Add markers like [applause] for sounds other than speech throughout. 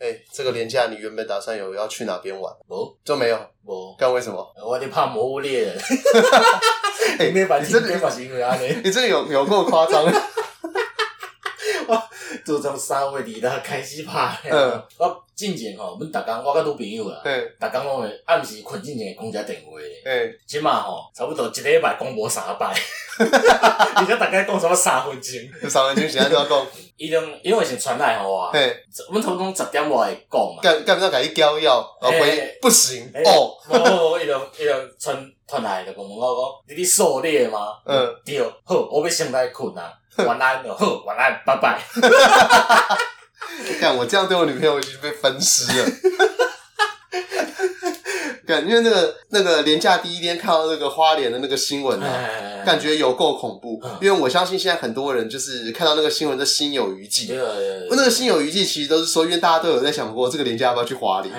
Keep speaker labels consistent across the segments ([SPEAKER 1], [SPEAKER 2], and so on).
[SPEAKER 1] 哎这个廉假你原本打算有要去哪边玩，哦
[SPEAKER 2] 无
[SPEAKER 1] 就没有，
[SPEAKER 2] 无，
[SPEAKER 1] 干为什么？
[SPEAKER 2] 我咧拍《魔物猎人》
[SPEAKER 1] [laughs] 哎
[SPEAKER 2] 你把
[SPEAKER 1] 你
[SPEAKER 2] 今
[SPEAKER 1] 真
[SPEAKER 2] 天
[SPEAKER 1] 的
[SPEAKER 2] 嘛是因为啊
[SPEAKER 1] [laughs]
[SPEAKER 2] 安尼，
[SPEAKER 1] 你这个有有够夸张，
[SPEAKER 2] 自从三月二日开始拍的。
[SPEAKER 1] 嗯
[SPEAKER 2] 我进前吼，阮逐工我甲女朋友啦，
[SPEAKER 1] [laughs] 对，
[SPEAKER 2] 逐工拢会暗时困进前讲一下电话咧。
[SPEAKER 1] 哎，
[SPEAKER 2] 即嘛吼，差不多一礼拜讲无三
[SPEAKER 1] [laughs]
[SPEAKER 2] 摆，而且大概讲差不多三分钟。
[SPEAKER 1] 有三分钟时间都要 [laughs] 讲，
[SPEAKER 2] 伊种因为是传来互我，
[SPEAKER 1] 嘿，
[SPEAKER 2] 阮差不多十点外会讲啊嘛。
[SPEAKER 1] 干干不上改一交要，然后
[SPEAKER 2] 哎
[SPEAKER 1] 回不行
[SPEAKER 2] 哎
[SPEAKER 1] 哦，
[SPEAKER 2] 无无无，伊就伊就传传来就问我讲，你伫狩猎吗？
[SPEAKER 1] 嗯，
[SPEAKER 2] 对，好，我要先来困啊，晚安哦，好，晚安，拜拜。
[SPEAKER 1] 干我这样对我女朋友已经被分尸了。 [laughs] 感觉那个那个廉假第一天看到那个花莲的那个新闻啊，
[SPEAKER 2] 哎
[SPEAKER 1] 感觉有够恐怖
[SPEAKER 2] 嗯，
[SPEAKER 1] 因为我相信现在很多人就是看到那个新闻都心有余悸
[SPEAKER 2] 对。对
[SPEAKER 1] 那个心有余悸，其实都是说，因为大家都有在想过这个廉价要不要去华
[SPEAKER 2] 哎
[SPEAKER 1] 联，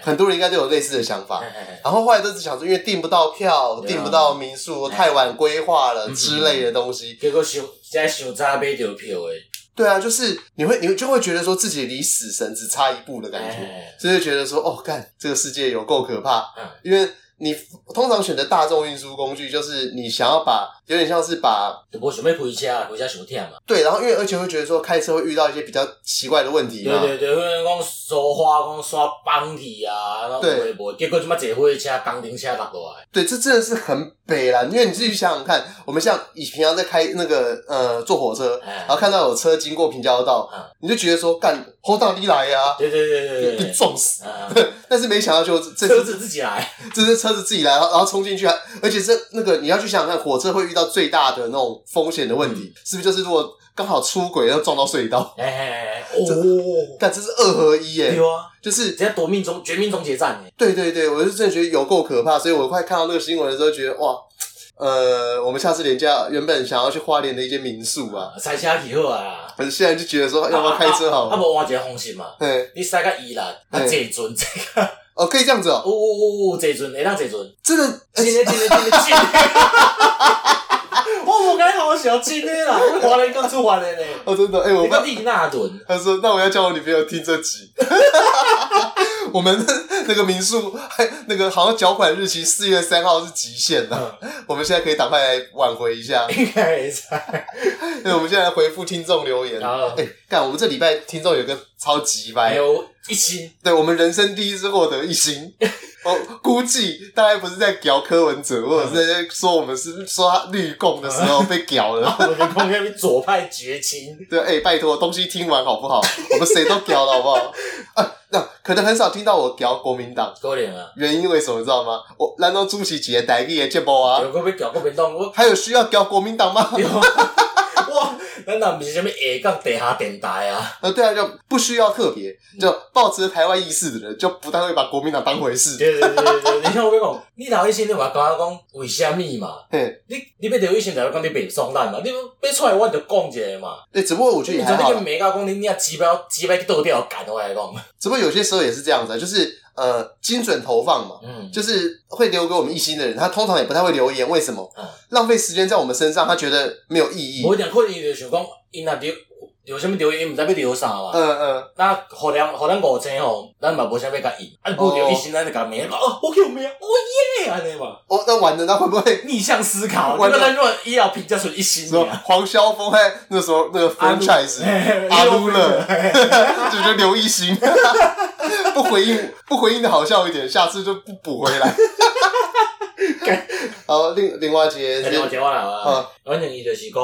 [SPEAKER 1] 很多人应该都有类似的想
[SPEAKER 2] 嗯
[SPEAKER 1] 法。然后后来都是想说，因为订不到票，
[SPEAKER 2] 对啊
[SPEAKER 1] 订不到民宿，太晚规划了
[SPEAKER 2] 嗯
[SPEAKER 1] 之类的东西。
[SPEAKER 2] 结果想在想早买着票诶，
[SPEAKER 1] 对啊，就是你会，你就会觉得说自己离死神只差一步的感觉，
[SPEAKER 2] 觉，
[SPEAKER 1] 就是觉得说，哦，干这个世界有够可怕
[SPEAKER 2] 哎嗯。
[SPEAKER 1] 因为你通常选择大众运输工具，就是你想要把有点像是把
[SPEAKER 2] 就无想要开车，啊开车伤忝嘛。
[SPEAKER 1] 对，然后因为而且会觉得说开车会遇到一些比较奇怪的问题
[SPEAKER 2] 对
[SPEAKER 1] 嘛，
[SPEAKER 2] 对对，可能讲烧花，讲刷放去啊，那有诶无，结果即摆坐火车、工程车落落来，
[SPEAKER 1] 对这真的是很北啦。因为你自己想想看，我们像以平常在开那个呃坐火车，然后看到有车经过平交道，
[SPEAKER 2] 嗯
[SPEAKER 1] 你就觉得说干侯导你来呀、
[SPEAKER 2] 对对对对
[SPEAKER 1] 被
[SPEAKER 2] 对，
[SPEAKER 1] 撞死。 [laughs]
[SPEAKER 2] 啊，
[SPEAKER 1] 但是没想到就这
[SPEAKER 2] 车
[SPEAKER 1] 这
[SPEAKER 2] 子自己来，
[SPEAKER 1] 这是车子自己来，然后然后冲进去，还而且这那个你要去想想看，火车会遇到最大的那种风险的问
[SPEAKER 2] 嗯
[SPEAKER 1] 题，是不是就是如果刚好出轨要撞到隧道？ [laughs]
[SPEAKER 2] 哎哎哎，哦，
[SPEAKER 1] 但这是二合一耶、
[SPEAKER 2] 对啊，
[SPEAKER 1] 就是
[SPEAKER 2] 人家夺命终绝命终结战诶，
[SPEAKER 1] 对对对，我是真的觉得有够可怕，所以我快看到那个新闻的时候，觉得哇，呃，我们下次廉假原本想要去花莲的一间民宿啊，
[SPEAKER 2] 塞车去好啊，
[SPEAKER 1] 可是现在就觉得说要不要开车好
[SPEAKER 2] 啊 [laughs]
[SPEAKER 1] 了？
[SPEAKER 2] 无换一个方式嘛，
[SPEAKER 1] 对，
[SPEAKER 2] 你塞个伊兰，啊坐船，坐
[SPEAKER 1] 哦，可以这样子哦，
[SPEAKER 2] 呜呜呜呜，坐船会当坐船。
[SPEAKER 1] 真的，
[SPEAKER 2] 真的真的真的真的。我无该好笑，真的啦，我华人讲出华人嘞。
[SPEAKER 1] 哦，真的，哎，我
[SPEAKER 2] 那
[SPEAKER 1] 爸
[SPEAKER 2] [laughs] 个利纳伦，
[SPEAKER 1] 他说，那我要叫我女朋友听这集。 [laughs] 我们那个民宿还那个好像缴款日期四月三号是极限的，我们现在可以打开来挽回一下。
[SPEAKER 2] 应该会知。
[SPEAKER 1] 对，我们现在来回复听众留言。
[SPEAKER 2] 好
[SPEAKER 1] 哎，干，我们这礼拜听众有个超级
[SPEAKER 2] 还
[SPEAKER 1] 白，
[SPEAKER 2] 有一星，
[SPEAKER 1] 对我们人生第一次获得一星。哦，估计大概不是在屌柯文哲，或者是在说我们是说他绿共的时候被屌了。
[SPEAKER 2] [laughs] 我们讲那边左派绝情，
[SPEAKER 1] 对，哎、拜托，东西听完好不好？我们谁都屌了，好不好？啊，那可能很少听到我屌国民党，
[SPEAKER 2] 可能啊，
[SPEAKER 1] 原因为什么知道吗？我难道主席节台语的节目啊？
[SPEAKER 2] 有个要搞个变动，我
[SPEAKER 1] 还有需要屌国民党吗？ [laughs]
[SPEAKER 2] 对啊。哇，咱那不是什么下杠地下电台啊？
[SPEAKER 1] 呃，对啊，就不需要特别，就抱持台湾意识的人，就不太会把国民党当回事。
[SPEAKER 2] 对对对对对，你看我跟你讲，你头一星你嘛跟我讲为什么嘛？
[SPEAKER 1] 嘿，
[SPEAKER 2] 你你要头一星就讲你袂爽咱嘛，你要出来我就讲一下嘛。
[SPEAKER 1] 哎对，只不过我觉得
[SPEAKER 2] 你
[SPEAKER 1] 也
[SPEAKER 2] 从
[SPEAKER 1] 还
[SPEAKER 2] 那
[SPEAKER 1] 好
[SPEAKER 2] 个
[SPEAKER 1] 啦，
[SPEAKER 2] 美甲讲你你要几百几百去倒掉干，我来讲。
[SPEAKER 1] 只不过有些时候也是这样子啊，就是呃，精准投放嘛。
[SPEAKER 2] 嗯，
[SPEAKER 1] 就是会留给我们一星的人，他通常也不太会留言，为什么？
[SPEAKER 2] 嗯
[SPEAKER 1] 浪费时间在我们身上，他觉得没有意义。
[SPEAKER 2] 无一定可能伊就想讲，因若留留什么留言，毋知要留啥嘛。
[SPEAKER 1] 嗯嗯，
[SPEAKER 2] 那互咱互咱五千吼，咱嘛无啥要甲伊，啊，不留一心咱就甲骂，哦，我叫骂，哦耶，安尼嘛，
[SPEAKER 1] 哦，那完了，那会不
[SPEAKER 2] [laughs]
[SPEAKER 1] 会
[SPEAKER 2] 逆向思考，
[SPEAKER 1] 我
[SPEAKER 2] 那咱若以后评价出一心
[SPEAKER 1] 什么
[SPEAKER 2] 尔，
[SPEAKER 1] 黄霄峰还那时候那个
[SPEAKER 2] [laughs]
[SPEAKER 1] franchise 阿撸了，就就刘一星， [laughs] 不回应不回应的好笑一点，下次就不补回
[SPEAKER 2] [laughs]
[SPEAKER 1] 来。好，另另外一节
[SPEAKER 2] 哎另外
[SPEAKER 1] 是
[SPEAKER 2] 一我来啊，反正伊就是讲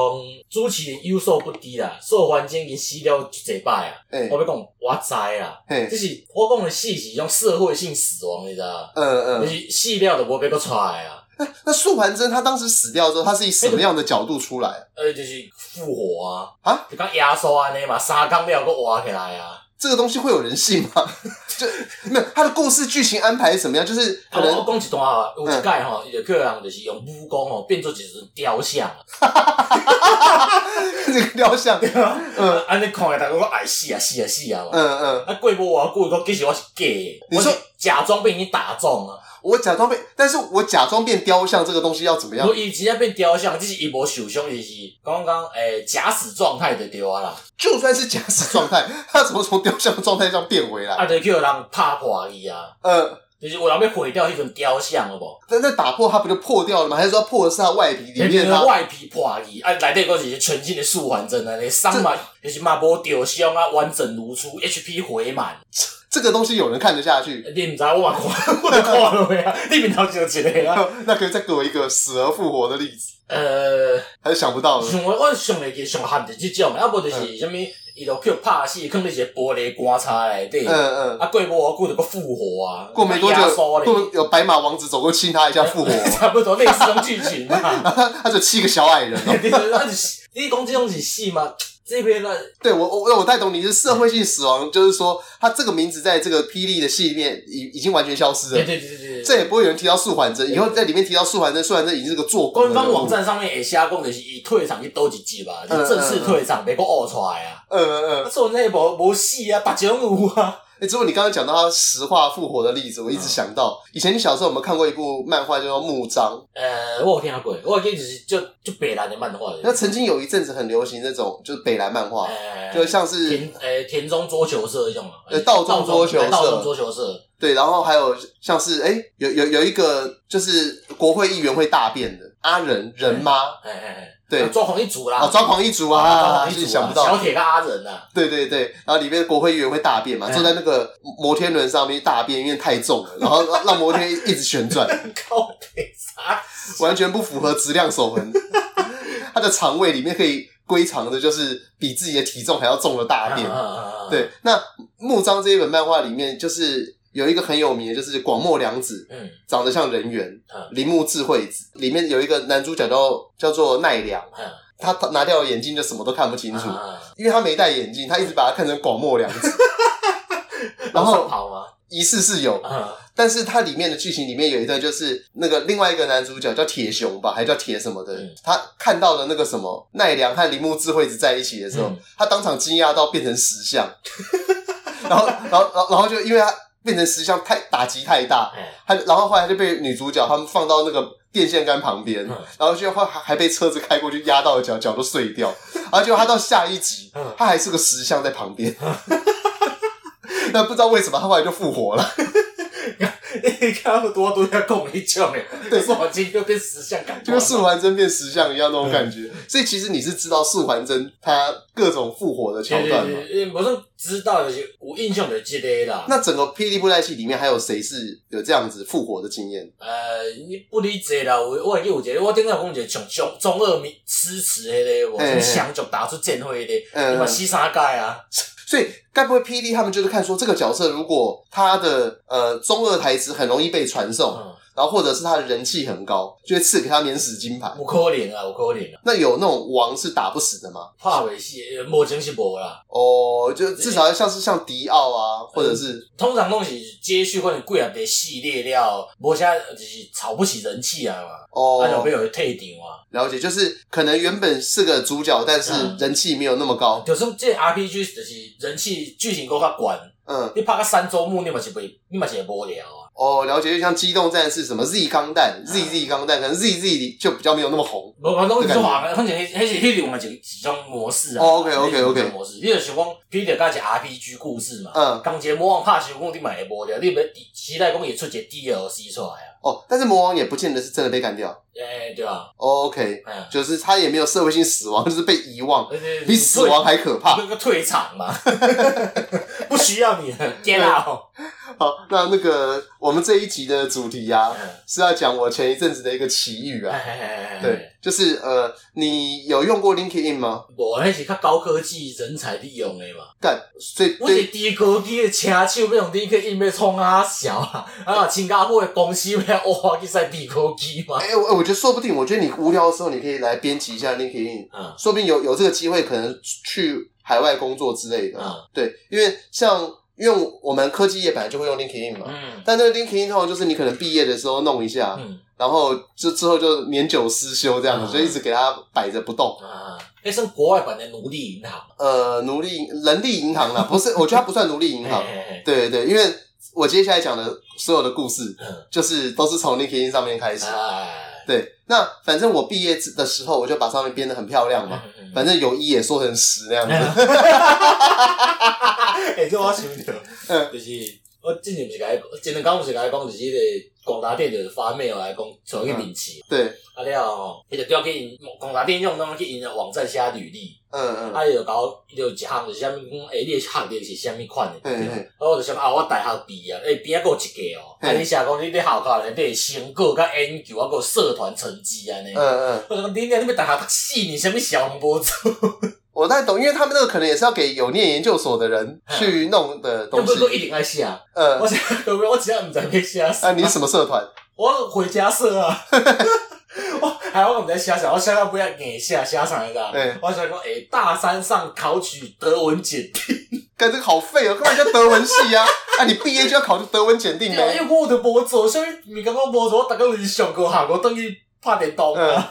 [SPEAKER 2] 主持人有所不知啦，受环境已经死了一侪摆啊，
[SPEAKER 1] 哎
[SPEAKER 2] 我要讲我知啦，这
[SPEAKER 1] 嘿，
[SPEAKER 2] 是我讲的死是一种社会性死亡，你知道？
[SPEAKER 1] 嗯
[SPEAKER 2] 就
[SPEAKER 1] 嗯，
[SPEAKER 2] 是死了就无别个出来啊。
[SPEAKER 1] 那素盘真他当时死掉之后，他是以什么样的角度出来？
[SPEAKER 2] 呃，就是复活啊，
[SPEAKER 1] 啊，
[SPEAKER 2] 就讲耶稣安尼嘛，三工了搁活起来啊。
[SPEAKER 1] 这个东西会有人信吗？ [laughs] 就没有他的故事剧情安排是什么样？就是可
[SPEAKER 2] 啊，我
[SPEAKER 1] 能嗯
[SPEAKER 2] 讲一段啊，有一届吼，伊就叫人就是用武功吼变做一尊雕像，
[SPEAKER 1] [laughs]
[SPEAKER 2] 啊
[SPEAKER 1] 这个雕像，嗯
[SPEAKER 2] 啊安尼看起来大家讲哎死啊死啊死啊嘛。
[SPEAKER 1] 嗯嗯，
[SPEAKER 2] 啊，过无偌久，伊讲其实我是假的，
[SPEAKER 1] 你
[SPEAKER 2] 我
[SPEAKER 1] 说
[SPEAKER 2] 是假装被你打中啊，
[SPEAKER 1] 我假装变，但是我假装变雕像这个东西要怎么样
[SPEAKER 2] 无？伊直接变雕像，只是伊无受伤，就是讲讲诶假死状态就对啊啦，
[SPEAKER 1] 就算是假死状态， [laughs] 他怎么从雕像的状态上变回
[SPEAKER 2] 啊
[SPEAKER 1] 来？
[SPEAKER 2] 就叫人拍破伊啊，
[SPEAKER 1] 呃，
[SPEAKER 2] 就是有人要毁掉迄阵雕像了无？
[SPEAKER 1] 但那打破它不就破掉了吗？还是说破的是它外皮里面
[SPEAKER 2] 那
[SPEAKER 1] 它
[SPEAKER 2] 个外皮破去，啊，内底个是全新的塑环针啊，你伤嘛就是嘛无受伤啊，完整如初，HP 回满。
[SPEAKER 1] 这个东西有人看得下去？ [laughs]
[SPEAKER 2] 你毋知我嘛看，我就看落去啊，你面头就一个啊。
[SPEAKER 1] 那可以再给我一个死而复活的例子，
[SPEAKER 2] 呃，
[SPEAKER 1] 还是想不到了。
[SPEAKER 2] 想我我上会记上罕着即种的，啊无
[SPEAKER 1] 嗯
[SPEAKER 2] 就是啥物，伊就叫拍死，放伫一个玻璃棺材内底。
[SPEAKER 1] 嗯嗯，
[SPEAKER 2] 啊，过无久就个复活啊，
[SPEAKER 1] 过没多
[SPEAKER 2] 压
[SPEAKER 1] 久，
[SPEAKER 2] 缩咧
[SPEAKER 1] 过有白马王子走过去亲他一下复活，
[SPEAKER 2] [laughs]
[SPEAKER 1] [laughs]
[SPEAKER 2] 差不多类似种剧情嘛。 [laughs]
[SPEAKER 1] 他就七个小矮人哦。
[SPEAKER 2] 你讲是你讲这种是戏吗？这边呢，
[SPEAKER 1] 对我我我太懂你是社会性死亡，就是说他这个名字在这个霹雳的戏里面已已经完全消失
[SPEAKER 2] 对
[SPEAKER 1] 了。
[SPEAKER 2] 对对对对，
[SPEAKER 1] 这也不会有人提到素还真，以后在里面提到素还真，素还真已经是个做工
[SPEAKER 2] 官
[SPEAKER 1] 的人
[SPEAKER 2] 方
[SPEAKER 1] 物
[SPEAKER 2] 网。站上面会写讲，就是伊退场去倒一集吧，就
[SPEAKER 1] 嗯
[SPEAKER 2] 正式退场，别个恶出来啊。
[SPEAKER 1] 嗯嗯嗯
[SPEAKER 2] 啊，，所以那无无戏啊，白种有啊。
[SPEAKER 1] 哎、之后你刚刚讲到他石化复活的例子，我
[SPEAKER 2] 嗯
[SPEAKER 1] 一直想到、以前你小时候有没有看过一部漫画叫做《木章》？
[SPEAKER 2] 呃，我有听过，我记得就是就就北兰的漫画
[SPEAKER 1] 那
[SPEAKER 2] 的，
[SPEAKER 1] 曾经有一阵子很流行那种就是北兰漫画，
[SPEAKER 2] 呃，
[SPEAKER 1] 就像是
[SPEAKER 2] 田呃田中桌球社那种嘛，
[SPEAKER 1] 呃道中桌球社
[SPEAKER 2] 道中桌球社，
[SPEAKER 1] 对，然后还有像是哎、有有有一个就是国会议员会大便的阿仁仁妈，
[SPEAKER 2] 哎哎哎，
[SPEAKER 1] 对
[SPEAKER 2] 啊抓狂一族啦，
[SPEAKER 1] 啊，抓狂一族
[SPEAKER 2] 抓
[SPEAKER 1] 啊，
[SPEAKER 2] 狂
[SPEAKER 1] 就
[SPEAKER 2] 一
[SPEAKER 1] 是
[SPEAKER 2] 族啊，
[SPEAKER 1] 想不到
[SPEAKER 2] 小，铁跟阿仁啊呐。
[SPEAKER 1] 对对对，然后里面的国会议员会大便嘛，
[SPEAKER 2] 嗯
[SPEAKER 1] 坐在那个摩天轮上面大便，因为太重了，然后
[SPEAKER 2] [laughs]
[SPEAKER 1] 让让摩天一直旋转，
[SPEAKER 2] 靠北啥？
[SPEAKER 1] 完全不符合质量守 [laughs] 恒。他的肠胃里面可以归藏的就是比自己的体重还要重的大便。
[SPEAKER 2] 啊，
[SPEAKER 1] 对，那木章这一本漫画里面，就是有一个很有名的，就是广末凉子，
[SPEAKER 2] 嗯
[SPEAKER 1] 长得像人猿
[SPEAKER 2] 嗯，
[SPEAKER 1] 铃木智惠子。里面有一个男主角叫叫做奈良，
[SPEAKER 2] 嗯，
[SPEAKER 1] 他他拿掉了眼镜就什么都看不清楚，
[SPEAKER 2] 啊
[SPEAKER 1] 因为他没戴眼镜，他一直把它看成广末凉
[SPEAKER 2] [laughs]
[SPEAKER 1] 子。然
[SPEAKER 2] 往上
[SPEAKER 1] 后
[SPEAKER 2] 跑吗？
[SPEAKER 1] 疑似是有，
[SPEAKER 2] 啊，
[SPEAKER 1] 但是它里面的剧情里面有一段，就是那个另外一个男主角叫铁雄吧，还叫铁什么的，
[SPEAKER 2] 嗯
[SPEAKER 1] 他看到了那个什么奈良和铃木智惠子在一起的时候，
[SPEAKER 2] 嗯
[SPEAKER 1] 他当场惊讶到变成石像，然后然后然后然后就因为他变成石像太打击太大，
[SPEAKER 2] 哎， [laughs]
[SPEAKER 1] 他然后后来就被女主角他们放到那个电线杆旁边，
[SPEAKER 2] 嗯
[SPEAKER 1] 然后就后还还被车子开过去压到了脚，脚都碎掉，然后结果他到下一集
[SPEAKER 2] 嗯，
[SPEAKER 1] 他还是个石像在旁边。那不知道为什么他后来就复活了，
[SPEAKER 2] 你看不多都要供一种诶，
[SPEAKER 1] 对
[SPEAKER 2] 说我今天变石像感，
[SPEAKER 1] 就跟素还真变石像一样那种感觉。所以其实你是知道素还真他各种复活的桥
[SPEAKER 2] 对
[SPEAKER 1] 段
[SPEAKER 2] 对
[SPEAKER 1] 吗？
[SPEAKER 2] 对，因为我是知道的是有印象的这个啦。
[SPEAKER 1] 那整个霹雳布袋戏里面还有谁是有这样子复活的经验？
[SPEAKER 2] 呃，你不理解啦，有我会记有一个，我顶下讲一个从中中二名诗词迄个，我
[SPEAKER 1] 嘿嘿
[SPEAKER 2] 从香烛打出剑辉迄个，
[SPEAKER 1] 嗯
[SPEAKER 2] 你嘛死三届啊？
[SPEAKER 1] 所以该不会霹雳他们就是看说这个角色如果他的呃中二台词很容易被传颂，
[SPEAKER 2] 嗯，
[SPEAKER 1] 然后或者是他的人气很高，就会赐给他免死金牌。
[SPEAKER 2] 有可能啊，有可能啊，
[SPEAKER 1] 那有那种王是打不死的吗？
[SPEAKER 2] 怕未死，呃无情是无啦。
[SPEAKER 1] 哦，就至少像是像迪奥啊，或者是
[SPEAKER 2] 通常拢是接续可能几啊个系列了，无啥就是炒不起人气啊嘛，啊就
[SPEAKER 1] 哦
[SPEAKER 2] 被，有退场啊。
[SPEAKER 1] 了解，就是可能原本是个主角，但是
[SPEAKER 2] 嗯
[SPEAKER 1] 人气没有那么高，
[SPEAKER 2] 就算这 RPG 就是人气剧情够较悬，
[SPEAKER 1] 嗯，
[SPEAKER 2] 你拍到三周目你嘛是袂，你嘛是会无聊啊，
[SPEAKER 1] 哦，了解，就像《机动战士》什么 Z 钢弹、ZZ 钢弹，可能 ZZ 就比较没有那么红。
[SPEAKER 2] 无反正
[SPEAKER 1] 这
[SPEAKER 2] 你
[SPEAKER 1] 感觉
[SPEAKER 2] 说话，反正迄迄迄种嘛是一种模式啊。
[SPEAKER 1] 哦，OK，OK，OK
[SPEAKER 2] 那是一种模式，你就想讲，比如讲是 RPG 故事嘛，
[SPEAKER 1] 嗯，
[SPEAKER 2] 钢铁魔王拍成功你嘛会无聊，你袂期待讲伊出一个 DLC 出来啊，
[SPEAKER 1] 哦，但是魔王也不见得是真的被干掉。
[SPEAKER 2] 诶、对吧？
[SPEAKER 1] 哦 OK，
[SPEAKER 2] 嗯，
[SPEAKER 1] 就是他也没有社会性死亡，就是被遗忘，
[SPEAKER 2] 而且
[SPEAKER 1] 比死亡还可怕。
[SPEAKER 2] 那个退场嘛， [laughs] 不需要你了，get out。
[SPEAKER 1] 好，那那个我们这一集的主题啊，
[SPEAKER 2] 嗯
[SPEAKER 1] 是要讲我前一阵子的一个奇遇啊。
[SPEAKER 2] 哎
[SPEAKER 1] 对，，就是呃，你有用过 LinkedIn 吗？
[SPEAKER 2] 无迄是较高科技人才利用的嘛。
[SPEAKER 1] 干，所以
[SPEAKER 2] 我是
[SPEAKER 1] 对，
[SPEAKER 2] 低科技的车手，要用你去硬要创啊小啊，啊，新加坡的公司要哇去使低科技嘛。
[SPEAKER 1] 哎、我我觉得说不定，我觉得你无聊的时候，你可以来编辑一下 LinkedIn，
[SPEAKER 2] 嗯
[SPEAKER 1] 说不定有有这个机会，可能去海外工作之类的。
[SPEAKER 2] 嗯
[SPEAKER 1] 对，因为像因为我们科技业本来就会用 LinkedIn 嘛，
[SPEAKER 2] 嗯
[SPEAKER 1] 但那个 LinkedIn 通常就是你可能毕业的时候弄一下，
[SPEAKER 2] 嗯
[SPEAKER 1] 然后之之后就年久失修这样子，
[SPEAKER 2] 嗯
[SPEAKER 1] 就一直给它摆着不动。
[SPEAKER 2] 啊，那算国外版的奴隶银行。 [laughs] 哎
[SPEAKER 1] 呃，奴隶人力银行啦，不是，我觉得它不算奴隶银行。
[SPEAKER 2] 嘿嘿嘿
[SPEAKER 1] 对对对，因为我接下来讲的所有的故事
[SPEAKER 2] 嗯，
[SPEAKER 1] 就是都是从 LinkedIn 上面开始。
[SPEAKER 2] 哎，
[SPEAKER 1] 对，那反正我毕业之的时候，我就把上面编的很漂亮嘛，
[SPEAKER 2] 嗯
[SPEAKER 1] 反正有一也说成十那样子。 [laughs]
[SPEAKER 2] 哎，这我想着，
[SPEAKER 1] 嗯
[SPEAKER 2] 就是我之前不是甲伊，前两天不是甲伊讲，就是迄个广达店就是发 mail 来讲传去面试，
[SPEAKER 1] [laughs] 对，
[SPEAKER 2] 啊了吼，伊就调去因广达店用，拢去因的网站写履历，
[SPEAKER 1] 嗯嗯，
[SPEAKER 2] 啊伊就甲我，伊就一项就是啥物讲，哎诶，你的学历是啥物款的？
[SPEAKER 1] 嘿嘿，
[SPEAKER 2] 啊，我就想啊，我大学毕业，诶，边啊还有一个哦，啊，
[SPEAKER 1] 嘿
[SPEAKER 2] 你写讲你伫校校内底成果、甲研究，啊，还有社团成绩安尼。
[SPEAKER 1] 嗯嗯，
[SPEAKER 2] 我就讲你娘，你要大学读四年，啥物小红波做？
[SPEAKER 1] 我大概懂，因为他们那个可能也是要给有念研究所的人去弄的
[SPEAKER 2] [laughs] 要
[SPEAKER 1] 东
[SPEAKER 2] 嗯不
[SPEAKER 1] 西
[SPEAKER 2] 是。说一定爱写？
[SPEAKER 1] 嗯
[SPEAKER 2] 我，现在有没有？我现在唔知道要写啥
[SPEAKER 1] 啊，。你是什么社
[SPEAKER 2] [laughs]
[SPEAKER 1] 团？
[SPEAKER 2] 我回家社啊。我还我唔知写啥，我写到不要硬写，写啥来着
[SPEAKER 1] 对？
[SPEAKER 2] 我想讲，诶、大三上考取德文检定，
[SPEAKER 1] 干这个好废哦，根本就德文系啊！啊，你毕业就要考德文检定
[SPEAKER 2] 因
[SPEAKER 1] 呢。
[SPEAKER 2] 为我都无做，所以咪讲我无做，我逐个就是上课下课等于拍电动啊。
[SPEAKER 1] 嗯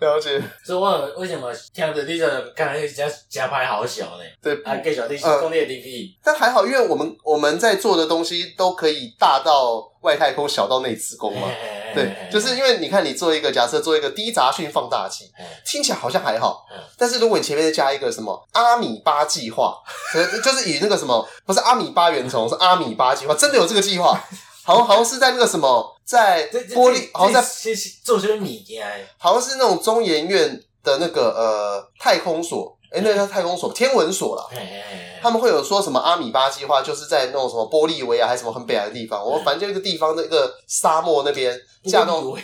[SPEAKER 1] 了解，
[SPEAKER 2] 所以我为什么听着你这刚才真真歹好笑呢？
[SPEAKER 1] 对。
[SPEAKER 2] 啊，继续你讲你的灵异，
[SPEAKER 1] 但还好，因为我们我们在做的东西都可以大到外太空，小到内子宫嘛。对，就是因为你看，你做一个假设，做一个低杂讯放大器
[SPEAKER 2] 嗯，
[SPEAKER 1] 听起来好像还好
[SPEAKER 2] 嗯，
[SPEAKER 1] 但是如果你前面再加一个什么阿米巴计划，呃就是以那个什么不是阿米巴原虫，是阿米巴计划，真的有这个计划，好像好像是在那个什么，在
[SPEAKER 2] 这这
[SPEAKER 1] 玻璃，好像在
[SPEAKER 2] 这这做些物件的，
[SPEAKER 1] 好像是那种中研院的那个呃太空所，哎、那个叫太空所，天文所啦。
[SPEAKER 2] 嘿嘿嘿
[SPEAKER 1] 他们会有说什么阿米巴计划，就是在那种什么玻利维亚还是什么很北海的地方，我
[SPEAKER 2] 嗯
[SPEAKER 1] 反正就一个地方那个沙漠那边架那种，
[SPEAKER 2] 嘿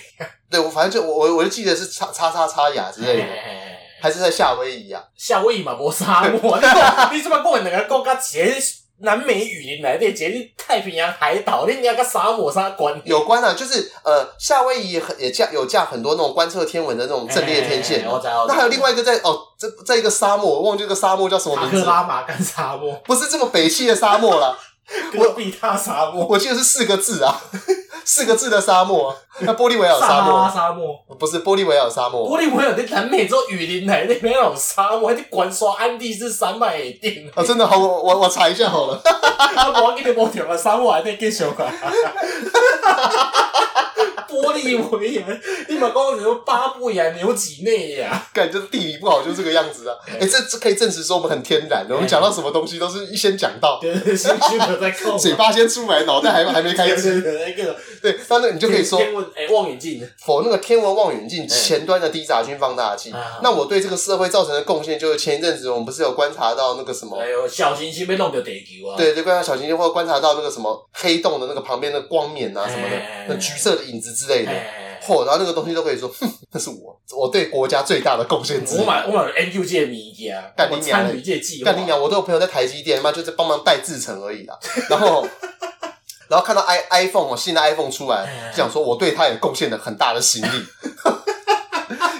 [SPEAKER 1] 对我反正就我我我就记得是叉叉叉叉雅之类
[SPEAKER 2] 嘿
[SPEAKER 1] 的，
[SPEAKER 2] 嘿
[SPEAKER 1] 还是在夏威夷啊？
[SPEAKER 2] 夏威夷嘛无沙
[SPEAKER 1] [laughs]
[SPEAKER 2] 漠，你讲你怎么讲两个国家一个南美雨林内底，一个太平洋海岛，你俩甲沙漠啥关系？
[SPEAKER 1] 有关啊，就是呃夏威夷很也架有架很多那种观测天文的那种阵列天线
[SPEAKER 2] 哎嘿嘿嘿，我知道。
[SPEAKER 1] 那还有另外
[SPEAKER 2] 一
[SPEAKER 1] 一个在哦这在一个沙漠，我忘记这个沙漠叫什么
[SPEAKER 2] 塔
[SPEAKER 1] 名
[SPEAKER 2] 克
[SPEAKER 1] 字，
[SPEAKER 2] 拉玛干沙
[SPEAKER 1] [laughs]
[SPEAKER 2] 漠，
[SPEAKER 1] 不是这么北系的沙漠啦，
[SPEAKER 2] 戈壁滩沙漠，
[SPEAKER 1] 我记得是四个字啊，四个字的沙漠啊，那玻利维亚有
[SPEAKER 2] 撒
[SPEAKER 1] 沙
[SPEAKER 2] 哈拉
[SPEAKER 1] 漠，
[SPEAKER 2] 沙漠。
[SPEAKER 1] 不是玻利维亚有沙漠
[SPEAKER 2] 玻利维亚在南美洲雨林内那边有沙漠，你管刷安第斯山脉的顶，
[SPEAKER 1] 啊，真的好，我我我查一下好了。 [laughs]
[SPEAKER 2] 啊，无要紧，你无听啊，沙漠内底继续啊。玻利维亚，你嘛讲什么巴布亚、纽几内亚？
[SPEAKER 1] 感觉地理不好就是这个样子啊！哎、
[SPEAKER 2] 对
[SPEAKER 1] 这这可以证实说我们很天然的，我们讲到什么东西都是一先讲到，
[SPEAKER 2] 哎对对，先去的再看嘛。
[SPEAKER 1] 嘴巴先出来，脑袋
[SPEAKER 2] [laughs]
[SPEAKER 1] 还还没开
[SPEAKER 2] 对对
[SPEAKER 1] 机。
[SPEAKER 2] 对，啊那个
[SPEAKER 1] 对，那那你就可以说，
[SPEAKER 2] 天文哎望远镜，
[SPEAKER 1] 否那个天文望远镜
[SPEAKER 2] 对
[SPEAKER 1] 前端的低杂讯放大器
[SPEAKER 2] 哎啊。
[SPEAKER 1] 那我对这个社会造成的贡献，就是前一阵子我们不是有观察到那个什么
[SPEAKER 2] 哎，呦，小行星被弄到地球啊！
[SPEAKER 1] 对，就观察小行星或观察到那个什么黑洞的那个旁边的光冕啊什么的
[SPEAKER 2] 哎，
[SPEAKER 1] 那橘色的影子之类的。
[SPEAKER 2] 哎，
[SPEAKER 1] 嚯，然后那个东西都可以说，哼，那是我我对国家最大的贡献之一
[SPEAKER 2] 我。买我买 N U 这个物件，啊
[SPEAKER 1] 干你
[SPEAKER 2] 我
[SPEAKER 1] 娘
[SPEAKER 2] 参与这个计划
[SPEAKER 1] 干。你娘！我都有朋友在台积电，妈就在帮忙代制成而已啦。 [laughs] 然后，然后看到 i iPhone 哦，新的 iPhone 出来，就想说我对它也贡献了很大的心力。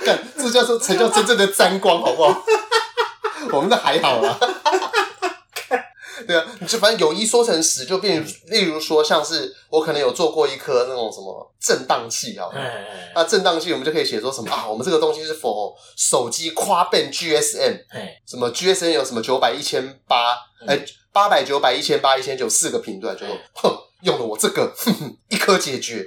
[SPEAKER 1] [laughs] 干，这叫做才叫真正的沾光，好不好？ [laughs] 我们的还好啦。 [laughs] 对啊，你就反正有一说成十，就变，例如说像是我可能有做过一颗那种什么震荡器啊，
[SPEAKER 2] 哎哎
[SPEAKER 1] 那震荡器我们就可以写说什么啊，我们这个东西是否手机跨变 GSM，
[SPEAKER 2] 哎，
[SPEAKER 1] 什么 GSN 有什么九百、一千八，
[SPEAKER 2] 嗯
[SPEAKER 1] 哎，八百、九百、一千八、一千九四个频段，就说
[SPEAKER 2] 嗯
[SPEAKER 1] 哼，用了我这个，哼哼，一颗解决。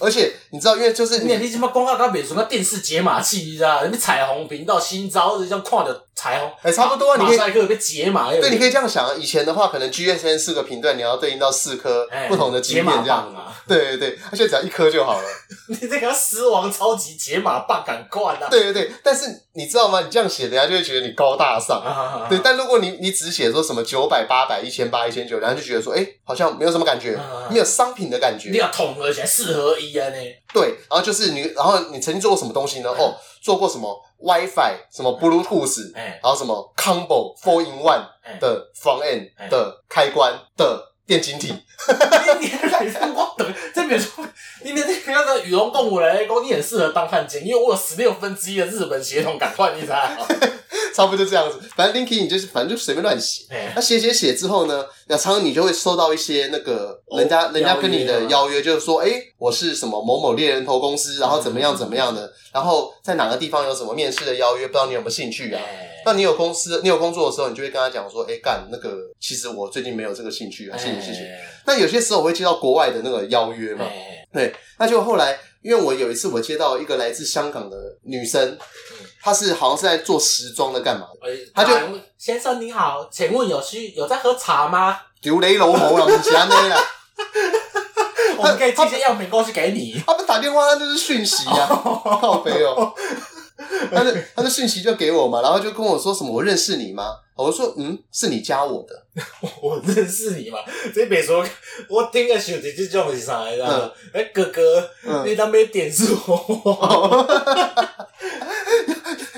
[SPEAKER 1] 而且你知道，因为就是
[SPEAKER 2] 你
[SPEAKER 1] 你
[SPEAKER 2] 你即马讲啊到到袂顺，到电视解码器，你知道？你彩虹频道新招，你这样看着彩虹，
[SPEAKER 1] 哎差不多啊你可以
[SPEAKER 2] 马赛克被解码，哎
[SPEAKER 1] 对，你可
[SPEAKER 2] 以
[SPEAKER 1] 以这样想啊，以前的话可能 GSN 四个频段，你要对应到四颗不同的
[SPEAKER 2] 哎解
[SPEAKER 1] 晶
[SPEAKER 2] 码
[SPEAKER 1] 片这样。
[SPEAKER 2] 棒啊！ [laughs]
[SPEAKER 1] 对对对，而且只要一颗就好了。 [laughs]
[SPEAKER 2] 你这个狮王超级解码棒，赶快啦！
[SPEAKER 1] 对对对，但是你知道吗？你这样写，人家就会觉得你高大上。
[SPEAKER 2] 啊，
[SPEAKER 1] 对，但如果你你只写说什么九百、八百、一千八、一千九，然后就觉得说，哎、好像没有什么感觉
[SPEAKER 2] 嗯，嗯
[SPEAKER 1] 没有商品的感觉。
[SPEAKER 2] 你要统合起来四合一啊呢！
[SPEAKER 1] 对，然后就是你，然后你曾经做过什么东西呢？
[SPEAKER 2] 嗯
[SPEAKER 1] 哦，做过什么 WiFi、什么 Bluetooth，
[SPEAKER 2] 哎
[SPEAKER 1] 然后什么 Combo Four in One
[SPEAKER 2] 哎，
[SPEAKER 1] 的 Front End
[SPEAKER 2] 哎
[SPEAKER 1] 的开关的电晶体，
[SPEAKER 2] 你你来说我等，这比如说，你那那那个羽绒动物来讲，你很适合当汉奸，因为我有十六分之一的日本血统，赶快你才好。
[SPEAKER 1] 差不多就这样子。反正 Linky 你就是反正就随便乱写，
[SPEAKER 2] 哎
[SPEAKER 1] 那写写写之后呢，那常常你就会收到一些那个人家、人家跟你的哦邀约，就是说，哎、我是什么某某猎人头公司，然后怎么样怎么样的，然后在哪个地方有什么面试的邀约，不知道你有没有兴趣啊？
[SPEAKER 2] 哎
[SPEAKER 1] 那你有公司，你有工作的时候，你就会跟他讲说，哎、干那个，其实我最近没有这个兴
[SPEAKER 2] 哎
[SPEAKER 1] 趣啊，谢谢谢谢。那有些时候我会接到国外的那个邀约嘛，
[SPEAKER 2] 哎
[SPEAKER 1] 对，那就后来，因为我有一次我接到一个来自香港的女生，她是好像是在做时装的，干嘛的？
[SPEAKER 2] 哎
[SPEAKER 1] 他就
[SPEAKER 2] 打人先生您好，请问有需有在喝茶吗？
[SPEAKER 1] 丢雷楼红了，其他啊那啦。
[SPEAKER 2] 我们可以寄些样品过去给你。
[SPEAKER 1] 他不打电话，那就是讯息啊，靠北哦。他就他就讯息就给我嘛，然后就跟我说什么我认识你吗？我就说嗯，是你加我的。
[SPEAKER 2] 我认识你嘛？这别说，我听个想弟这种是啥来着？哎、哥哥，
[SPEAKER 1] 嗯，
[SPEAKER 2] 你当没点数我，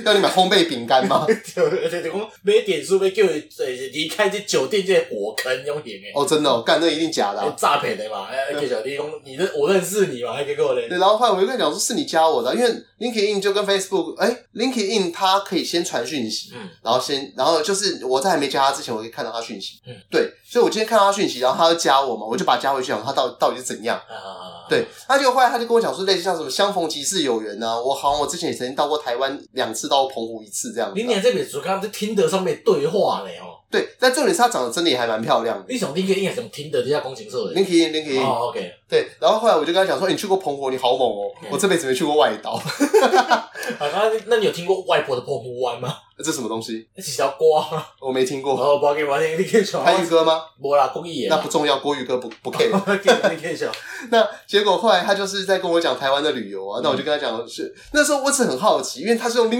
[SPEAKER 1] 要你买烘焙饼干吗？
[SPEAKER 2] 就就就讲没点数，要叫伊呃离开这酒店这火坑，用点诶，
[SPEAKER 1] 哦，真的、哦，干那一定假的啊、
[SPEAKER 2] 诈骗的嘛？哎，叫小弟讲，你认我认识你嘛？还结果嘞
[SPEAKER 1] 对，？然后后来我就跟他讲说，是你加我的啊，因为 LinkedIn 就跟 Facebook，哎、l i n k e d i n 它可以先传讯息，
[SPEAKER 2] 嗯
[SPEAKER 1] 然后先，然后就是我在还没加他之前，我可以看到他讯息，
[SPEAKER 2] 嗯
[SPEAKER 1] 对，所以我今天看到他讯息，然后他要加我嘛，我就把他加回去，想他到到底是怎样，
[SPEAKER 2] 啊，
[SPEAKER 1] 对，他就后来他就跟我讲说，类似像什么相逢即是有缘呐、我好像我之前也曾经到过台湾两次，到过澎湖一次这样子
[SPEAKER 2] 你
[SPEAKER 1] 啊、
[SPEAKER 2] 连这本书刚刚在听得上面对话呢哦，
[SPEAKER 1] 对，但重点是他长得真的也还蛮漂亮的。
[SPEAKER 2] 你想听个应该是听得底下工程社的。
[SPEAKER 1] Linky Linky，、
[SPEAKER 2] 哦，OK，
[SPEAKER 1] 对，然后后来我就跟他讲说，欸你去过澎湖，你好猛哦、
[SPEAKER 2] 嗯
[SPEAKER 1] 我这辈子没去过外岛， [laughs]
[SPEAKER 2] 啊，那那你有听过外婆的澎湖湾吗？
[SPEAKER 1] 这什么东西？
[SPEAKER 2] 那是条歌啊，
[SPEAKER 1] 我没听过。
[SPEAKER 2] 哦，不要给我听，你可以想，
[SPEAKER 1] 台语歌吗？
[SPEAKER 2] 无啦，故意的
[SPEAKER 1] 那
[SPEAKER 2] 啦
[SPEAKER 1] 不，重要，国语歌不不 care。
[SPEAKER 2] [laughs] 你可以想，
[SPEAKER 1] [laughs] 那结果后来他就是在跟我讲台湾的旅游啊，那我就跟他讲是那时候我只很好奇，因为他是用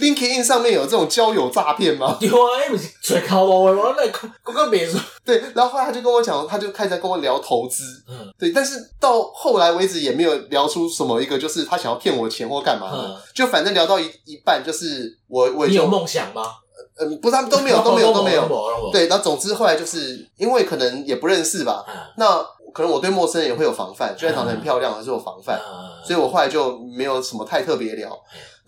[SPEAKER 1] LinkedIn，LinkedIn 上面有这种交友诈骗吗？ [laughs]
[SPEAKER 2] 对啊，迄毋是找口无的，我来讲讲个袂输。
[SPEAKER 1] 对，然后后来他就跟我讲，他就开始在跟我聊投资，
[SPEAKER 2] 嗯
[SPEAKER 1] 对，但是到后来为止也没有聊出什么一个就是他想要骗我钱或干嘛的，
[SPEAKER 2] 嗯
[SPEAKER 1] 就反正聊到一一半就是我我
[SPEAKER 2] 你
[SPEAKER 1] 就
[SPEAKER 2] 有梦想吗？
[SPEAKER 1] 嗯不是他们都
[SPEAKER 2] [laughs]
[SPEAKER 1] 没有都没有都没有，
[SPEAKER 2] 有。
[SPEAKER 1] 对，然后总之后来就是因为可能也不认识吧，
[SPEAKER 2] 啊，
[SPEAKER 1] 那可能我对陌生人也会有防范，就算长得很漂亮还是有防范，
[SPEAKER 2] 啊
[SPEAKER 1] 所以我后来就没有什么太特别聊。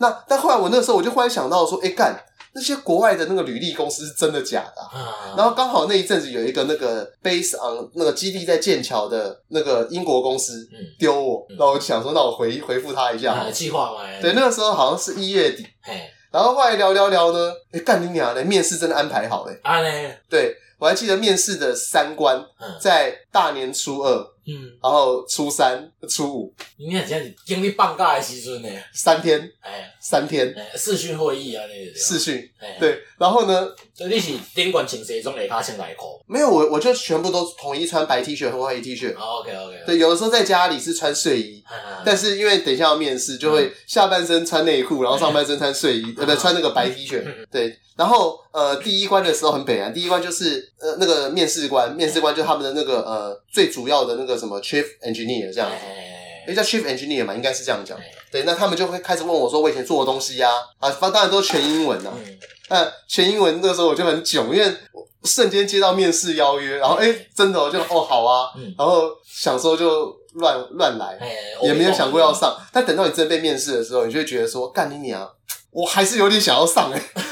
[SPEAKER 1] 那但后来我那时候我就忽然想到说，哎、干那些国外的那个履历公司是真的假的啊、
[SPEAKER 2] 啊
[SPEAKER 1] 然后刚好那一阵子有一个那个 base on 那个基地在剑桥的那个英国公司
[SPEAKER 2] 嗯
[SPEAKER 1] 丢我，
[SPEAKER 2] 嗯
[SPEAKER 1] 那我就想说，那我回回复他一下好
[SPEAKER 2] 啊
[SPEAKER 1] 了。
[SPEAKER 2] 计划嘛，
[SPEAKER 1] 对，那个时候好像是一月底，
[SPEAKER 2] 嘿，
[SPEAKER 1] 然后后来聊聊聊呢，哎、干你娘的，面试真的安排好了、
[SPEAKER 2] 安尼，
[SPEAKER 1] 对我还记得面试的三关
[SPEAKER 2] 嗯
[SPEAKER 1] 在大年初二，
[SPEAKER 2] 嗯，
[SPEAKER 1] 然后初三、初五
[SPEAKER 2] 你看现在是经历放假的时阵呢，
[SPEAKER 1] 三天，
[SPEAKER 2] 哎，
[SPEAKER 1] 三天
[SPEAKER 2] 哎视讯会议啊，那
[SPEAKER 1] 视，讯。
[SPEAKER 2] 哎，
[SPEAKER 1] 对，然后呢，
[SPEAKER 2] 所以你是顶管穿西装，下骹穿内裤。
[SPEAKER 1] 没有我我就全部都统一穿白 T 恤和黑 T 恤。
[SPEAKER 2] OK OK，，
[SPEAKER 1] 对，有的时候在家里是穿睡衣，
[SPEAKER 2] 啊
[SPEAKER 1] 但是因为等一下要面试，就会下半身穿内裤，然后上半身穿睡衣，呃，不穿那个白 T 恤。对，然后呃，第一关的时候很北然，第一关就是呃那个面试官，面试官就是他们的那个呃最主要的那个什么 chief engineer 这样子。
[SPEAKER 2] 哎
[SPEAKER 1] 诶，叫 chief engineer 嘛，应该是这样讲
[SPEAKER 2] 哎。
[SPEAKER 1] 对，那他们就会开始问我说，我以前做的东西呀、啊，啊，当然都全英文啊。
[SPEAKER 2] 嗯，
[SPEAKER 1] 那全英文那时候我就很囧，因为我瞬间接到面试邀约，然后哎、诶真的我就哦好啊，
[SPEAKER 2] 嗯
[SPEAKER 1] 然后想说就乱乱来，
[SPEAKER 2] 哎，
[SPEAKER 1] 也没有想过要上。但等到你真被面试的时候，你就会觉得说，干你娘，我还是有点想要上哎、 [laughs]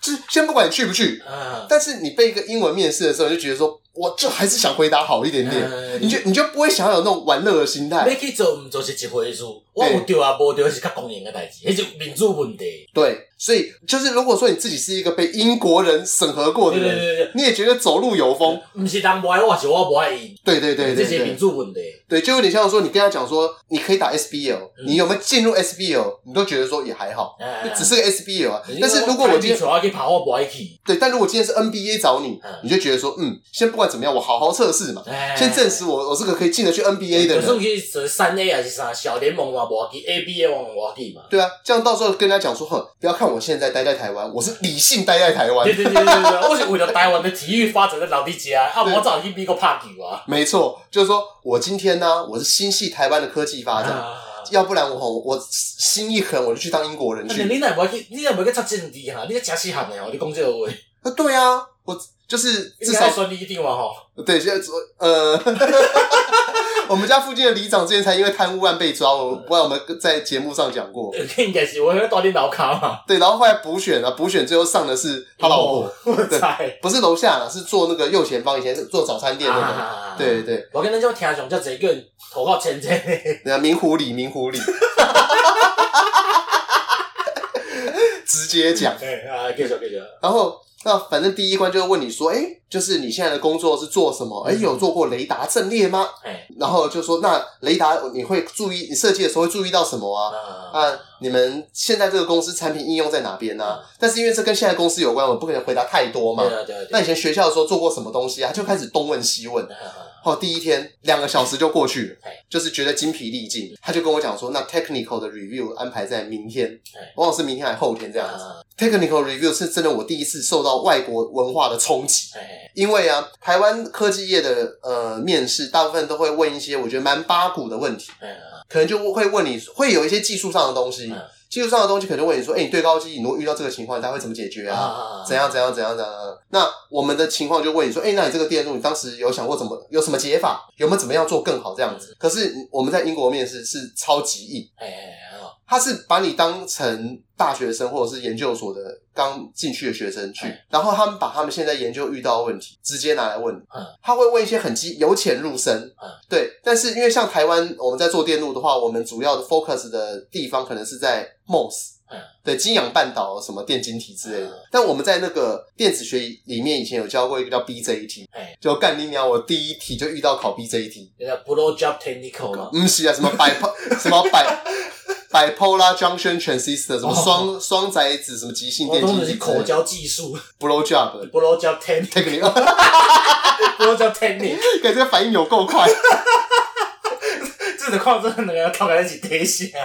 [SPEAKER 1] 就是先不管你去不去，
[SPEAKER 2] 啊，
[SPEAKER 1] 但是你被一个英文面试的时候，你就觉得说，我就还是想回答好一点点，
[SPEAKER 2] 哎
[SPEAKER 1] 你就你就不会想要有那种玩乐的心态。
[SPEAKER 2] 你去做毋做是一回事，我有对啊，无对是较公认的代志，迄是民主问题。
[SPEAKER 1] 对，所以就是如果说你自己是一个被英国人审核过的
[SPEAKER 2] 对对
[SPEAKER 1] 人，
[SPEAKER 2] 对对，
[SPEAKER 1] 你也觉得走路有风，
[SPEAKER 2] 毋是人无爱我，是我无爱伊，
[SPEAKER 1] 对对对对
[SPEAKER 2] 这是
[SPEAKER 1] 对
[SPEAKER 2] 民，主问题。
[SPEAKER 1] 对，就有点像说你跟他讲说你可以打 SBL，、
[SPEAKER 2] 嗯
[SPEAKER 1] 你有没有进入 SBL，你都觉得说也还好，
[SPEAKER 2] 哎
[SPEAKER 1] 只是个 SBL 啊。但是如果我今天
[SPEAKER 2] 主要去跑，我无爱去，
[SPEAKER 1] 对，但如果今天是 NBA 找你
[SPEAKER 2] 嗯，
[SPEAKER 1] 你就觉得说嗯，先不管怎么样，我好好测试嘛，
[SPEAKER 2] 哎
[SPEAKER 1] 先证实我我是个可以进得去 NBA 的
[SPEAKER 2] 就算
[SPEAKER 1] 人。
[SPEAKER 2] 去是三 A 还是啥小联盟嘛，无要去 ABA 嘛，无要去嘛。
[SPEAKER 1] 对啊，这样到时候跟他讲说，哼，不要看我现在待在台湾，我是理性待在台湾
[SPEAKER 2] 对，对对对对，我是为了台湾的体育发展在老弟家，啊，我早去美国拍球啊。
[SPEAKER 1] 没错，就是说我今天呢、我是心系台湾的科技发展，
[SPEAKER 2] 啊
[SPEAKER 1] 要不然我吼我心一狠，我就去当英国人
[SPEAKER 2] 啊，你
[SPEAKER 1] 去。
[SPEAKER 2] 你若无去，你若无去插政治哈，你个假死汉的哦，你讲这话。
[SPEAKER 1] 啊，对啊，我就是至
[SPEAKER 2] 应
[SPEAKER 1] 少
[SPEAKER 2] 该说你一定完吼，
[SPEAKER 1] 对，现在昨呃， [laughs] 我们家附近的里长之前才因为贪污案被抓，我不知道我们在节目上讲过。
[SPEAKER 2] 应该是我会到你老卡嘛，
[SPEAKER 1] 对，然后后来补选啊，补选最后上的是他老婆，
[SPEAKER 2] 我猜。
[SPEAKER 1] 不是楼下啦，是做那个右前方，以前是做早餐店那个。
[SPEAKER 2] 啊
[SPEAKER 1] 对，对，
[SPEAKER 2] 我跟咱种听众叫一个人投靠前前的，
[SPEAKER 1] 那啊明湖里，明湖里， [laughs] 直接讲。
[SPEAKER 2] 对啊，继续继续。
[SPEAKER 1] 然后那反正第一关就会问你说，哎，就是你现在的工作是做什么？哎，有做过雷达阵列吗？
[SPEAKER 2] 哎，
[SPEAKER 1] 然后就说那雷达你会注意，你设计的时候会注意到什么啊？
[SPEAKER 2] 啊，
[SPEAKER 1] 啊，你们现在这个公司产品应用在哪边呢、但是因为这跟现在公司有关，我不可能回答太多嘛
[SPEAKER 2] 对。啊对啊对
[SPEAKER 1] 那
[SPEAKER 2] 啊
[SPEAKER 1] 以前学校的时候做过什么东西啊？就开始东问西问。
[SPEAKER 2] 啊，
[SPEAKER 1] 哦，第一天两个小时就过去了
[SPEAKER 2] 哎，
[SPEAKER 1] 就是觉得精疲力尽。他就跟我讲说，那 technical 的 review 安排在明天
[SPEAKER 2] 哎，
[SPEAKER 1] 往往是明天还后天这样子。
[SPEAKER 2] 啊
[SPEAKER 1] technical review 是真的我第一次受到外国文化的冲击。
[SPEAKER 2] 哎，
[SPEAKER 1] 因为啊，台湾科技业的呃面试，大部分都会问一些我觉得蛮八股的问题，
[SPEAKER 2] 哎啊
[SPEAKER 1] 可能就会问你会有一些技术上的东西，
[SPEAKER 2] 嗯
[SPEAKER 1] 技术上的东西可能就问你说，哎、你对高机，你如果遇到这个情况，你大概会怎么解决
[SPEAKER 2] 啊
[SPEAKER 1] 啊？
[SPEAKER 2] 啊，
[SPEAKER 1] 怎样怎样怎样怎样？怎样那我们的情况就问你说，哎、那你这个电路，你当时有想过怎么有什么解法，有没有怎么样做更好这样
[SPEAKER 2] 嗯
[SPEAKER 1] 子？可是我们在英国面试是超级硬，
[SPEAKER 2] 哎？哎哎啊，
[SPEAKER 1] 他是把你当成大学生或者是研究所的刚进去的学生去
[SPEAKER 2] 嗯，
[SPEAKER 1] 然后他们把他们现在研究遇到的问题直接拿来问你
[SPEAKER 2] 嗯，
[SPEAKER 1] 他会问一些很基由浅入深
[SPEAKER 2] 嗯，
[SPEAKER 1] 对。但是因为像台湾我们在做电路的话，我们主要的 focus 的地方可能是在 MOS
[SPEAKER 2] 嗯。
[SPEAKER 1] 对，金氧半导什么电晶体之类的
[SPEAKER 2] 嗯，
[SPEAKER 1] 但我们在那个电子学里面以前有教过一个叫 BJT，
[SPEAKER 2] 哎
[SPEAKER 1] 就干你娘！我第一题就遇到考 BJT，
[SPEAKER 2] 那个 blow job technical 嘛，
[SPEAKER 1] 不是啊，什么百
[SPEAKER 2] [laughs]
[SPEAKER 1] 什么百 bipolar junction transistor，什么双双载子，什么极性
[SPEAKER 2] 哦我
[SPEAKER 1] 电晶
[SPEAKER 2] 通常
[SPEAKER 1] 体
[SPEAKER 2] 是
[SPEAKER 1] 之
[SPEAKER 2] 口
[SPEAKER 1] 类的
[SPEAKER 2] 交技术
[SPEAKER 1] blow job
[SPEAKER 2] blow job technique
[SPEAKER 1] [laughs] technique，
[SPEAKER 2] blow job technique，
[SPEAKER 1] 给这个反应有够快。 [laughs]
[SPEAKER 2] 这种矿真的两个套在一起贴心啊。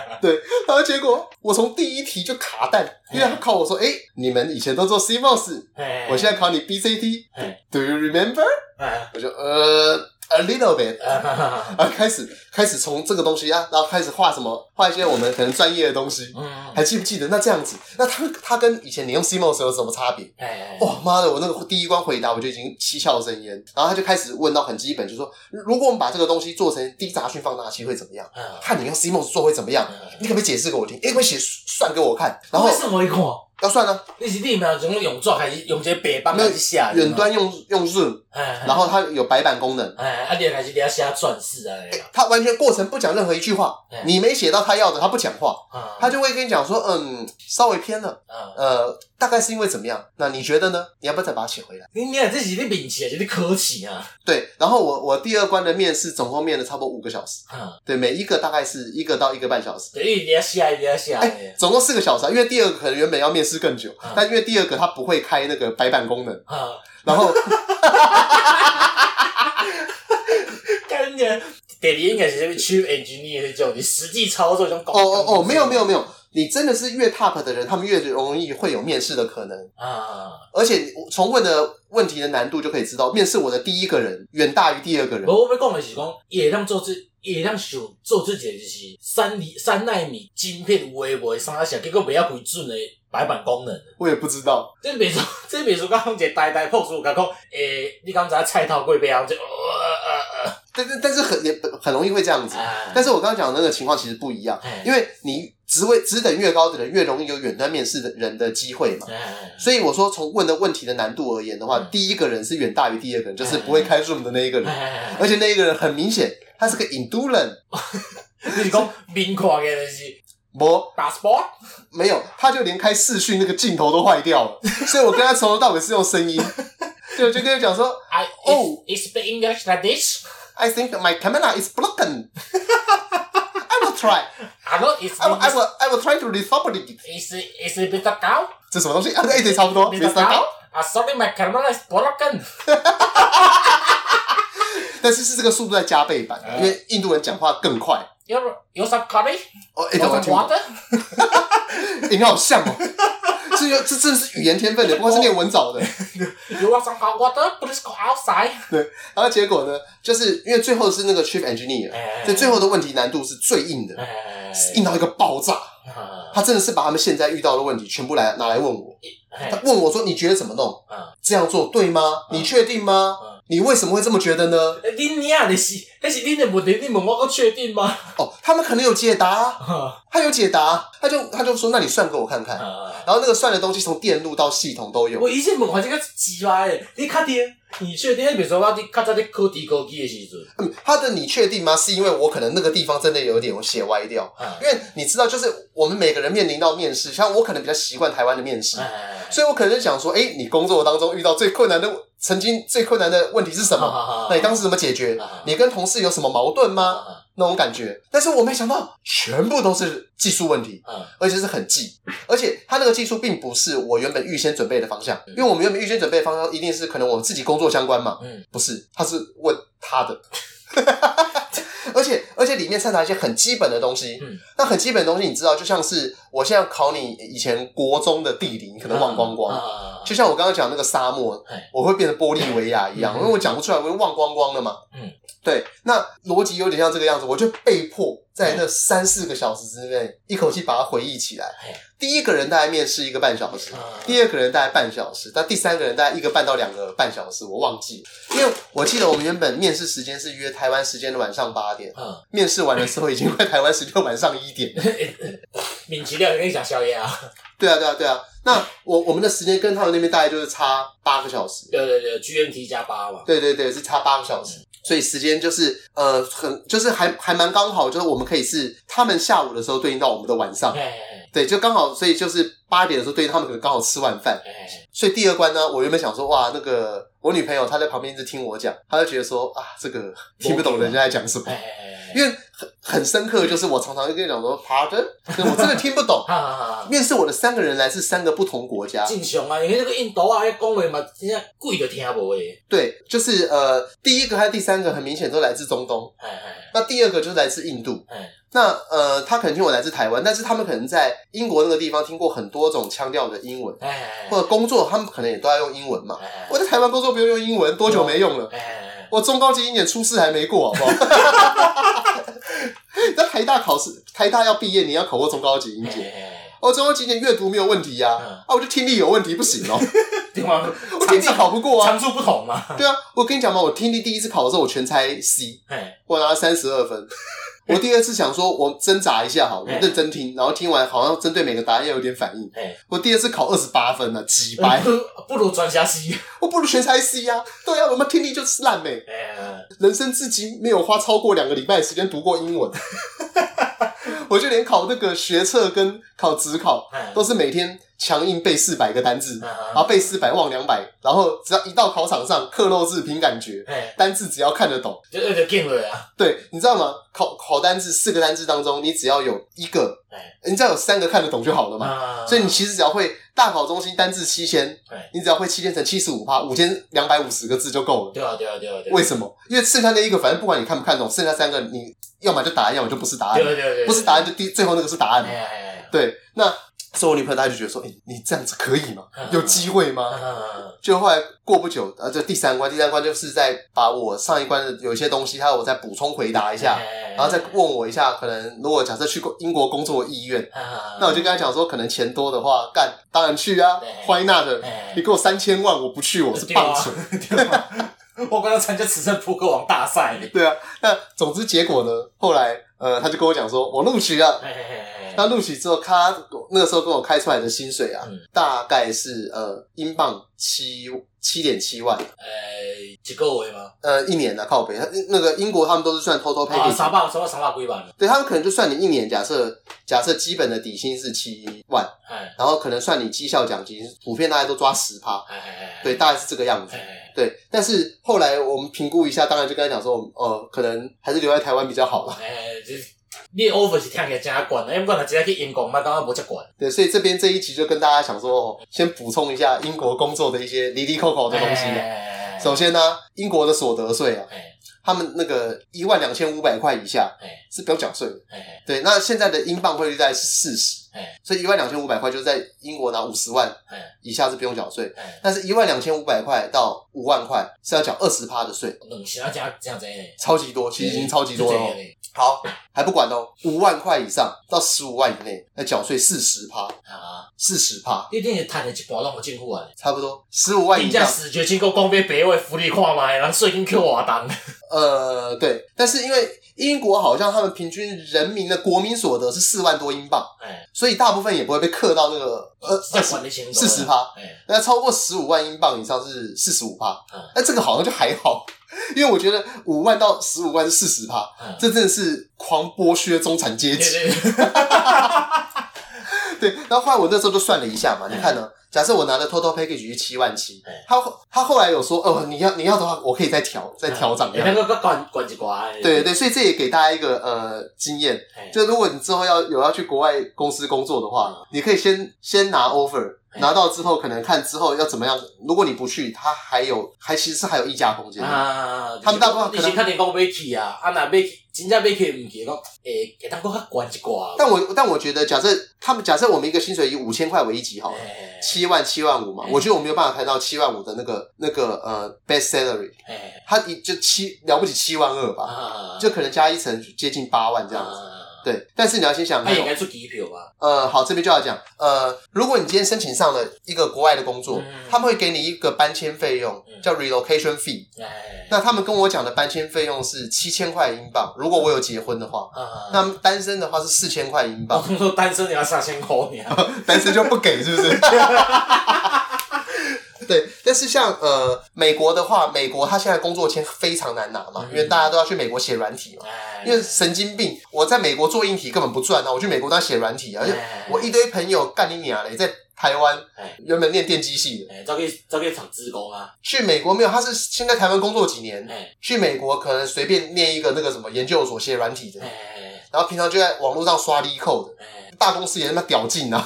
[SPEAKER 1] 然后结果我从第一题就卡蛋，因为他考我说，哎、你们以前都做 CMOS，
[SPEAKER 2] 哎，
[SPEAKER 1] 我现在考你 BCT，Do
[SPEAKER 2] 哎
[SPEAKER 1] you remember？
[SPEAKER 2] 哎 [laughs]
[SPEAKER 1] 我就呃 a little bit。
[SPEAKER 2] 啊哈哈哈，
[SPEAKER 1] 啊，开始开始从这个东西啊，然后开始画什么，画一些我们可能专业的东西，
[SPEAKER 2] 嗯，
[SPEAKER 1] 还记不记得？那这样子，那它它跟以前你用 CMOS 有什么差别？
[SPEAKER 2] 哎，
[SPEAKER 1] 哇哦妈的！我那个第一关回答我就已经七窍生烟，然后他就开始问到很基本，就说如果我们把这个东西做成低杂讯放大器会怎么样？
[SPEAKER 2] 啊，
[SPEAKER 1] 看你用 CMOS 做会怎么样？
[SPEAKER 2] 嗯
[SPEAKER 1] 你可不可以解释给我听？你可不可以写算给我看？然后
[SPEAKER 2] 为什么你看？
[SPEAKER 1] 要算啊呢、
[SPEAKER 2] 你是你们用用作还是用这个白板开始写？
[SPEAKER 1] 远，端用用 Zoom，
[SPEAKER 2] 然
[SPEAKER 1] 然后它有白板功能，
[SPEAKER 2] 哎，啊，你就开始你要写转世啊，
[SPEAKER 1] 欸它完全过程不讲任何一句话
[SPEAKER 2] 嗯，
[SPEAKER 1] 你没写到他要的，他不讲话，
[SPEAKER 2] 啊，
[SPEAKER 1] 他就会跟你讲说，嗯，稍微偏了，
[SPEAKER 2] 啊，
[SPEAKER 1] 呃，大概是因为怎么样？那你觉得呢？你要不要再把它写回来？
[SPEAKER 2] 你你看这是你名气啊，是你科技啊，
[SPEAKER 1] 对，然后我我第二关的面试总共面了差不多五个小时。
[SPEAKER 2] 啊，
[SPEAKER 1] 对，每一个大概是一个到一个半小时，
[SPEAKER 2] 等于你要写，你要写，
[SPEAKER 1] 哎、总共四个小时、啊。因为第二个可能原本要面试更久，
[SPEAKER 2] 嗯
[SPEAKER 1] 但因为第二个它不会开那个白板功能，
[SPEAKER 2] 啊，
[SPEAKER 1] [laughs] 然
[SPEAKER 2] [laughs]
[SPEAKER 1] 后
[SPEAKER 2] 干你娘！第二应该是什么 chief engineer 那种，你实际操作那种
[SPEAKER 1] 哦
[SPEAKER 2] 工
[SPEAKER 1] 哦哦，
[SPEAKER 2] 嗯
[SPEAKER 1] 没有没有没有，你真的是越 top 的人，他们越容易会有面试的可能，
[SPEAKER 2] 啊。
[SPEAKER 1] 而且从问的问题的难度就可以知道，面试我的第一个人远大于第二个人。
[SPEAKER 2] 无，我要讲的是讲，伊会当做这，伊会当想做出一个就是三厘三纳米晶片有诶无诶啥啥，结果袂晓回准诶白板功能。
[SPEAKER 1] 我也不知道，
[SPEAKER 2] 这袂输， [laughs] 这袂输，讲一个呆呆朴素，甲讲，诶、你刚才菜头过杯啊，我就呃呃
[SPEAKER 1] 但是但是很也很容易会这样子
[SPEAKER 2] 呃，。啊
[SPEAKER 1] 但是我刚刚讲的那个情况其实不一样，
[SPEAKER 2] 哎
[SPEAKER 1] 因为你职位职等越高的人，越容易有远端面试的人的机会嘛。
[SPEAKER 2] 哎
[SPEAKER 1] 所以我说，从问的问题的难度而言的话，
[SPEAKER 2] 嗯
[SPEAKER 1] 第一个人是远大于第二个人，就是不会开 Zoom 的那一个人，
[SPEAKER 2] 哎，
[SPEAKER 1] 而且那一个人很明显，他是个印度人，
[SPEAKER 2] 你是讲面看嘅就是
[SPEAKER 1] 不
[SPEAKER 2] passport，
[SPEAKER 1] 没有，他就连开视讯那个镜头都坏掉了，所以我跟他从头到尾是用声 [laughs] 音，就就跟他讲说
[SPEAKER 2] ，I
[SPEAKER 1] 哦
[SPEAKER 2] is is the English like this，
[SPEAKER 1] ，I think my camera is broken。I will try,
[SPEAKER 2] I know is
[SPEAKER 1] Oh, I will, I will, I will try to resolve it.
[SPEAKER 2] is is a bit cow，
[SPEAKER 1] 这什么东西啊？对，对，差不多，没想到，
[SPEAKER 2] 啊，sorry my camera is broken，
[SPEAKER 1] 但是是这个速度在加倍版，
[SPEAKER 2] 哎
[SPEAKER 1] 因为印度人讲话更快。
[SPEAKER 2] 有有 some curry，
[SPEAKER 1] 哦，哎，等我
[SPEAKER 2] 有
[SPEAKER 1] 听
[SPEAKER 2] some
[SPEAKER 1] 不懂
[SPEAKER 2] water。
[SPEAKER 1] 你好像哦，这有这真的是语言天分的，不过是念文藻
[SPEAKER 2] 哦
[SPEAKER 1] 的。
[SPEAKER 2] You want some hot water? Please go outside.
[SPEAKER 1] 然后结果呢，就是因为最后是那个 chief engineer，所以最后的问题难度是最硬的，
[SPEAKER 2] 哎，
[SPEAKER 1] 硬到一个爆炸。
[SPEAKER 2] 啊 uh,
[SPEAKER 1] 他真的是把他们现在遇到的问题全部来拿来问我，
[SPEAKER 2] 哎
[SPEAKER 1] 他问我说：“你觉得怎么弄？
[SPEAKER 2] 啊，
[SPEAKER 1] 这样做对吗？
[SPEAKER 2] 嗯
[SPEAKER 1] 你确定吗
[SPEAKER 2] 嗯？
[SPEAKER 1] 你为什么会这么觉得呢
[SPEAKER 2] 恁娘的是，那是恁的问题，你问我，我确定 [laughs] 吗？？”
[SPEAKER 1] 哦，他们可能有解答啊，
[SPEAKER 2] 啊
[SPEAKER 1] 他有解答啊，他就他就说：“那你算给我看看。”
[SPEAKER 2] 啊！
[SPEAKER 1] 然后那个算的东西从电路到系统都有。
[SPEAKER 2] 我以前问环境较奇葩诶，你确定？你确定？比如说我伫较早伫考低高级的时阵，
[SPEAKER 1] 嗯，他的你确定吗？是因为我可能那个地方真的有点我写歪掉，
[SPEAKER 2] 啊，
[SPEAKER 1] 因为你知道，就是我们每个人面临到面试，像我可能比较习惯台湾的面试，
[SPEAKER 2] 哎，
[SPEAKER 1] 所以我可能就想说，哎、你工作当中遇到最困难的，曾经最困难的问题是什么？
[SPEAKER 2] 么
[SPEAKER 1] 那你当时怎么解决？你跟同事有什么矛盾吗？
[SPEAKER 2] 啊
[SPEAKER 1] 那种感觉。但是我没想到，全部都是技术问题，
[SPEAKER 2] 啊
[SPEAKER 1] 而且是很技，而且他那个技术并不是我原本预先准备的方向，因为我们原本预先准备的方向一定是可能我自己工作相关嘛，
[SPEAKER 2] 嗯
[SPEAKER 1] 不是，他是问他的。 [laughs] 而且而且里面掺杂一些很基本的东西，
[SPEAKER 2] 嗯
[SPEAKER 1] 那很基本的东西，你知道，就像是我现在考你以前国中的地理，你可能忘光光，
[SPEAKER 2] 啊
[SPEAKER 1] 就像我刚刚讲那个沙漠
[SPEAKER 2] 嘿，
[SPEAKER 1] 我会变得玻利维亚一样，
[SPEAKER 2] 嗯
[SPEAKER 1] 因为我讲不出来，我会忘光光的嘛。
[SPEAKER 2] 嗯，
[SPEAKER 1] 对，那逻辑有点像这个样子，我就被迫在那三四个小时之内一口气把它回忆起来
[SPEAKER 2] 嘿。嗯
[SPEAKER 1] 第一个人大概面试一个半小时，第二个人大概半小时，但第三个人大概一个半到两个半小时，我忘记了，因为我记得我们原本面试时间是约台湾时间的晚上八点， [laughs]
[SPEAKER 2] 啊，
[SPEAKER 1] 面试完了之后已经快台湾时间晚上一点。 [laughs]
[SPEAKER 2] 免治疗有点想宵夜啊，
[SPEAKER 1] 对啊，对啊，对啊。那我我们的时间跟他们那边大概就是差八个小时，
[SPEAKER 2] 对对对，GMT 加八嘛，
[SPEAKER 1] 对对对，是差八个小时，所以时间就是呃很就是还还蛮刚好，就是我们可以是他们下午的时候对应到我们的晚上，
[SPEAKER 2] 哎
[SPEAKER 1] 对，就刚好，所以就是八点的时候对应他们可能刚好吃晚饭，
[SPEAKER 2] 哎，
[SPEAKER 1] 所以第二关呢，我原本想说哇，那个我女朋友她在旁边一直听我讲，她就觉得说啊这个听不懂人家在讲什么，因为很很深刻，就是我常常就跟你讲说 pardon，就我真的听不懂。
[SPEAKER 2] [laughs] 哈哈哈。
[SPEAKER 1] 面试我的三个人来自三个不同国家，
[SPEAKER 2] 正常啊，因为那个印度啊，迄讲话嘛，真正鬼都听无诶。
[SPEAKER 1] 对，就是呃，第一个和第三个很明显都来自中东，
[SPEAKER 2] 哎哎
[SPEAKER 1] 那第二个就是来自印度，
[SPEAKER 2] 哎，
[SPEAKER 1] 那呃，他可能听我来自台湾，但是他们可能在英国那个地方听过很多种腔调的英文，
[SPEAKER 2] 哎
[SPEAKER 1] 或者工作他们可能也都要用英文嘛。
[SPEAKER 2] 哎
[SPEAKER 1] 我在台湾工作不用用英文，多久没用了？
[SPEAKER 2] 哎
[SPEAKER 1] 我中高级一年初试还没过，好不 [laughs] 好？那台大考试，台大要毕业，你要考过中高级英检。
[SPEAKER 2] 哎，
[SPEAKER 1] 哦，中高级英检阅读没有问题呀、啊，
[SPEAKER 2] 嗯
[SPEAKER 1] 啊，我就听力有问题不行哦，
[SPEAKER 2] 对嘛，
[SPEAKER 1] [laughs] 我听力考不过啊。
[SPEAKER 2] 长处不同嘛。
[SPEAKER 1] 对啊，我跟你讲嘛，我听力第一次考的时候我全猜 C，
[SPEAKER 2] 哎
[SPEAKER 1] 我拿了三十二 [laughs] 分。我第二次想说，我挣扎一下好了，
[SPEAKER 2] 嗯
[SPEAKER 1] 我认真听，然后听完好像针对每个答案有点反应。
[SPEAKER 2] 哎，
[SPEAKER 1] 我第二次考二十八分了，几 [laughs] 百，
[SPEAKER 2] 不如专家西。
[SPEAKER 1] 我不如全才 C 啊！对啊，我们听力就是烂美，
[SPEAKER 2] 哎
[SPEAKER 1] 人生至今没有花超过两个礼拜的时间读过英文，我就连考那个学测跟考职考
[SPEAKER 2] 哎，
[SPEAKER 1] 都是每天强硬背四百个单字，然
[SPEAKER 2] 啊
[SPEAKER 1] 后背四百忘两百，然后只要一到考场上，克漏字凭感觉，
[SPEAKER 2] 哎，
[SPEAKER 1] 单字只要看得懂。
[SPEAKER 2] 就就见了啊。
[SPEAKER 1] 对，你知道吗？考考单字四个单字当中，你只要有一个，
[SPEAKER 2] 哎
[SPEAKER 1] 你只要有三个看得懂就好了嘛。
[SPEAKER 2] 啊，
[SPEAKER 1] 所以你其实只要会大考中心单字七千
[SPEAKER 2] 哎，
[SPEAKER 1] 你只要会七千乘七十五趴，五千两百五十个字就够了。
[SPEAKER 2] 对啊对啊对啊对啊，
[SPEAKER 1] 为什么？因为剩下那一个，反正不管你看不看懂，剩下三个你要么就答案，要么就不是答案
[SPEAKER 2] 对，啊对啊对，
[SPEAKER 1] 不是答案就第最后那个是答案
[SPEAKER 2] 哎
[SPEAKER 1] 嘛。
[SPEAKER 2] 哎
[SPEAKER 1] 对，那所以我女朋友她就觉得说，哎、你这样子可以吗
[SPEAKER 2] 嗯？
[SPEAKER 1] 有机会
[SPEAKER 2] 哎，
[SPEAKER 1] 吗？
[SPEAKER 2] 啊
[SPEAKER 1] 就后来过不久，呃，就第三关，第三关就是在把我上一关的有一些东西，还有我再补充回答一下。，
[SPEAKER 2] 哎
[SPEAKER 1] 然后再问我一下，可能如果假设去过英国工作的意愿，
[SPEAKER 2] 啊，
[SPEAKER 1] 那我就跟他讲说，可能钱多的话，干当然去啊
[SPEAKER 2] 对
[SPEAKER 1] ，Why not？
[SPEAKER 2] 哎
[SPEAKER 1] 你给我三千万，我不去，我是棒球。
[SPEAKER 2] 对啊，我刚刚参加慈善扑克王大赛。
[SPEAKER 1] [laughs] 对啊，那总之结果呢，后来呃，他就跟我讲说，我录取了。
[SPEAKER 2] 哎哎
[SPEAKER 1] 那录取之后，他那个时候跟我开出来的薪水啊，
[SPEAKER 2] 嗯
[SPEAKER 1] 大概是呃英镑七七点七万，
[SPEAKER 2] 诶，一个月吗？
[SPEAKER 1] 呃一年啊，靠北。他那个英国他们都是算偷偷配
[SPEAKER 2] 啊，
[SPEAKER 1] 给，
[SPEAKER 2] 三百三百三百几万，
[SPEAKER 1] 对他们可能就算你一年，假设假设基本的底薪是七万，
[SPEAKER 2] 哎
[SPEAKER 1] 然后可能算你绩效奖金，普遍大概都抓十趴，
[SPEAKER 2] 哎哎，
[SPEAKER 1] 对，，大概是这个样子。
[SPEAKER 2] 哎
[SPEAKER 1] 对，但是后来我们评估一下，当然就跟他讲说，呃，可能还是留在台湾比较好啦。
[SPEAKER 2] 哎，就是你的 offer 是听起来真悬的，因为我若直接去英国，嘛感觉无遮悬。
[SPEAKER 1] 对，所以这边这一集就跟大家想说，哦、先补充一下英国工作的一些离离扣扣的东西。啊
[SPEAKER 2] 哎
[SPEAKER 1] 首先呢、英国的所得税啊，
[SPEAKER 2] 哎
[SPEAKER 1] 他们那个一万两千五百块以下
[SPEAKER 2] 哎
[SPEAKER 1] 是不用缴税的。
[SPEAKER 2] 哎
[SPEAKER 1] 对，那现在的英镑汇率在是四十，
[SPEAKER 2] 哎哎
[SPEAKER 1] 所以一万两千五百块就在英国拿五十万
[SPEAKER 2] 哎
[SPEAKER 1] 以下是不用缴税，
[SPEAKER 2] 哎，
[SPEAKER 1] 但是一万两千五百块到五万块是要缴二十趴的税，
[SPEAKER 2] 冷血要加这样子诶，
[SPEAKER 1] 超级多，其实已经超级多了
[SPEAKER 2] 就这
[SPEAKER 1] 哦
[SPEAKER 2] 样。欸
[SPEAKER 1] 好，还不管哦，五万块以上到十五万以内，那缴税四十趴，
[SPEAKER 2] 啊，
[SPEAKER 1] 四十趴
[SPEAKER 2] 你一定是赚了一半拢互政府啊。
[SPEAKER 1] 差不多，十五万以
[SPEAKER 2] 定价
[SPEAKER 1] 上，
[SPEAKER 2] 视觉机构讲要白位福利看嘛，人税金扣我当。
[SPEAKER 1] 呃，对，但是因为英国好像他们平均人民的国民所得是四万多英镑，
[SPEAKER 2] 哎，
[SPEAKER 1] 所以大部分也不会被克到那个呃
[SPEAKER 2] 再
[SPEAKER 1] 二
[SPEAKER 2] 管
[SPEAKER 1] 十
[SPEAKER 2] 你钱
[SPEAKER 1] 四十。趴，
[SPEAKER 2] 哎，
[SPEAKER 1] 那超过十五万英镑以上是四十五趴
[SPEAKER 2] 嗯，
[SPEAKER 1] 那这个好像就还好，因为我觉得五万到十五万是四十趴，
[SPEAKER 2] 嗯，
[SPEAKER 1] 这真的是狂剥削中产阶
[SPEAKER 2] 对
[SPEAKER 1] 级。
[SPEAKER 2] 对对，
[SPEAKER 1] [laughs] 对，然后后来我那时候就算了一下嘛，
[SPEAKER 2] 嗯
[SPEAKER 1] 你看呢？假设我拿的 total package 是七万七
[SPEAKER 2] 嗯，
[SPEAKER 1] 他后他后来有说，哦，你要你要的话，我可以再调再调涨这
[SPEAKER 2] [laughs] 哎那
[SPEAKER 1] 样。
[SPEAKER 2] 个个管管一寡。哎
[SPEAKER 1] 对对，对，所以这也给大家一个呃经验，
[SPEAKER 2] 哎
[SPEAKER 1] 就如果你之后要有要去国外公司工作的话，你可以先先拿 offer，拿到之后可能看之后要怎么样。如果你不去，他还有还其实是还有议价空间的。
[SPEAKER 2] 啊，
[SPEAKER 1] 他们大部分可
[SPEAKER 2] 以
[SPEAKER 1] 能
[SPEAKER 2] 前肯定讲要去啊，啊若要去，真正要去毋去讲，会会当搁较悬一寡。
[SPEAKER 1] 但我但我觉得，假设他们假设我们一个薪水以五千块为一级好了，
[SPEAKER 2] 哎
[SPEAKER 1] 七万七万五嘛，
[SPEAKER 2] 嗯
[SPEAKER 1] 我觉得我没有办法谈到七万五的那个那个呃 best salary，
[SPEAKER 2] 哎
[SPEAKER 1] 他一就七了不起七万二吧，
[SPEAKER 2] 啊，
[SPEAKER 1] 就可能加一层接近八万这样子。
[SPEAKER 2] 子，
[SPEAKER 1] 对，但是你要先想，
[SPEAKER 2] 他应该出机票吧？
[SPEAKER 1] 呃，好，这边就要讲，呃，如果你今天申请上了一个国外的工作，
[SPEAKER 2] 嗯
[SPEAKER 1] 他们会给你一个搬迁费用
[SPEAKER 2] 嗯，
[SPEAKER 1] 叫 relocation fee。
[SPEAKER 2] 哎，
[SPEAKER 1] 那他们跟我讲的搬迁费用是七千块英镑，如果我有结婚的话，
[SPEAKER 2] 啊，
[SPEAKER 1] 那单身的话是四千块英
[SPEAKER 2] 我
[SPEAKER 1] 镑，
[SPEAKER 2] 听说单身也要三千块呢。
[SPEAKER 1] 单身就不给是不是？ [laughs] 对，但是像呃美国的话，美国他现在工作签非常难拿嘛，
[SPEAKER 2] 嗯
[SPEAKER 1] 因为大家都要去美国写软体嘛，
[SPEAKER 2] 哎
[SPEAKER 1] 因为神经病，我在美国做硬体根本不赚啊，我去美国当写软体啊，而且
[SPEAKER 2] 哎
[SPEAKER 1] 我一堆朋友干你娘嘞，在台湾
[SPEAKER 2] 哎
[SPEAKER 1] 原本念电机系的，
[SPEAKER 2] 哎，走去走去厂职工啊，
[SPEAKER 1] 去美国没有，他是先在台湾工作几年，
[SPEAKER 2] 哎
[SPEAKER 1] 去美国可能随便念一个那个什么研究所写软体的，
[SPEAKER 2] 哎
[SPEAKER 1] 然后平常就在网络上刷 l 扣的，
[SPEAKER 2] 哎，
[SPEAKER 1] 大公司也他妈屌劲啊，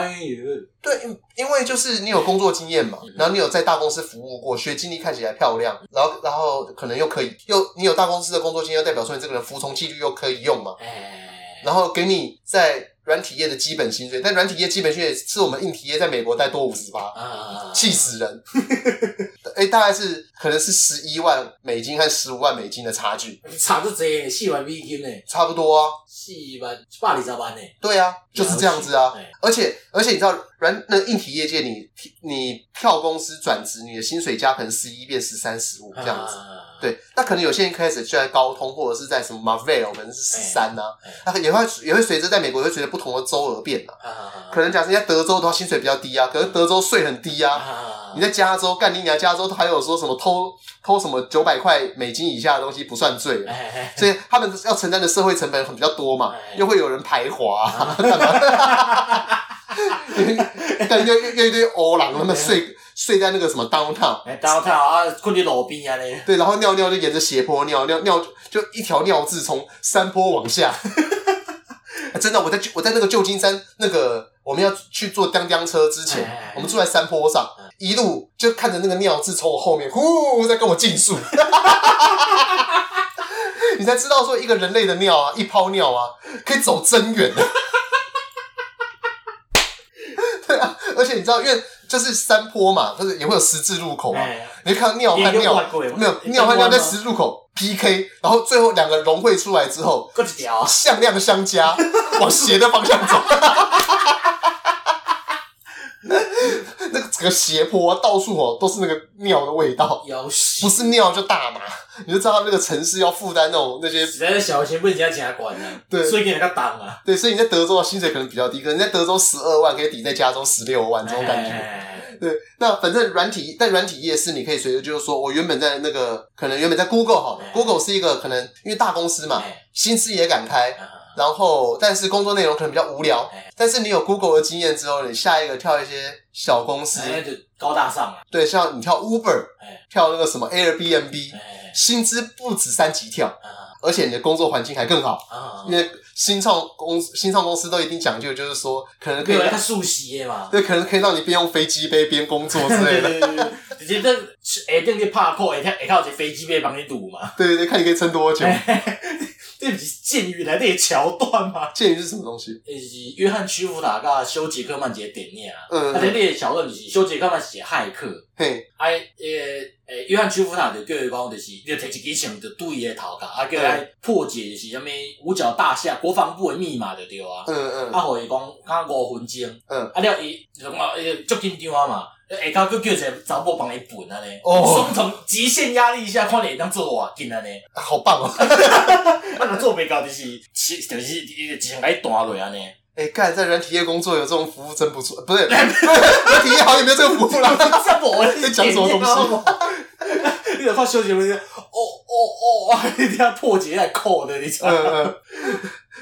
[SPEAKER 2] 哎呦，
[SPEAKER 1] 对，因因为就是你有工作经验嘛
[SPEAKER 2] 嗯，
[SPEAKER 1] 然后你有在大公司服务过，学经历看起来漂亮，然后然后可能又可以又你有大公司的工作经验，代表说你这个人服从纪律又可以用嘛，
[SPEAKER 2] 哎，
[SPEAKER 1] 然后给你在软体业的基本薪水，但软体业基本薪水是我们硬体业在美国再多五十八，
[SPEAKER 2] 啊，
[SPEAKER 1] 气死人！ [laughs] 哎、大概是可能是十一万美金和十五万美金的差距，
[SPEAKER 2] 差这济，四万美金呢，
[SPEAKER 1] 差不多啊。
[SPEAKER 2] 四万一百二十万呢，
[SPEAKER 1] 对啊，就是这样子啊。
[SPEAKER 2] 哎。
[SPEAKER 1] 而且而且你知道，软那硬体业界你，你跳公司转职，你的薪水加可能十一变十三、十五这样子。
[SPEAKER 2] 啊，
[SPEAKER 1] 对，那可能有些人开始就在高通或者是在什么 Marvell，可能是十三呐
[SPEAKER 2] 哎，
[SPEAKER 1] 那也会也会随着在美国也会随着不同的州而变啊。
[SPEAKER 2] 啊，
[SPEAKER 1] 可能假设在德州的话，薪水比较低啊，可是德州税很低啊。
[SPEAKER 2] 啊，
[SPEAKER 1] 你在加州干你娘，加州还有说什么偷偷什么九百块美金以下的东西不算罪啊，
[SPEAKER 2] 哎
[SPEAKER 1] 所以他们要承担的社会成本很比较多嘛
[SPEAKER 2] 哎，
[SPEAKER 1] 又会有人排华、啊，干 [laughs] 嘛？但又又又一堆欧郎他们睡睡在那个什么 downtown，
[SPEAKER 2] 哎，当头啊，困伫路边啊咧，
[SPEAKER 1] 对，然后尿尿就沿着斜坡尿，尿尿就一条尿渍从山坡往
[SPEAKER 2] [laughs]
[SPEAKER 1] 下。啊真的，我在旧我在那个旧金山那个我们要去坐当当车之前，
[SPEAKER 2] 哎哎哎
[SPEAKER 1] 我们住在山坡上，
[SPEAKER 2] 嗯
[SPEAKER 1] 一路就看着那个尿渍从我后面呼在跟我竞速。 [laughs] 你才知道说一个人类的尿啊，一泡尿啊，可以走真远的。 [laughs] 对啊，而且你知道，因为就是山坡嘛，就是也会有十字路口嘛，
[SPEAKER 2] 哎，
[SPEAKER 1] 你就看到尿和
[SPEAKER 2] 也有
[SPEAKER 1] 尿
[SPEAKER 2] 换过，
[SPEAKER 1] 没有
[SPEAKER 2] 也
[SPEAKER 1] 尿和尿
[SPEAKER 2] 也
[SPEAKER 1] 在
[SPEAKER 2] 换过
[SPEAKER 1] 十字路口 PK，然后最后两个融汇出来之后，
[SPEAKER 2] 搁一条啊，
[SPEAKER 1] 向量相
[SPEAKER 2] [laughs]
[SPEAKER 1] 加，往斜的方向走。 [laughs] 那个整个斜坡到处哦都是那个尿的味道，
[SPEAKER 2] 要死
[SPEAKER 1] 不，是尿就大麻，你就知道那个城市要负担那种那些
[SPEAKER 2] 实在是小心，不人家真管啊，
[SPEAKER 1] 对
[SPEAKER 2] 所以给人家挡啊，
[SPEAKER 1] 对，所以你在德州的薪水可能比较低，可能你在德州十二万可以抵在加州十六万这种感
[SPEAKER 2] 哎
[SPEAKER 1] 觉。
[SPEAKER 2] 觉，
[SPEAKER 1] 对，那反正软体，但软体业是你可以随着，就是说我原本在那个可能原本在 Google 好了
[SPEAKER 2] 哎
[SPEAKER 1] ，Google 是一个可能因为大公司嘛，
[SPEAKER 2] 哎
[SPEAKER 1] 薪资也敢开，
[SPEAKER 2] 啊
[SPEAKER 1] 然后但是工作内容可能比较无聊
[SPEAKER 2] 哎，
[SPEAKER 1] 但是你有 Google 的经验之后，你下一个跳一些小公司，
[SPEAKER 2] 哎，就高大上啊，
[SPEAKER 1] 对，像你跳 Uber，
[SPEAKER 2] 哎
[SPEAKER 1] 跳那个什么 Airbnb，
[SPEAKER 2] 哎
[SPEAKER 1] 薪资不止三级跳，
[SPEAKER 2] 啊
[SPEAKER 1] 而且你的工作环境还更好，
[SPEAKER 2] 啊
[SPEAKER 1] 因，为新创公司新创公司都一定讲究，就是说可能可
[SPEAKER 2] 没
[SPEAKER 1] 以
[SPEAKER 2] 有那个熟悉的嘛。
[SPEAKER 1] 对，可能可以让你边用飞机杯边工作之类的。
[SPEAKER 2] 对对对，直接哎这哎下顶去拍扣，下下下有一个飞机要帮你堵嘛。 [laughs] 哎
[SPEAKER 1] 对对对，看你可以撑多久。
[SPEAKER 2] 这不是剑与来的桥段 [laughs] 吗？
[SPEAKER 1] 剑鱼是什么东西？
[SPEAKER 2] 呃是约翰·屈伏塔甲修杰克曼一个电影啊，
[SPEAKER 1] 嗯
[SPEAKER 2] 啊，这个桥段就是修杰克曼是一个骇客，
[SPEAKER 1] 嘿，
[SPEAKER 2] 啊，诶诶，约翰·屈伏塔就叫伊讲，就是你就摕一支枪就对伊个头壳，啊，叫伊破解是啥物五角大厦国防部的密码就对啊，
[SPEAKER 1] 嗯
[SPEAKER 2] 啊，
[SPEAKER 1] 嗯
[SPEAKER 2] 互伊讲较五分钟，
[SPEAKER 1] 嗯
[SPEAKER 2] 啊了伊就讲伊足紧张啊嘛，下骹佫叫一个查某帮伊分安尼，
[SPEAKER 1] 哦
[SPEAKER 2] 双重极限压力下，看你会当做偌紧安尼。
[SPEAKER 1] 好棒哦！ [laughs]
[SPEAKER 2] 啊，若做袂到就是，是就是伊就一甲伊弹落安尼。
[SPEAKER 1] 哎，干在人体业工作有这种服务真不错，不
[SPEAKER 2] [laughs]
[SPEAKER 1] 是人体业好像没有这个服务啦。 [laughs]
[SPEAKER 2] 这无
[SPEAKER 1] 在讲什么东
[SPEAKER 2] 西？你就看小姐们就，哦哦哦，啊一定要破解来扣的，你知道
[SPEAKER 1] 嗯
[SPEAKER 2] 吗？
[SPEAKER 1] 嗯。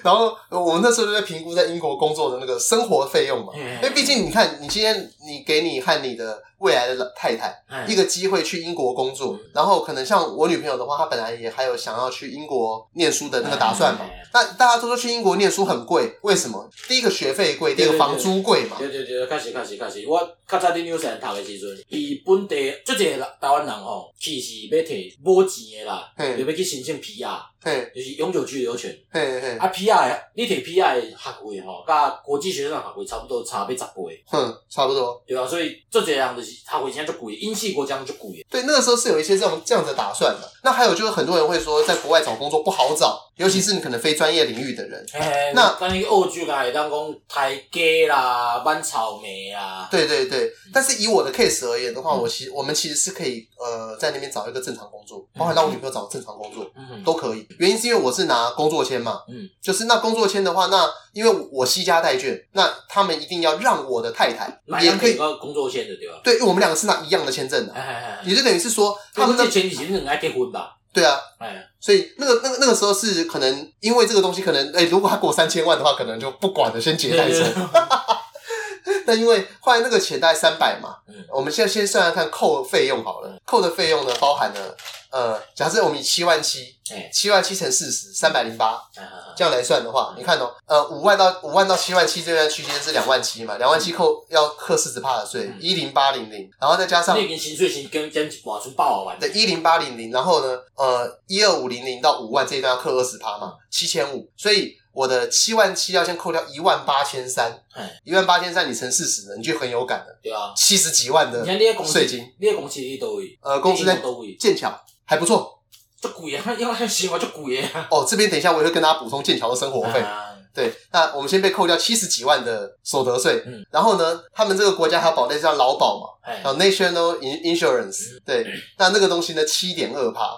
[SPEAKER 1] 然后呃我们那时候就在评估在英国工作的那个生活费用嘛，因为
[SPEAKER 2] 嗯
[SPEAKER 1] 毕竟你看，你今天你给你和你的未来的太太。一个机会去英国工作，
[SPEAKER 2] 嗯
[SPEAKER 1] 然后可能像我女朋友的话，她本来也还有想要去英国念书的那个打算嘛
[SPEAKER 2] 哎。
[SPEAKER 1] 那大家都说去英国念书很贵，为什么？第一个学费贵，第二
[SPEAKER 2] 对
[SPEAKER 1] 个
[SPEAKER 2] 对
[SPEAKER 1] 房租贵嘛。
[SPEAKER 2] 对对对，确实确实确实，我较早伫纽西兰读的时阵，伊本地足侪台湾人吼，去是要摕无钱的啦，
[SPEAKER 1] 嘿
[SPEAKER 2] 就要去申请 PR，
[SPEAKER 1] 嘿
[SPEAKER 2] 就是永久居留权。
[SPEAKER 1] 嘿嘿，
[SPEAKER 2] 啊，PR 的你摕 PR 的学位吼，甲国际学生的学位差不多差要十倍，
[SPEAKER 1] 哼，差不多。
[SPEAKER 2] 对吧？所以足侪人就是学位现在足贵，英系国家足贵的。
[SPEAKER 1] 对，那个时候是有一些这种这样子的打算的。那还有就是很多人会说，在国外找工作不好找，尤其是你可能非专业领域的人。
[SPEAKER 2] 嘿
[SPEAKER 1] 那
[SPEAKER 2] 咱去澳洲敢会当讲台鸡啦、挽草莓啦，
[SPEAKER 1] 对对对，但是以我的 case 而言的
[SPEAKER 2] 嗯
[SPEAKER 1] 话，我其我们其实是可以呃在那边找一个正常工作，包括让我女朋友找正常工作。
[SPEAKER 2] 嗯，
[SPEAKER 1] 都可以。原因是因为我是拿工作签嘛，
[SPEAKER 2] 嗯，
[SPEAKER 1] 就是那工作签的话，那因为我西家带眷，那他们一定要让我的太太
[SPEAKER 2] 买
[SPEAKER 1] 也
[SPEAKER 2] 样
[SPEAKER 1] 可
[SPEAKER 2] 可以
[SPEAKER 1] 以，
[SPEAKER 2] 个工作签的对吧？
[SPEAKER 1] 对，因为我们两个是拿一样的签证的、
[SPEAKER 2] 哎哎哎，
[SPEAKER 1] 也就等于是说他
[SPEAKER 2] 他
[SPEAKER 1] 们
[SPEAKER 2] 们
[SPEAKER 1] 的
[SPEAKER 2] 这前提是你爱结婚吧？
[SPEAKER 1] 对啊，
[SPEAKER 2] 哎，
[SPEAKER 1] 所以那个那个那个时候是可能因为这个东西，可能哎、如果他给我三千万的话，可能就不管了，先结代收。 [laughs] 但因为后来那个钱大概三百嘛，
[SPEAKER 2] 嗯
[SPEAKER 1] 我们现在先算算看扣费用好了，扣的费用呢包含了呃，假设我们以七万七，
[SPEAKER 2] 哎
[SPEAKER 1] 七万七乘四十，三百零八。
[SPEAKER 2] 哎哎
[SPEAKER 1] 这样来算的话，你看哦，呃，五万到五万到七万七这段区间是两万七嘛，两万七扣要课四十趴的税
[SPEAKER 2] 嗯，
[SPEAKER 1] 一零八零零，然后再加
[SPEAKER 2] 哎
[SPEAKER 1] 上
[SPEAKER 2] 你已经薪水先跟将一半出八万
[SPEAKER 1] 的一零八零零，然后呢，呃，一二五零零到五万这一段要扣二十趴嘛，七千五，所以我的七万七要先扣掉一万八千三
[SPEAKER 2] 哎，
[SPEAKER 1] 一万八千三你乘四十呢，你就很有感了，
[SPEAKER 2] 对啊。
[SPEAKER 1] 七十几万
[SPEAKER 2] 你
[SPEAKER 1] 的
[SPEAKER 2] 看你的公司
[SPEAKER 1] 税，金，
[SPEAKER 2] 你的公司你倒位？
[SPEAKER 1] 呃，公司在
[SPEAKER 2] 倒位？
[SPEAKER 1] 剑桥还不错
[SPEAKER 2] 足贵啊！因为生活足贵啊。
[SPEAKER 1] 哦，这边等一下我也会跟大家补充剑桥的生活费。
[SPEAKER 2] 啊
[SPEAKER 1] 对，那我们先被扣掉七十几万的所得税，
[SPEAKER 2] 嗯
[SPEAKER 1] 然后呢，他们这个国家还有保类似像劳保嘛，
[SPEAKER 2] 哎
[SPEAKER 1] 还，有 National In- Insurance，对，那那个东西呢，七点二趴，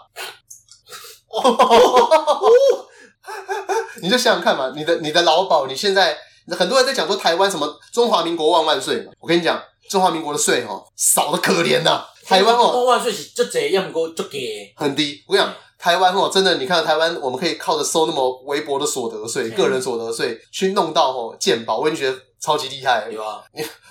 [SPEAKER 1] 你就想想看嘛，你的你的劳保，你现在很多人在讲说台湾什么中华民国万万岁嘛，我跟你讲，中华民国的税哦，少的可怜呐、台湾哦
[SPEAKER 2] 八万岁是足济，要毋过足低。
[SPEAKER 1] 很低，我跟你
[SPEAKER 2] 嗯
[SPEAKER 1] 讲。台湾哦，真的，你看台湾，我们可以靠着收那么微薄的所得税、
[SPEAKER 2] 嗯
[SPEAKER 1] 个人所得税，去弄到哦健保，我已经觉得超级厉害了
[SPEAKER 2] 对。啊，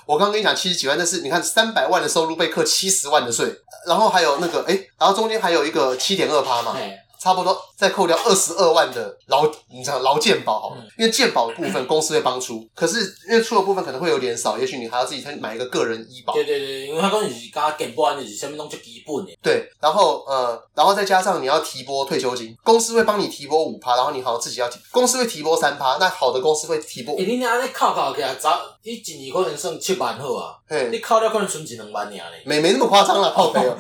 [SPEAKER 1] 我刚刚跟你讲七十几万，但是你看三百万的收入被扣七十万的税，然后还有那个哎、诶然后中间还有一个七点二趴嘛，
[SPEAKER 2] 哎，
[SPEAKER 1] 差不多再扣掉二十二万的劳，你讲劳健保好了
[SPEAKER 2] 嗯，
[SPEAKER 1] 因为健保部分公司会帮出，可是因为出的部分可能会有点少，也许你还要自己再买一个个人医保。
[SPEAKER 2] 对对对，因为他讲就是加健保安就是啥物拢足基本的。
[SPEAKER 1] 对，然后呃，然后再加上你要提拨退休金，公司会帮你提拨五趴，然后你好像自己要提，公司会提拨三趴，那好的公司会提拨
[SPEAKER 2] 诶、，欸，你安尼扣扣起来，早你一年可能算七万好啊，
[SPEAKER 1] 嘿，
[SPEAKER 2] 你扣了可能剩一两万尔咧。
[SPEAKER 1] 没没那么夸张了，靠背哦。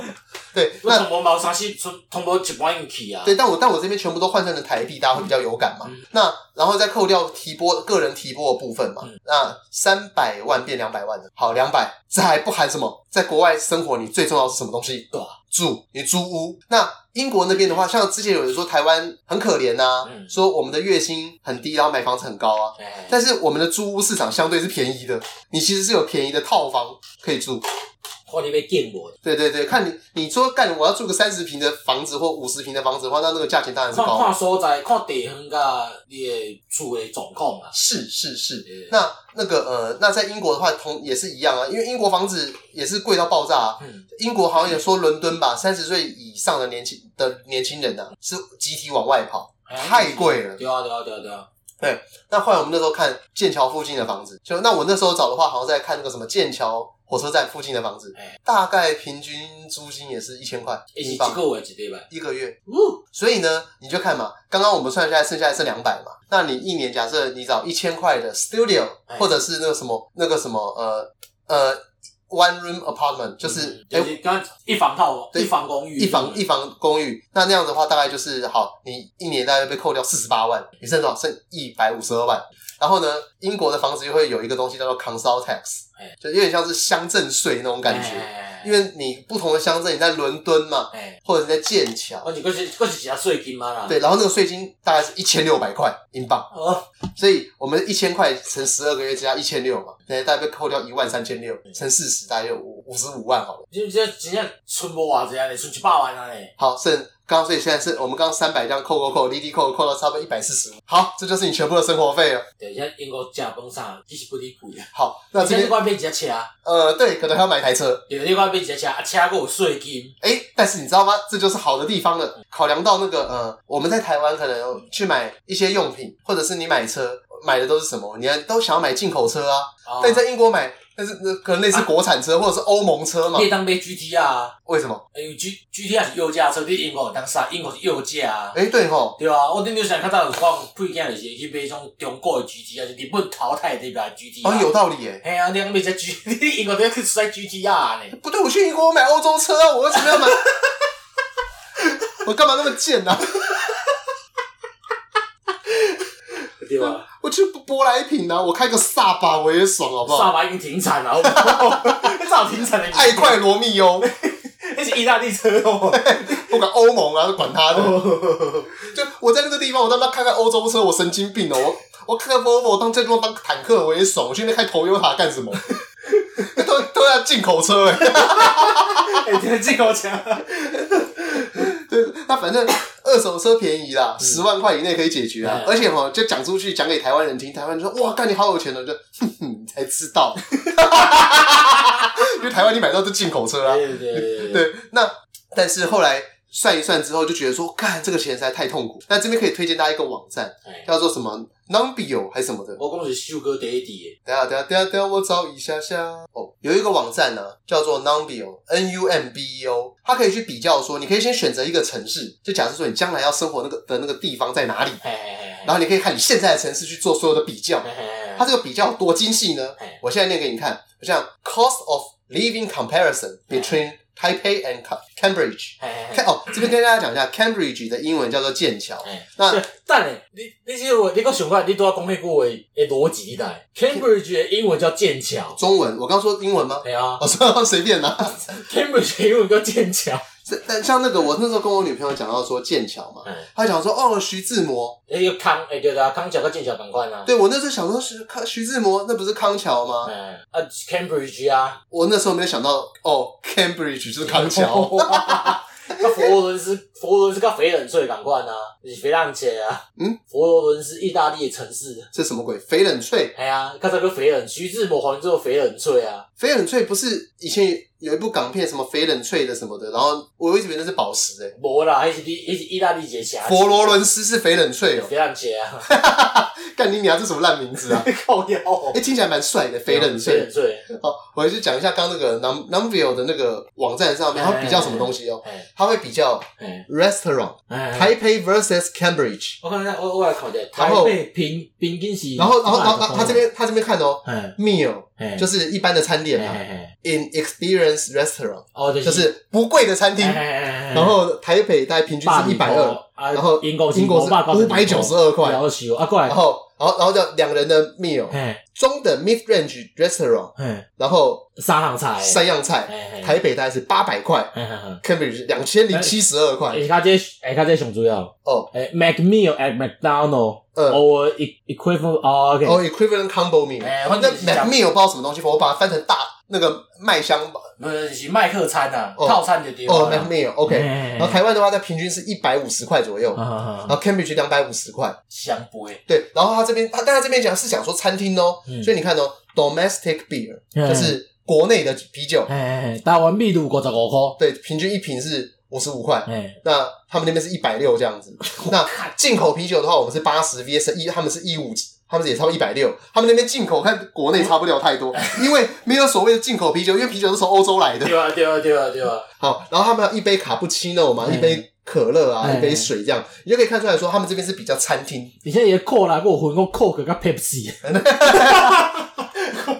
[SPEAKER 1] 对，
[SPEAKER 2] 我
[SPEAKER 1] 那
[SPEAKER 2] 全部毛三四，剩全部一半用去啊。
[SPEAKER 1] 对，但我但我这边全部都换算成台币，大家会比较有感嘛。
[SPEAKER 2] 嗯
[SPEAKER 1] 那然后再扣掉提拨个人提拨的部分嘛，
[SPEAKER 2] 嗯
[SPEAKER 1] 那三百万变两百万的，好，两百，这还不含什么，在国外生活你最重要的是什么东西？呃
[SPEAKER 2] 对啊
[SPEAKER 1] 住，你租屋。那英国那边的话，像之前有人说台湾很可怜呐、
[SPEAKER 2] 嗯
[SPEAKER 1] 说我们的月薪很低，然后买房子很高啊。
[SPEAKER 2] 欸，
[SPEAKER 1] 但是我们的租屋市场相对是便宜的，你其实是有便宜的套房可以住。
[SPEAKER 2] 看你要见无。
[SPEAKER 1] 对对对，看你你说干，我要住个三十平的房子或五十平的房子的话，那那个价钱当然
[SPEAKER 2] 看
[SPEAKER 1] 是高啊。
[SPEAKER 2] 看所在，看地方甲你的厝的状况啊。
[SPEAKER 1] 是是是，
[SPEAKER 2] 对
[SPEAKER 1] 那那个呃，那在英国的话，同也是一样啊，因为英国房子也是贵到爆炸、啊。
[SPEAKER 2] 嗯，
[SPEAKER 1] 英国好像也说伦敦吧，三十岁以上的年轻的年轻人啊，是集体往外跑。
[SPEAKER 2] 哎呀
[SPEAKER 1] 太贵了
[SPEAKER 2] 对啊，对啊，对啊，对啊。
[SPEAKER 1] 那后来我们那时候看剑桥附近的房子，就那我那时候找的话，好像在看那个什么剑桥火车站附近的房子
[SPEAKER 2] 哎，
[SPEAKER 1] 大概平均租金也是一千块
[SPEAKER 2] 欸，
[SPEAKER 1] 英
[SPEAKER 2] 是
[SPEAKER 1] 镑
[SPEAKER 2] 这个月一礼拜，
[SPEAKER 1] 一个月。
[SPEAKER 2] 呜，
[SPEAKER 1] 所以呢，你就看嘛，刚刚我们算下来剩下来是两百嘛，那你一年假设你找一千块的 studio，
[SPEAKER 2] 哎
[SPEAKER 1] 或者是那个什么那个什么呃呃 one room apartment，就是
[SPEAKER 2] 嗯
[SPEAKER 1] 哎、
[SPEAKER 2] 就是刚一房套，
[SPEAKER 1] 对
[SPEAKER 2] 一房公寓，
[SPEAKER 1] 一房一房公寓，那那样的话大概就是好，你一年大概被扣掉四十八万，你剩多少？剩一百五十二万。然后呢，英国的房子就会有一个东西叫做 council tax，
[SPEAKER 2] 哎
[SPEAKER 1] 就有点像是乡镇税那种感觉，
[SPEAKER 2] 觉
[SPEAKER 1] 因为你不同的乡镇，你在伦敦嘛，
[SPEAKER 2] 哎，
[SPEAKER 1] 或者你在剑桥，
[SPEAKER 2] 而且佫是佫是一税金嘛啦，，
[SPEAKER 1] 啊对，然后那个税金大概是一千六百块英镑。
[SPEAKER 2] 哦，
[SPEAKER 1] 所以我们一千块乘十二个月加一千六嘛，等于大概被扣掉一万三千六，乘四十大概有五五十五万好了。
[SPEAKER 2] 你这真正存无偌济啊，存一百万啊嘞，
[SPEAKER 1] 好，剩刚刚所以现在是我们刚刚三百这样扣扣扣，滴滴扣扣到差不多一百四十五。好，这就是你全部的生活费了。
[SPEAKER 2] 对，像英国食饭啥，其实不离贵啊。
[SPEAKER 1] 好，那这
[SPEAKER 2] 你
[SPEAKER 1] 边
[SPEAKER 2] 看你买一只车，
[SPEAKER 1] 呃，对，可能还要买一台车。
[SPEAKER 2] 对，你看买一只车，啊，车佫有税金，
[SPEAKER 1] 哎，但是你知道吗？这就是好的地方了。考量到那个呃，我们在台湾可能去买一些用品，或者是你买车买的都是什么？你看都想要买进口车啊，
[SPEAKER 2] 哦啊
[SPEAKER 1] 但在英国买，但是那可能类似国产车或者是欧盟车嘛
[SPEAKER 2] 你？会当买 GT 啊，
[SPEAKER 1] 为什么？
[SPEAKER 2] 因为 G GT 也是右驾车，你英国有当啥？英国是右驾啊。
[SPEAKER 1] 哎，对吼，
[SPEAKER 2] 对啊，我顶头想较早有讲，配件就是去买种中国的 GT 啊，就日本淘汰的台 GT
[SPEAKER 1] 哦，
[SPEAKER 2] 啊。
[SPEAKER 1] 有道理耶！
[SPEAKER 2] 嘿啊，你讲买只 G，你英国都要去塞 GT 啊呢？
[SPEAKER 1] 不对，我去英国我买欧洲车啊，我为什么
[SPEAKER 2] [laughs]
[SPEAKER 1] 要买？我干嘛那么贱呢、啊？
[SPEAKER 2] 对吧？
[SPEAKER 1] 我去舶来品啊，我开个萨巴我也爽，好不
[SPEAKER 2] 萨
[SPEAKER 1] 好？
[SPEAKER 2] 巴已经停产了，啊好不 [laughs] 好？你早停产了。
[SPEAKER 1] 爱快罗密欧，
[SPEAKER 2] 那是意大利车 [laughs] 哦。
[SPEAKER 1] 不管欧盟啊，管他的。就我在那个地方，我他妈开开欧洲车，我神经病哦！我我开开 Volvo 当这地方当坦克我也爽，我去那边开 Toyota 干什么？ [laughs] 都都要进口车哎、
[SPEAKER 2] 哎，真进口车。
[SPEAKER 1] 对， [laughs] 那反正二手车便宜啦，十、万块以内可以解决啊。
[SPEAKER 2] 嗯
[SPEAKER 1] 而且哈，就讲出去，讲给台湾人听，台湾人说：“哇，干你好有钱哦！”就 [laughs] 哼哼，你才知道， [laughs] 因为台湾你买到是进口车啊。
[SPEAKER 2] 对对对。
[SPEAKER 1] 对，那但是后来算一算之后，就觉得说，干这个钱实在太痛苦。那这边可以推荐大家一个网站，
[SPEAKER 2] 哎
[SPEAKER 1] 叫做什么 Numbio 还是什么的。
[SPEAKER 2] 我讲是秀哥爹地
[SPEAKER 1] 等一下等一下等一下等一下，我找一下下。哦，有一个网站呢、叫做 Numbeo，N U M B E O，它可以去比较说，你可以先选择一个城市，就假设说你将来要生活那个的那个地方在哪里，
[SPEAKER 2] 的。嘿嘿
[SPEAKER 1] 然后你可以看你现在的城市去做所有的比较。
[SPEAKER 2] 嘿嘿
[SPEAKER 1] 它这个比较有多精细呢
[SPEAKER 2] 哎？
[SPEAKER 1] 我现在念给你看，像 Cost of Living Comparison between Taipei and Ca- Cambridge。
[SPEAKER 2] 嘿
[SPEAKER 1] 看哦，这边跟大家讲一下，Cambridge 的英文叫做剑桥。
[SPEAKER 2] 哎，
[SPEAKER 1] 那
[SPEAKER 2] 是等下，你你即个你讲想看，你拄仔讲迄句话诶逻辑在。Cambridge 的英文叫剑桥，
[SPEAKER 1] 中文，我刚说英文吗？
[SPEAKER 2] 对啊
[SPEAKER 1] 我说 [laughs] 随便啦、
[SPEAKER 2] ，Cambridge 的英文叫剑桥。
[SPEAKER 1] 是但像那个，我那时候跟我女朋友讲到说剑桥嘛，
[SPEAKER 2] 嗯，
[SPEAKER 1] 她讲说哦，徐志摩，
[SPEAKER 2] 那个康诶对啊，康桥甲剑桥同款啊。
[SPEAKER 1] 对我那时候想说徐康徐志摩，那不是康桥吗？
[SPEAKER 2] 嗯，啊，Cambridge
[SPEAKER 1] [laughs]
[SPEAKER 2] 啊，
[SPEAKER 1] 我那时候没有想到哦，Cambridge 就是康
[SPEAKER 2] 哦
[SPEAKER 1] 桥，。
[SPEAKER 2] 那佛罗伦斯，佛罗伦斯甲翡冷翠同款啊，是翡冷翠啊。
[SPEAKER 1] 嗯，
[SPEAKER 2] 佛罗伦斯意大利的城市。
[SPEAKER 1] 这什么鬼？翡冷翠，
[SPEAKER 2] 哎呀，刚才个翡冷，徐志摩还做翡冷翠啊，
[SPEAKER 1] 翡冷翠不是以前有一部港片什么翡冷翠的什么的，然后我一直以为那是宝石诶、
[SPEAKER 2] 无啦，迄是你迄是意大利一个城市。
[SPEAKER 1] 佛罗伦斯是翡冷翠哦、
[SPEAKER 2] 翡冷翠啊，
[SPEAKER 1] 干你娘，这什么烂名字
[SPEAKER 2] [laughs]
[SPEAKER 1] 啊？
[SPEAKER 2] 靠腰哦
[SPEAKER 1] 哎、。听起来蛮帅的， [laughs] 翡冷
[SPEAKER 2] 翡
[SPEAKER 1] 翠
[SPEAKER 2] 冷。翠。
[SPEAKER 1] 好，我就讲一下刚刚那个 Num Numville 的那个网站上面，它会比较什么东西哦、
[SPEAKER 2] 哎
[SPEAKER 1] 它会比较
[SPEAKER 2] 哎
[SPEAKER 1] restaurant
[SPEAKER 2] 哎哎
[SPEAKER 1] Taipei versus Cambridge，
[SPEAKER 2] 我看一下，我我来看一下，
[SPEAKER 1] 然
[SPEAKER 2] 台
[SPEAKER 1] 后
[SPEAKER 2] 北平平均是，
[SPEAKER 1] 然后，然后，
[SPEAKER 2] 嗯
[SPEAKER 1] 然后，然后他这，边他这边看哦
[SPEAKER 2] 哎
[SPEAKER 1] ，meal
[SPEAKER 2] 哎，，
[SPEAKER 1] 就是是一般的餐点
[SPEAKER 2] 哎
[SPEAKER 1] 嘛
[SPEAKER 2] 哎哎，
[SPEAKER 1] ，in experience restaurant
[SPEAKER 2] 哦，就哎
[SPEAKER 1] 就是不贵的餐厅，
[SPEAKER 2] 嗯
[SPEAKER 1] 然
[SPEAKER 2] 然
[SPEAKER 1] 后台北大概平均是一百二，，
[SPEAKER 2] 然
[SPEAKER 1] 然后
[SPEAKER 2] 哦啊英国
[SPEAKER 1] 英国是592块哦
[SPEAKER 2] 要求啊，过来
[SPEAKER 1] 然，后，然后，然后叫两人的 meal，
[SPEAKER 2] 哎
[SPEAKER 1] 中等 mid range restaurant，
[SPEAKER 2] 哎，
[SPEAKER 1] 然后
[SPEAKER 2] 三行菜，
[SPEAKER 1] 三样菜，
[SPEAKER 2] 哎，
[SPEAKER 1] 台北大概是八百块
[SPEAKER 2] 哎，哎
[SPEAKER 1] ，Cambridge 两千零七十二块
[SPEAKER 2] 哎，，下这哎下这上主要，
[SPEAKER 1] 哦，
[SPEAKER 2] 哎，McMeal at McDonald
[SPEAKER 1] 呃，
[SPEAKER 2] or equivalent，哦，OK，
[SPEAKER 1] 哦，equivalent combo meal，
[SPEAKER 2] 哎
[SPEAKER 1] 那
[SPEAKER 2] 或者是
[SPEAKER 1] 那
[SPEAKER 2] 讲
[SPEAKER 1] meal 不知道什么东西，我把它翻成大那个麦香堡
[SPEAKER 2] 不是呃是麦克餐啊，
[SPEAKER 1] 哦
[SPEAKER 2] 套餐就对了
[SPEAKER 1] 哦，那 meal OK。
[SPEAKER 2] 哎
[SPEAKER 1] 然后台湾的话，它平均是一百五十块左右，
[SPEAKER 2] 啊啊
[SPEAKER 1] 然
[SPEAKER 2] 啊
[SPEAKER 1] 后 Cambridge 两百五十块，
[SPEAKER 2] 香杯，
[SPEAKER 1] 对。然后他这边，他但他这边讲是讲说餐厅哦，
[SPEAKER 2] 嗯
[SPEAKER 1] 所以你看哦，domestic beer
[SPEAKER 2] 嗯
[SPEAKER 1] 就是国内的啤酒，
[SPEAKER 2] 哎，台湾秘鲁五十五块。
[SPEAKER 1] 对，平均一瓶是五十五块，
[SPEAKER 2] 哎，
[SPEAKER 1] 那
[SPEAKER 2] [laughs]
[SPEAKER 1] 他们那边是一百六这样子。那进口啤酒的话，我们是八十 vs 一，他们是一五，他们也超一百六，他们那边进口看国内差不了太多，
[SPEAKER 2] 哎
[SPEAKER 1] 因为没有所谓的进口啤酒，因为啤酒是从欧洲来的。
[SPEAKER 2] 对啊，对啊，对啊，对啊，
[SPEAKER 1] 好，然后他们一杯卡布奇诺嘛，
[SPEAKER 2] 嗯
[SPEAKER 1] 一杯可乐啊，
[SPEAKER 2] 嗯
[SPEAKER 1] 一杯水这样，你就可以看出来说，他们这边是比较餐厅，
[SPEAKER 2] 而且伊个 cola 佮有分讲 coke 甲 pepsi，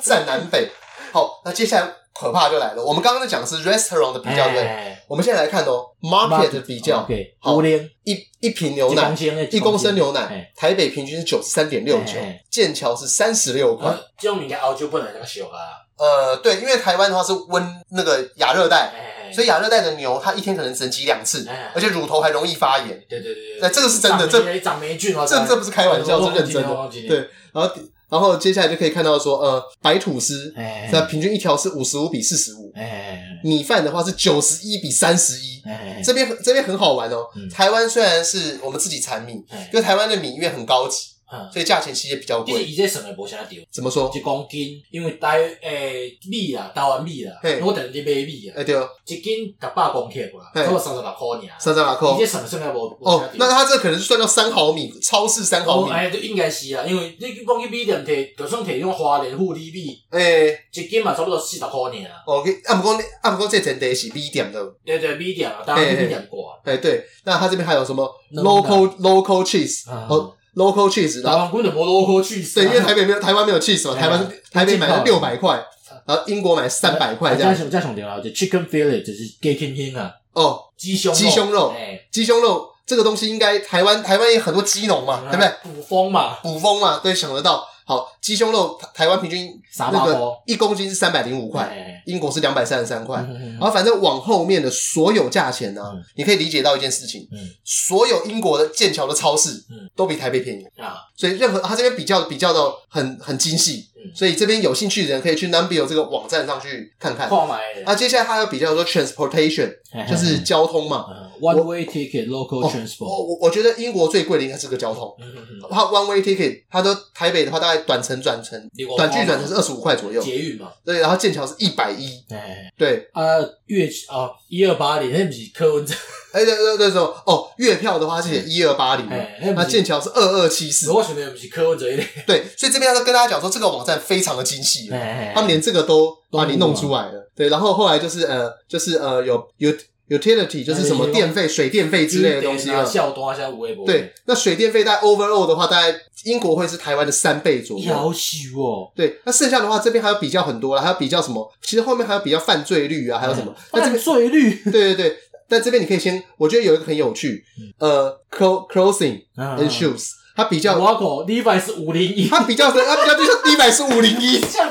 [SPEAKER 1] 占南北。好，那接下来可怕就来了，我们刚刚在讲的是 restaurant 的比较，对不对，
[SPEAKER 2] 哎
[SPEAKER 1] 我们现在来看哦，market 的比较，
[SPEAKER 2] ，OK，
[SPEAKER 1] 好
[SPEAKER 2] 五零
[SPEAKER 1] 一一瓶牛
[SPEAKER 2] 一
[SPEAKER 1] 奶
[SPEAKER 2] 公。升的，
[SPEAKER 1] 一公升牛奶
[SPEAKER 2] 哎，
[SPEAKER 1] 台北平均是九十三点六九
[SPEAKER 2] 哎哎，
[SPEAKER 1] 剑桥是三十六块。
[SPEAKER 2] 啊，这种物件澳洲本来就俗啊，
[SPEAKER 1] 呃，对，因为台湾的话是温那个亚热带，
[SPEAKER 2] 哎
[SPEAKER 1] 所以亚热带的牛它一天可能只能挤两次
[SPEAKER 2] 哎，
[SPEAKER 1] 而且乳头还容易发炎。
[SPEAKER 2] 对对对
[SPEAKER 1] 那
[SPEAKER 2] 对，
[SPEAKER 1] 哎这个是真的，这
[SPEAKER 2] 长霉长霉菌哦，
[SPEAKER 1] 这这不是开玩笑，是认真的。
[SPEAKER 2] 的
[SPEAKER 1] 对然后然后接下来就可以看到说，呃，白吐司
[SPEAKER 2] 哎
[SPEAKER 1] 那平均一条是五十五比四十五，
[SPEAKER 2] 哎
[SPEAKER 1] 米饭的话是九十一比三十一。
[SPEAKER 2] 哎，
[SPEAKER 1] 这边这边很好玩哦，
[SPEAKER 2] 嗯
[SPEAKER 1] 台湾虽然是我们自己产米，
[SPEAKER 2] 哎
[SPEAKER 1] 因为台湾的米因为很高级，
[SPEAKER 2] 嗯
[SPEAKER 1] 所以价钱其实也比较
[SPEAKER 2] 其实
[SPEAKER 1] 贵。
[SPEAKER 2] 伊这算的无啥对，
[SPEAKER 1] 怎么说？
[SPEAKER 2] 一公斤，因为台诶米啦，台湾米啦
[SPEAKER 1] 嘿，
[SPEAKER 2] 我等于买米啊，
[SPEAKER 1] 哎，对哦，
[SPEAKER 2] 一斤十八公克啦，
[SPEAKER 1] 嘿
[SPEAKER 2] 差不多三十六块尔。
[SPEAKER 1] 三十六扣。
[SPEAKER 2] 伊这算算的无无啥
[SPEAKER 1] 哦
[SPEAKER 2] 对，。
[SPEAKER 1] 那它这可能是算到三毫米，超市三毫
[SPEAKER 2] 哦，
[SPEAKER 1] 米。
[SPEAKER 2] 哎，就应该是啦，因为你讲去米店摕，就算摕迄种花莲富里米，
[SPEAKER 1] 哎，
[SPEAKER 2] 一斤嘛差不多四十块尔。
[SPEAKER 1] 哦，啊不过那啊不过这前提是 B 点的，
[SPEAKER 2] 对对，米店啊，当然
[SPEAKER 1] 嘿嘿
[SPEAKER 2] 米店挂。
[SPEAKER 1] 哎对。那它这边还有什么
[SPEAKER 2] 冷的
[SPEAKER 1] local local cheese，
[SPEAKER 2] 啊
[SPEAKER 1] 哦 local cheese，然
[SPEAKER 2] 台
[SPEAKER 1] 后
[SPEAKER 2] 湾滚就无落过去死
[SPEAKER 1] 对，因
[SPEAKER 2] 啊。
[SPEAKER 1] 为台北没有台湾没有 cheese 嘛，
[SPEAKER 2] 哎
[SPEAKER 1] 台湾台北买了
[SPEAKER 2] 进
[SPEAKER 1] 六
[SPEAKER 2] 口
[SPEAKER 1] 百块，然后英国买三百块这
[SPEAKER 2] 加
[SPEAKER 1] 样。
[SPEAKER 2] 上加上对啊啊，就 chicken fillet 就是鸡胸胸啊，
[SPEAKER 1] 哦，
[SPEAKER 2] 鸡胸
[SPEAKER 1] 鸡胸肉
[SPEAKER 2] 哎，
[SPEAKER 1] 鸡胸肉这个东西应该台湾台湾也很多鸡农嘛，
[SPEAKER 2] 啊
[SPEAKER 1] 对不对？？
[SPEAKER 2] 补风嘛，
[SPEAKER 1] 补风嘛，对，想得到。好，鸡胸肉台台湾平均
[SPEAKER 2] 傻
[SPEAKER 1] 那
[SPEAKER 2] 八
[SPEAKER 1] 个
[SPEAKER 2] 包。
[SPEAKER 1] 一公斤是三百零五块，
[SPEAKER 2] 哎，
[SPEAKER 1] 英国是两百三十三块。
[SPEAKER 2] 嗯
[SPEAKER 1] 然后反正往后面的所有价钱呢、
[SPEAKER 2] 嗯
[SPEAKER 1] 你可以理解到一件事情，
[SPEAKER 2] 嗯
[SPEAKER 1] 所有英国的剑桥的超市
[SPEAKER 2] 嗯
[SPEAKER 1] 都比台北便宜，
[SPEAKER 2] 啊，
[SPEAKER 1] 所以任何它这边比较比较的很很精细，
[SPEAKER 2] 嗯
[SPEAKER 1] 所以这边有兴趣的人可以去 Numbio 这个网站上去看看。
[SPEAKER 2] 看买
[SPEAKER 1] 那、接下来它要比较说 transportation，就是哦交通嘛。
[SPEAKER 2] one way 嗯呃 ticket local
[SPEAKER 1] 我
[SPEAKER 2] transport。
[SPEAKER 1] 我我觉得英国最贵的应该是个交通，
[SPEAKER 2] 嗯嗯嗯
[SPEAKER 1] 它 one way ticket，它都台北的话大概短程转程
[SPEAKER 2] 英国
[SPEAKER 1] 短距转程是二十五块左右，
[SPEAKER 2] 嗯哦捷运嘛，
[SPEAKER 1] 对，然后剑桥是一百一，
[SPEAKER 2] 哎
[SPEAKER 1] 对，
[SPEAKER 2] 啊，月啊一二八零，那不是柯文哲，
[SPEAKER 1] 哎对对对对，哦，月票的话是写一二八零，
[SPEAKER 2] 哎，那
[SPEAKER 1] 那
[SPEAKER 2] 不是
[SPEAKER 1] 剑桥是二二七四
[SPEAKER 2] 如，果选的不是柯文哲一类，
[SPEAKER 1] 对，所以这边要跟大家讲说这个网站非常的精细，
[SPEAKER 2] 哎
[SPEAKER 1] 他们连这个都
[SPEAKER 2] 都
[SPEAKER 1] 把你弄出来了，对，然后后来就是呃就是呃有有 utility 就是什么电费、水电费之类的东西了。
[SPEAKER 2] 校端啊现在无微博，
[SPEAKER 1] 对，，那水电费大概 overall 的话，大概英国会是台湾的三倍左右。
[SPEAKER 2] 要死哦，
[SPEAKER 1] 对，那剩下的话，这边还有比较很多了，还有比较什么？其实后面还有比较犯罪率啊，还有什么？那这
[SPEAKER 2] 嗯犯
[SPEAKER 1] 边
[SPEAKER 2] 罪率，
[SPEAKER 1] 对对对，但这边你可以先，我觉得有一个很有趣，呃，clo-，clothing
[SPEAKER 2] 嗯
[SPEAKER 1] and shoes，它比较，
[SPEAKER 2] 啊我口 Levi 是五零
[SPEAKER 1] [laughs]
[SPEAKER 2] 一。哎
[SPEAKER 1] 它比较，它比较就像低百是五零一，
[SPEAKER 2] 看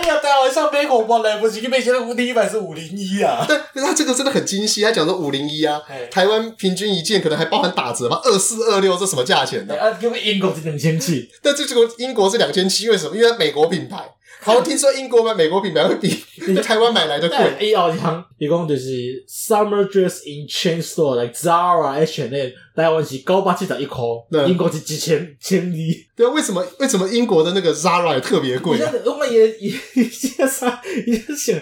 [SPEAKER 2] 那个台湾上美恐怖来不及，你被现在五零一百是五零一啊！
[SPEAKER 1] 对，可是它这个真的很精细，它讲说五零一啊，
[SPEAKER 2] 哎，
[SPEAKER 1] 台湾平均一件可能还包含打折吧，二四二六这什么价钱呢、
[SPEAKER 2] 啊，给我英国这两千七，
[SPEAKER 1] 但这个英国是两千七，为什么？因为它美国品牌，好像听说英国买美国品牌会比在台湾买来
[SPEAKER 2] [laughs]
[SPEAKER 1] 的贵
[SPEAKER 2] 但。伊后讲，伊讲就是 summer dress in chain store like Zara、H&M，台湾是九百七十一块
[SPEAKER 1] 对，
[SPEAKER 2] 英国是一千千二。
[SPEAKER 1] 对啊，为什么为什么英国的那个 Zara 也特别
[SPEAKER 2] [laughs]
[SPEAKER 1] 贵、
[SPEAKER 2] 现
[SPEAKER 1] 啊？
[SPEAKER 2] 在我们也也也啥也想，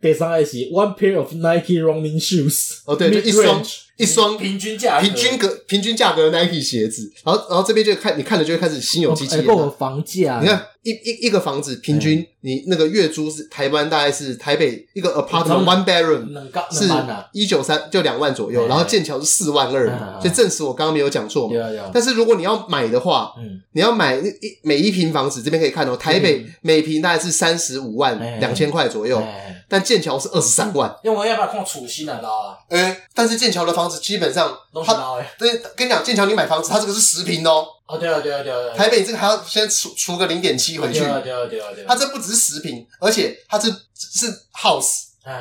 [SPEAKER 2] 第三个是 one pair of Nike running shoes，
[SPEAKER 1] 哦对就一双
[SPEAKER 2] mid-range
[SPEAKER 1] 一双
[SPEAKER 2] 平均价格
[SPEAKER 1] 平均格平均价格的 Nike 鞋子，然后然后这边就看你看了就会开始心有戚戚
[SPEAKER 2] 哎
[SPEAKER 1] 焉
[SPEAKER 2] 够
[SPEAKER 1] 了
[SPEAKER 2] 有房价，
[SPEAKER 1] 你看一一一个房子平
[SPEAKER 2] 哎
[SPEAKER 1] 均你那个月租是台湾大概是台北一个 apartment
[SPEAKER 2] 嗯
[SPEAKER 1] one bedroom
[SPEAKER 2] 两高
[SPEAKER 1] 是
[SPEAKER 2] 两万啊，
[SPEAKER 1] 一九三就两万左右，
[SPEAKER 2] 哎
[SPEAKER 1] 然后剑桥是四万二嘛，
[SPEAKER 2] 哎
[SPEAKER 1] 所以证实我刚刚没有讲错嘛
[SPEAKER 2] 对。啊对啊，
[SPEAKER 1] 但是如果你要买的话，
[SPEAKER 2] 嗯，
[SPEAKER 1] 你要买一每一平房子，这边可以看哦，台北
[SPEAKER 2] 嗯
[SPEAKER 1] 每平大概是三十五万
[SPEAKER 2] 哎
[SPEAKER 1] 两千块左右，
[SPEAKER 2] 哎
[SPEAKER 1] 但剑桥是二十三万。
[SPEAKER 2] 因为我要不要看储蓄啊，知道啊？
[SPEAKER 1] 哎，但是剑桥的房子基本上
[SPEAKER 2] 弄
[SPEAKER 1] 它。
[SPEAKER 2] 到诶。
[SPEAKER 1] 对，跟你讲，剑桥你买房子，它这个是十平哦，
[SPEAKER 2] 哦，对啊，对啊，对啊，
[SPEAKER 1] 台北你这个还要先除除个零点七回去
[SPEAKER 2] 对，啊，对啊，对啊，对啊。
[SPEAKER 1] 它这不只是十平，而且它这是 house，
[SPEAKER 2] 啊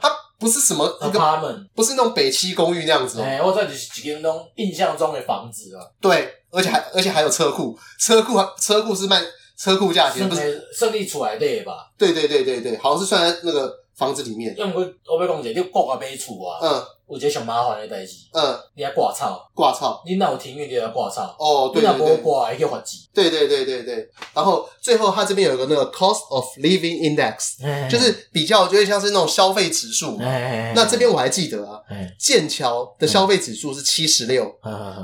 [SPEAKER 1] 它不是什么一个
[SPEAKER 2] ，apartment，
[SPEAKER 1] 不是那种北七公寓那样子哦，
[SPEAKER 2] 啊哎，我这就是一间那种印象中的房子啊，
[SPEAKER 1] 对，而且还而且还有车库，车库还车库是卖车库价钱，
[SPEAKER 2] 算
[SPEAKER 1] 不是？
[SPEAKER 2] 是算利出来的吧？
[SPEAKER 1] 对对对对对，好像是算在那个房子里面。
[SPEAKER 2] 因为我要讲者，你国外买厝啊，
[SPEAKER 1] 嗯，
[SPEAKER 2] 有一个上麻烦的代志，
[SPEAKER 1] 嗯，
[SPEAKER 2] 你要挂草，
[SPEAKER 1] 挂操。
[SPEAKER 2] 你若有停运就要挂草，
[SPEAKER 1] 哦，
[SPEAKER 2] 你
[SPEAKER 1] 对
[SPEAKER 2] 若
[SPEAKER 1] 对
[SPEAKER 2] 无
[SPEAKER 1] 对，
[SPEAKER 2] 挂，会叫罚钱。
[SPEAKER 1] 对对对对对。然后最后它这边有个那个 cost of living index，就是
[SPEAKER 2] 哎
[SPEAKER 1] 比较，就会像是那种消费指数。那
[SPEAKER 2] 那
[SPEAKER 1] 这边我还记得啊，剑桥的消费指数是七十六，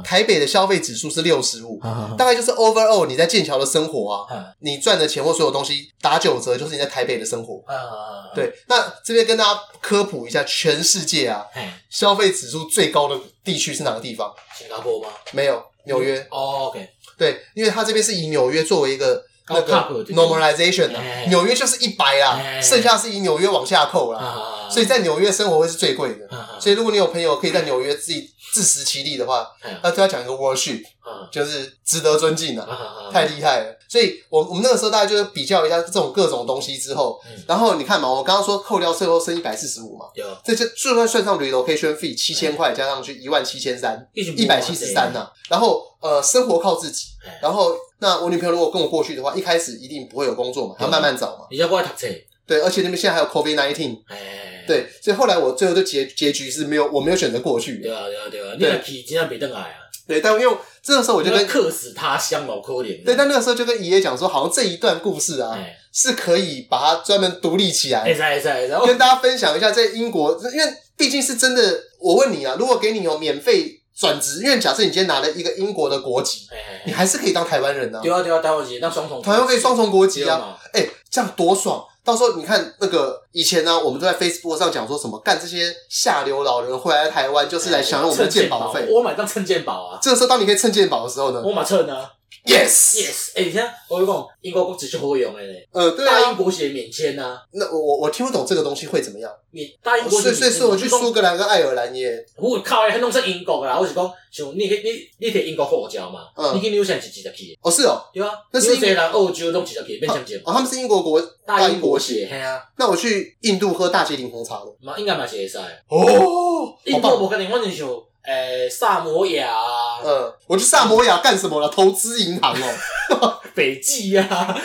[SPEAKER 1] 台北的消费指数是六十五，
[SPEAKER 2] 哎
[SPEAKER 1] 大概就是 overall 你在剑桥的生活啊，你赚的钱或所有东西打九折，就是你在台北的生活。
[SPEAKER 2] 啊，
[SPEAKER 1] 对，那这边跟大家科普一下，全世界啊，
[SPEAKER 2] 嘿，
[SPEAKER 1] 消费指数最高的地区是哪个地方？
[SPEAKER 2] 新加坡吗？
[SPEAKER 1] 没有，纽约。
[SPEAKER 2] 哦，OK，
[SPEAKER 1] 对，因为它这边是以纽约作为一个那
[SPEAKER 2] 高 top
[SPEAKER 1] 个
[SPEAKER 2] 的地方
[SPEAKER 1] normalization 啊
[SPEAKER 2] 哎，
[SPEAKER 1] 纽约就是一百啦，
[SPEAKER 2] 哎
[SPEAKER 1] 剩下是以纽约往下扣啦，
[SPEAKER 2] 啊，
[SPEAKER 1] 所以在纽约生活会是最贵的。
[SPEAKER 2] 啊，
[SPEAKER 1] 所以如果你有朋友可以在纽约自己自食其力的话，
[SPEAKER 2] 啊
[SPEAKER 1] 那对他讲一个 worship，
[SPEAKER 2] 啊
[SPEAKER 1] 就是值得尊敬啊，
[SPEAKER 2] 啊，
[SPEAKER 1] 太厉害了。所以我我们那个时候大家就是比较一下这种各种东西之后
[SPEAKER 2] 嗯，
[SPEAKER 1] 然后你看嘛，我刚刚说扣掉税后剩一百四十五嘛，
[SPEAKER 2] 有，
[SPEAKER 1] 这就就算算上 relocation fee 七千块加上去一万七千三，一百七十三，啊呐。然后呃，生活靠自己
[SPEAKER 2] 哎。
[SPEAKER 1] 然后那我女朋友如果跟我过去的话，一开始一定不会有工作嘛，她
[SPEAKER 2] 对
[SPEAKER 1] 慢慢找嘛。
[SPEAKER 2] 你要过来读册，
[SPEAKER 1] 对，而且那边现在还有 COVID nineteen，
[SPEAKER 2] 哎，
[SPEAKER 1] 对，所以后来我最后就结结局是没有，我没有选择过去
[SPEAKER 2] 对
[SPEAKER 1] 的。
[SPEAKER 2] 啊，对啊，对啊，你若去真正袂转来啊，
[SPEAKER 1] 对，但因为这个时候我
[SPEAKER 2] 我
[SPEAKER 1] 就跟
[SPEAKER 2] 客死他乡老可怜。啊
[SPEAKER 1] 对，但那个时候就跟爷爷讲说，好像这一段故事啊，
[SPEAKER 2] 哎，
[SPEAKER 1] 是可以把它专门独立起
[SPEAKER 2] 会
[SPEAKER 1] 来，
[SPEAKER 2] 使会使会使，哦
[SPEAKER 1] 跟大家分享一下在英国，因为毕竟是真的。我问你啊，如果给你有免费转职，因为假设你今天拿了一个英国的国籍，你
[SPEAKER 2] 哎，
[SPEAKER 1] 还是可以当台湾人啊
[SPEAKER 2] 对，啊对啊，台湾是那双重，
[SPEAKER 1] 台湾可以双重国籍啊。
[SPEAKER 2] 嘛，
[SPEAKER 1] 哎、这样多爽！到时候你看那个以前呢、我们都在 Facebook 上讲说什么干这些下流老人回来台湾就是来享用我们的健保费。
[SPEAKER 2] 我买当蹭健保啊，
[SPEAKER 1] 这个时候，当你可以蹭健保的时候呢
[SPEAKER 2] 我嘛蹭啊
[SPEAKER 1] ，yes，
[SPEAKER 2] ，yes，哎，你看我跟你讲英国国籍是好用的嘞，
[SPEAKER 1] 呃，对
[SPEAKER 2] 大
[SPEAKER 1] 啊
[SPEAKER 2] 英，国籍免签啊，
[SPEAKER 1] 那我我我听不懂这个东西会怎么样，
[SPEAKER 2] 免大英国
[SPEAKER 1] 所
[SPEAKER 2] 籍
[SPEAKER 1] 以所以所以我去苏格兰跟爱尔兰也，
[SPEAKER 2] 我靠，还弄成英国啦！我是讲，像你去你你摕英国护照嘛，
[SPEAKER 1] 嗯
[SPEAKER 2] 你去纽西兰是几十去的，
[SPEAKER 1] 哦是哦，
[SPEAKER 2] 对啊，
[SPEAKER 1] 那是
[SPEAKER 2] 纽西兰、澳洲拢几十去，变成
[SPEAKER 1] 哦他们是英国国，
[SPEAKER 2] 大
[SPEAKER 1] 英国
[SPEAKER 2] 血，嘿啊，
[SPEAKER 1] 那我去印度喝大吉岭红茶了，
[SPEAKER 2] 嘛应该嘛是会使。
[SPEAKER 1] 哦，好
[SPEAKER 2] 英国
[SPEAKER 1] 棒，
[SPEAKER 2] 无可能，反正像诶萨摩亚啊、
[SPEAKER 1] 嗯，我去萨摩亚干什么了？投资银行 [laughs] 哦，
[SPEAKER 2] 斐济啊，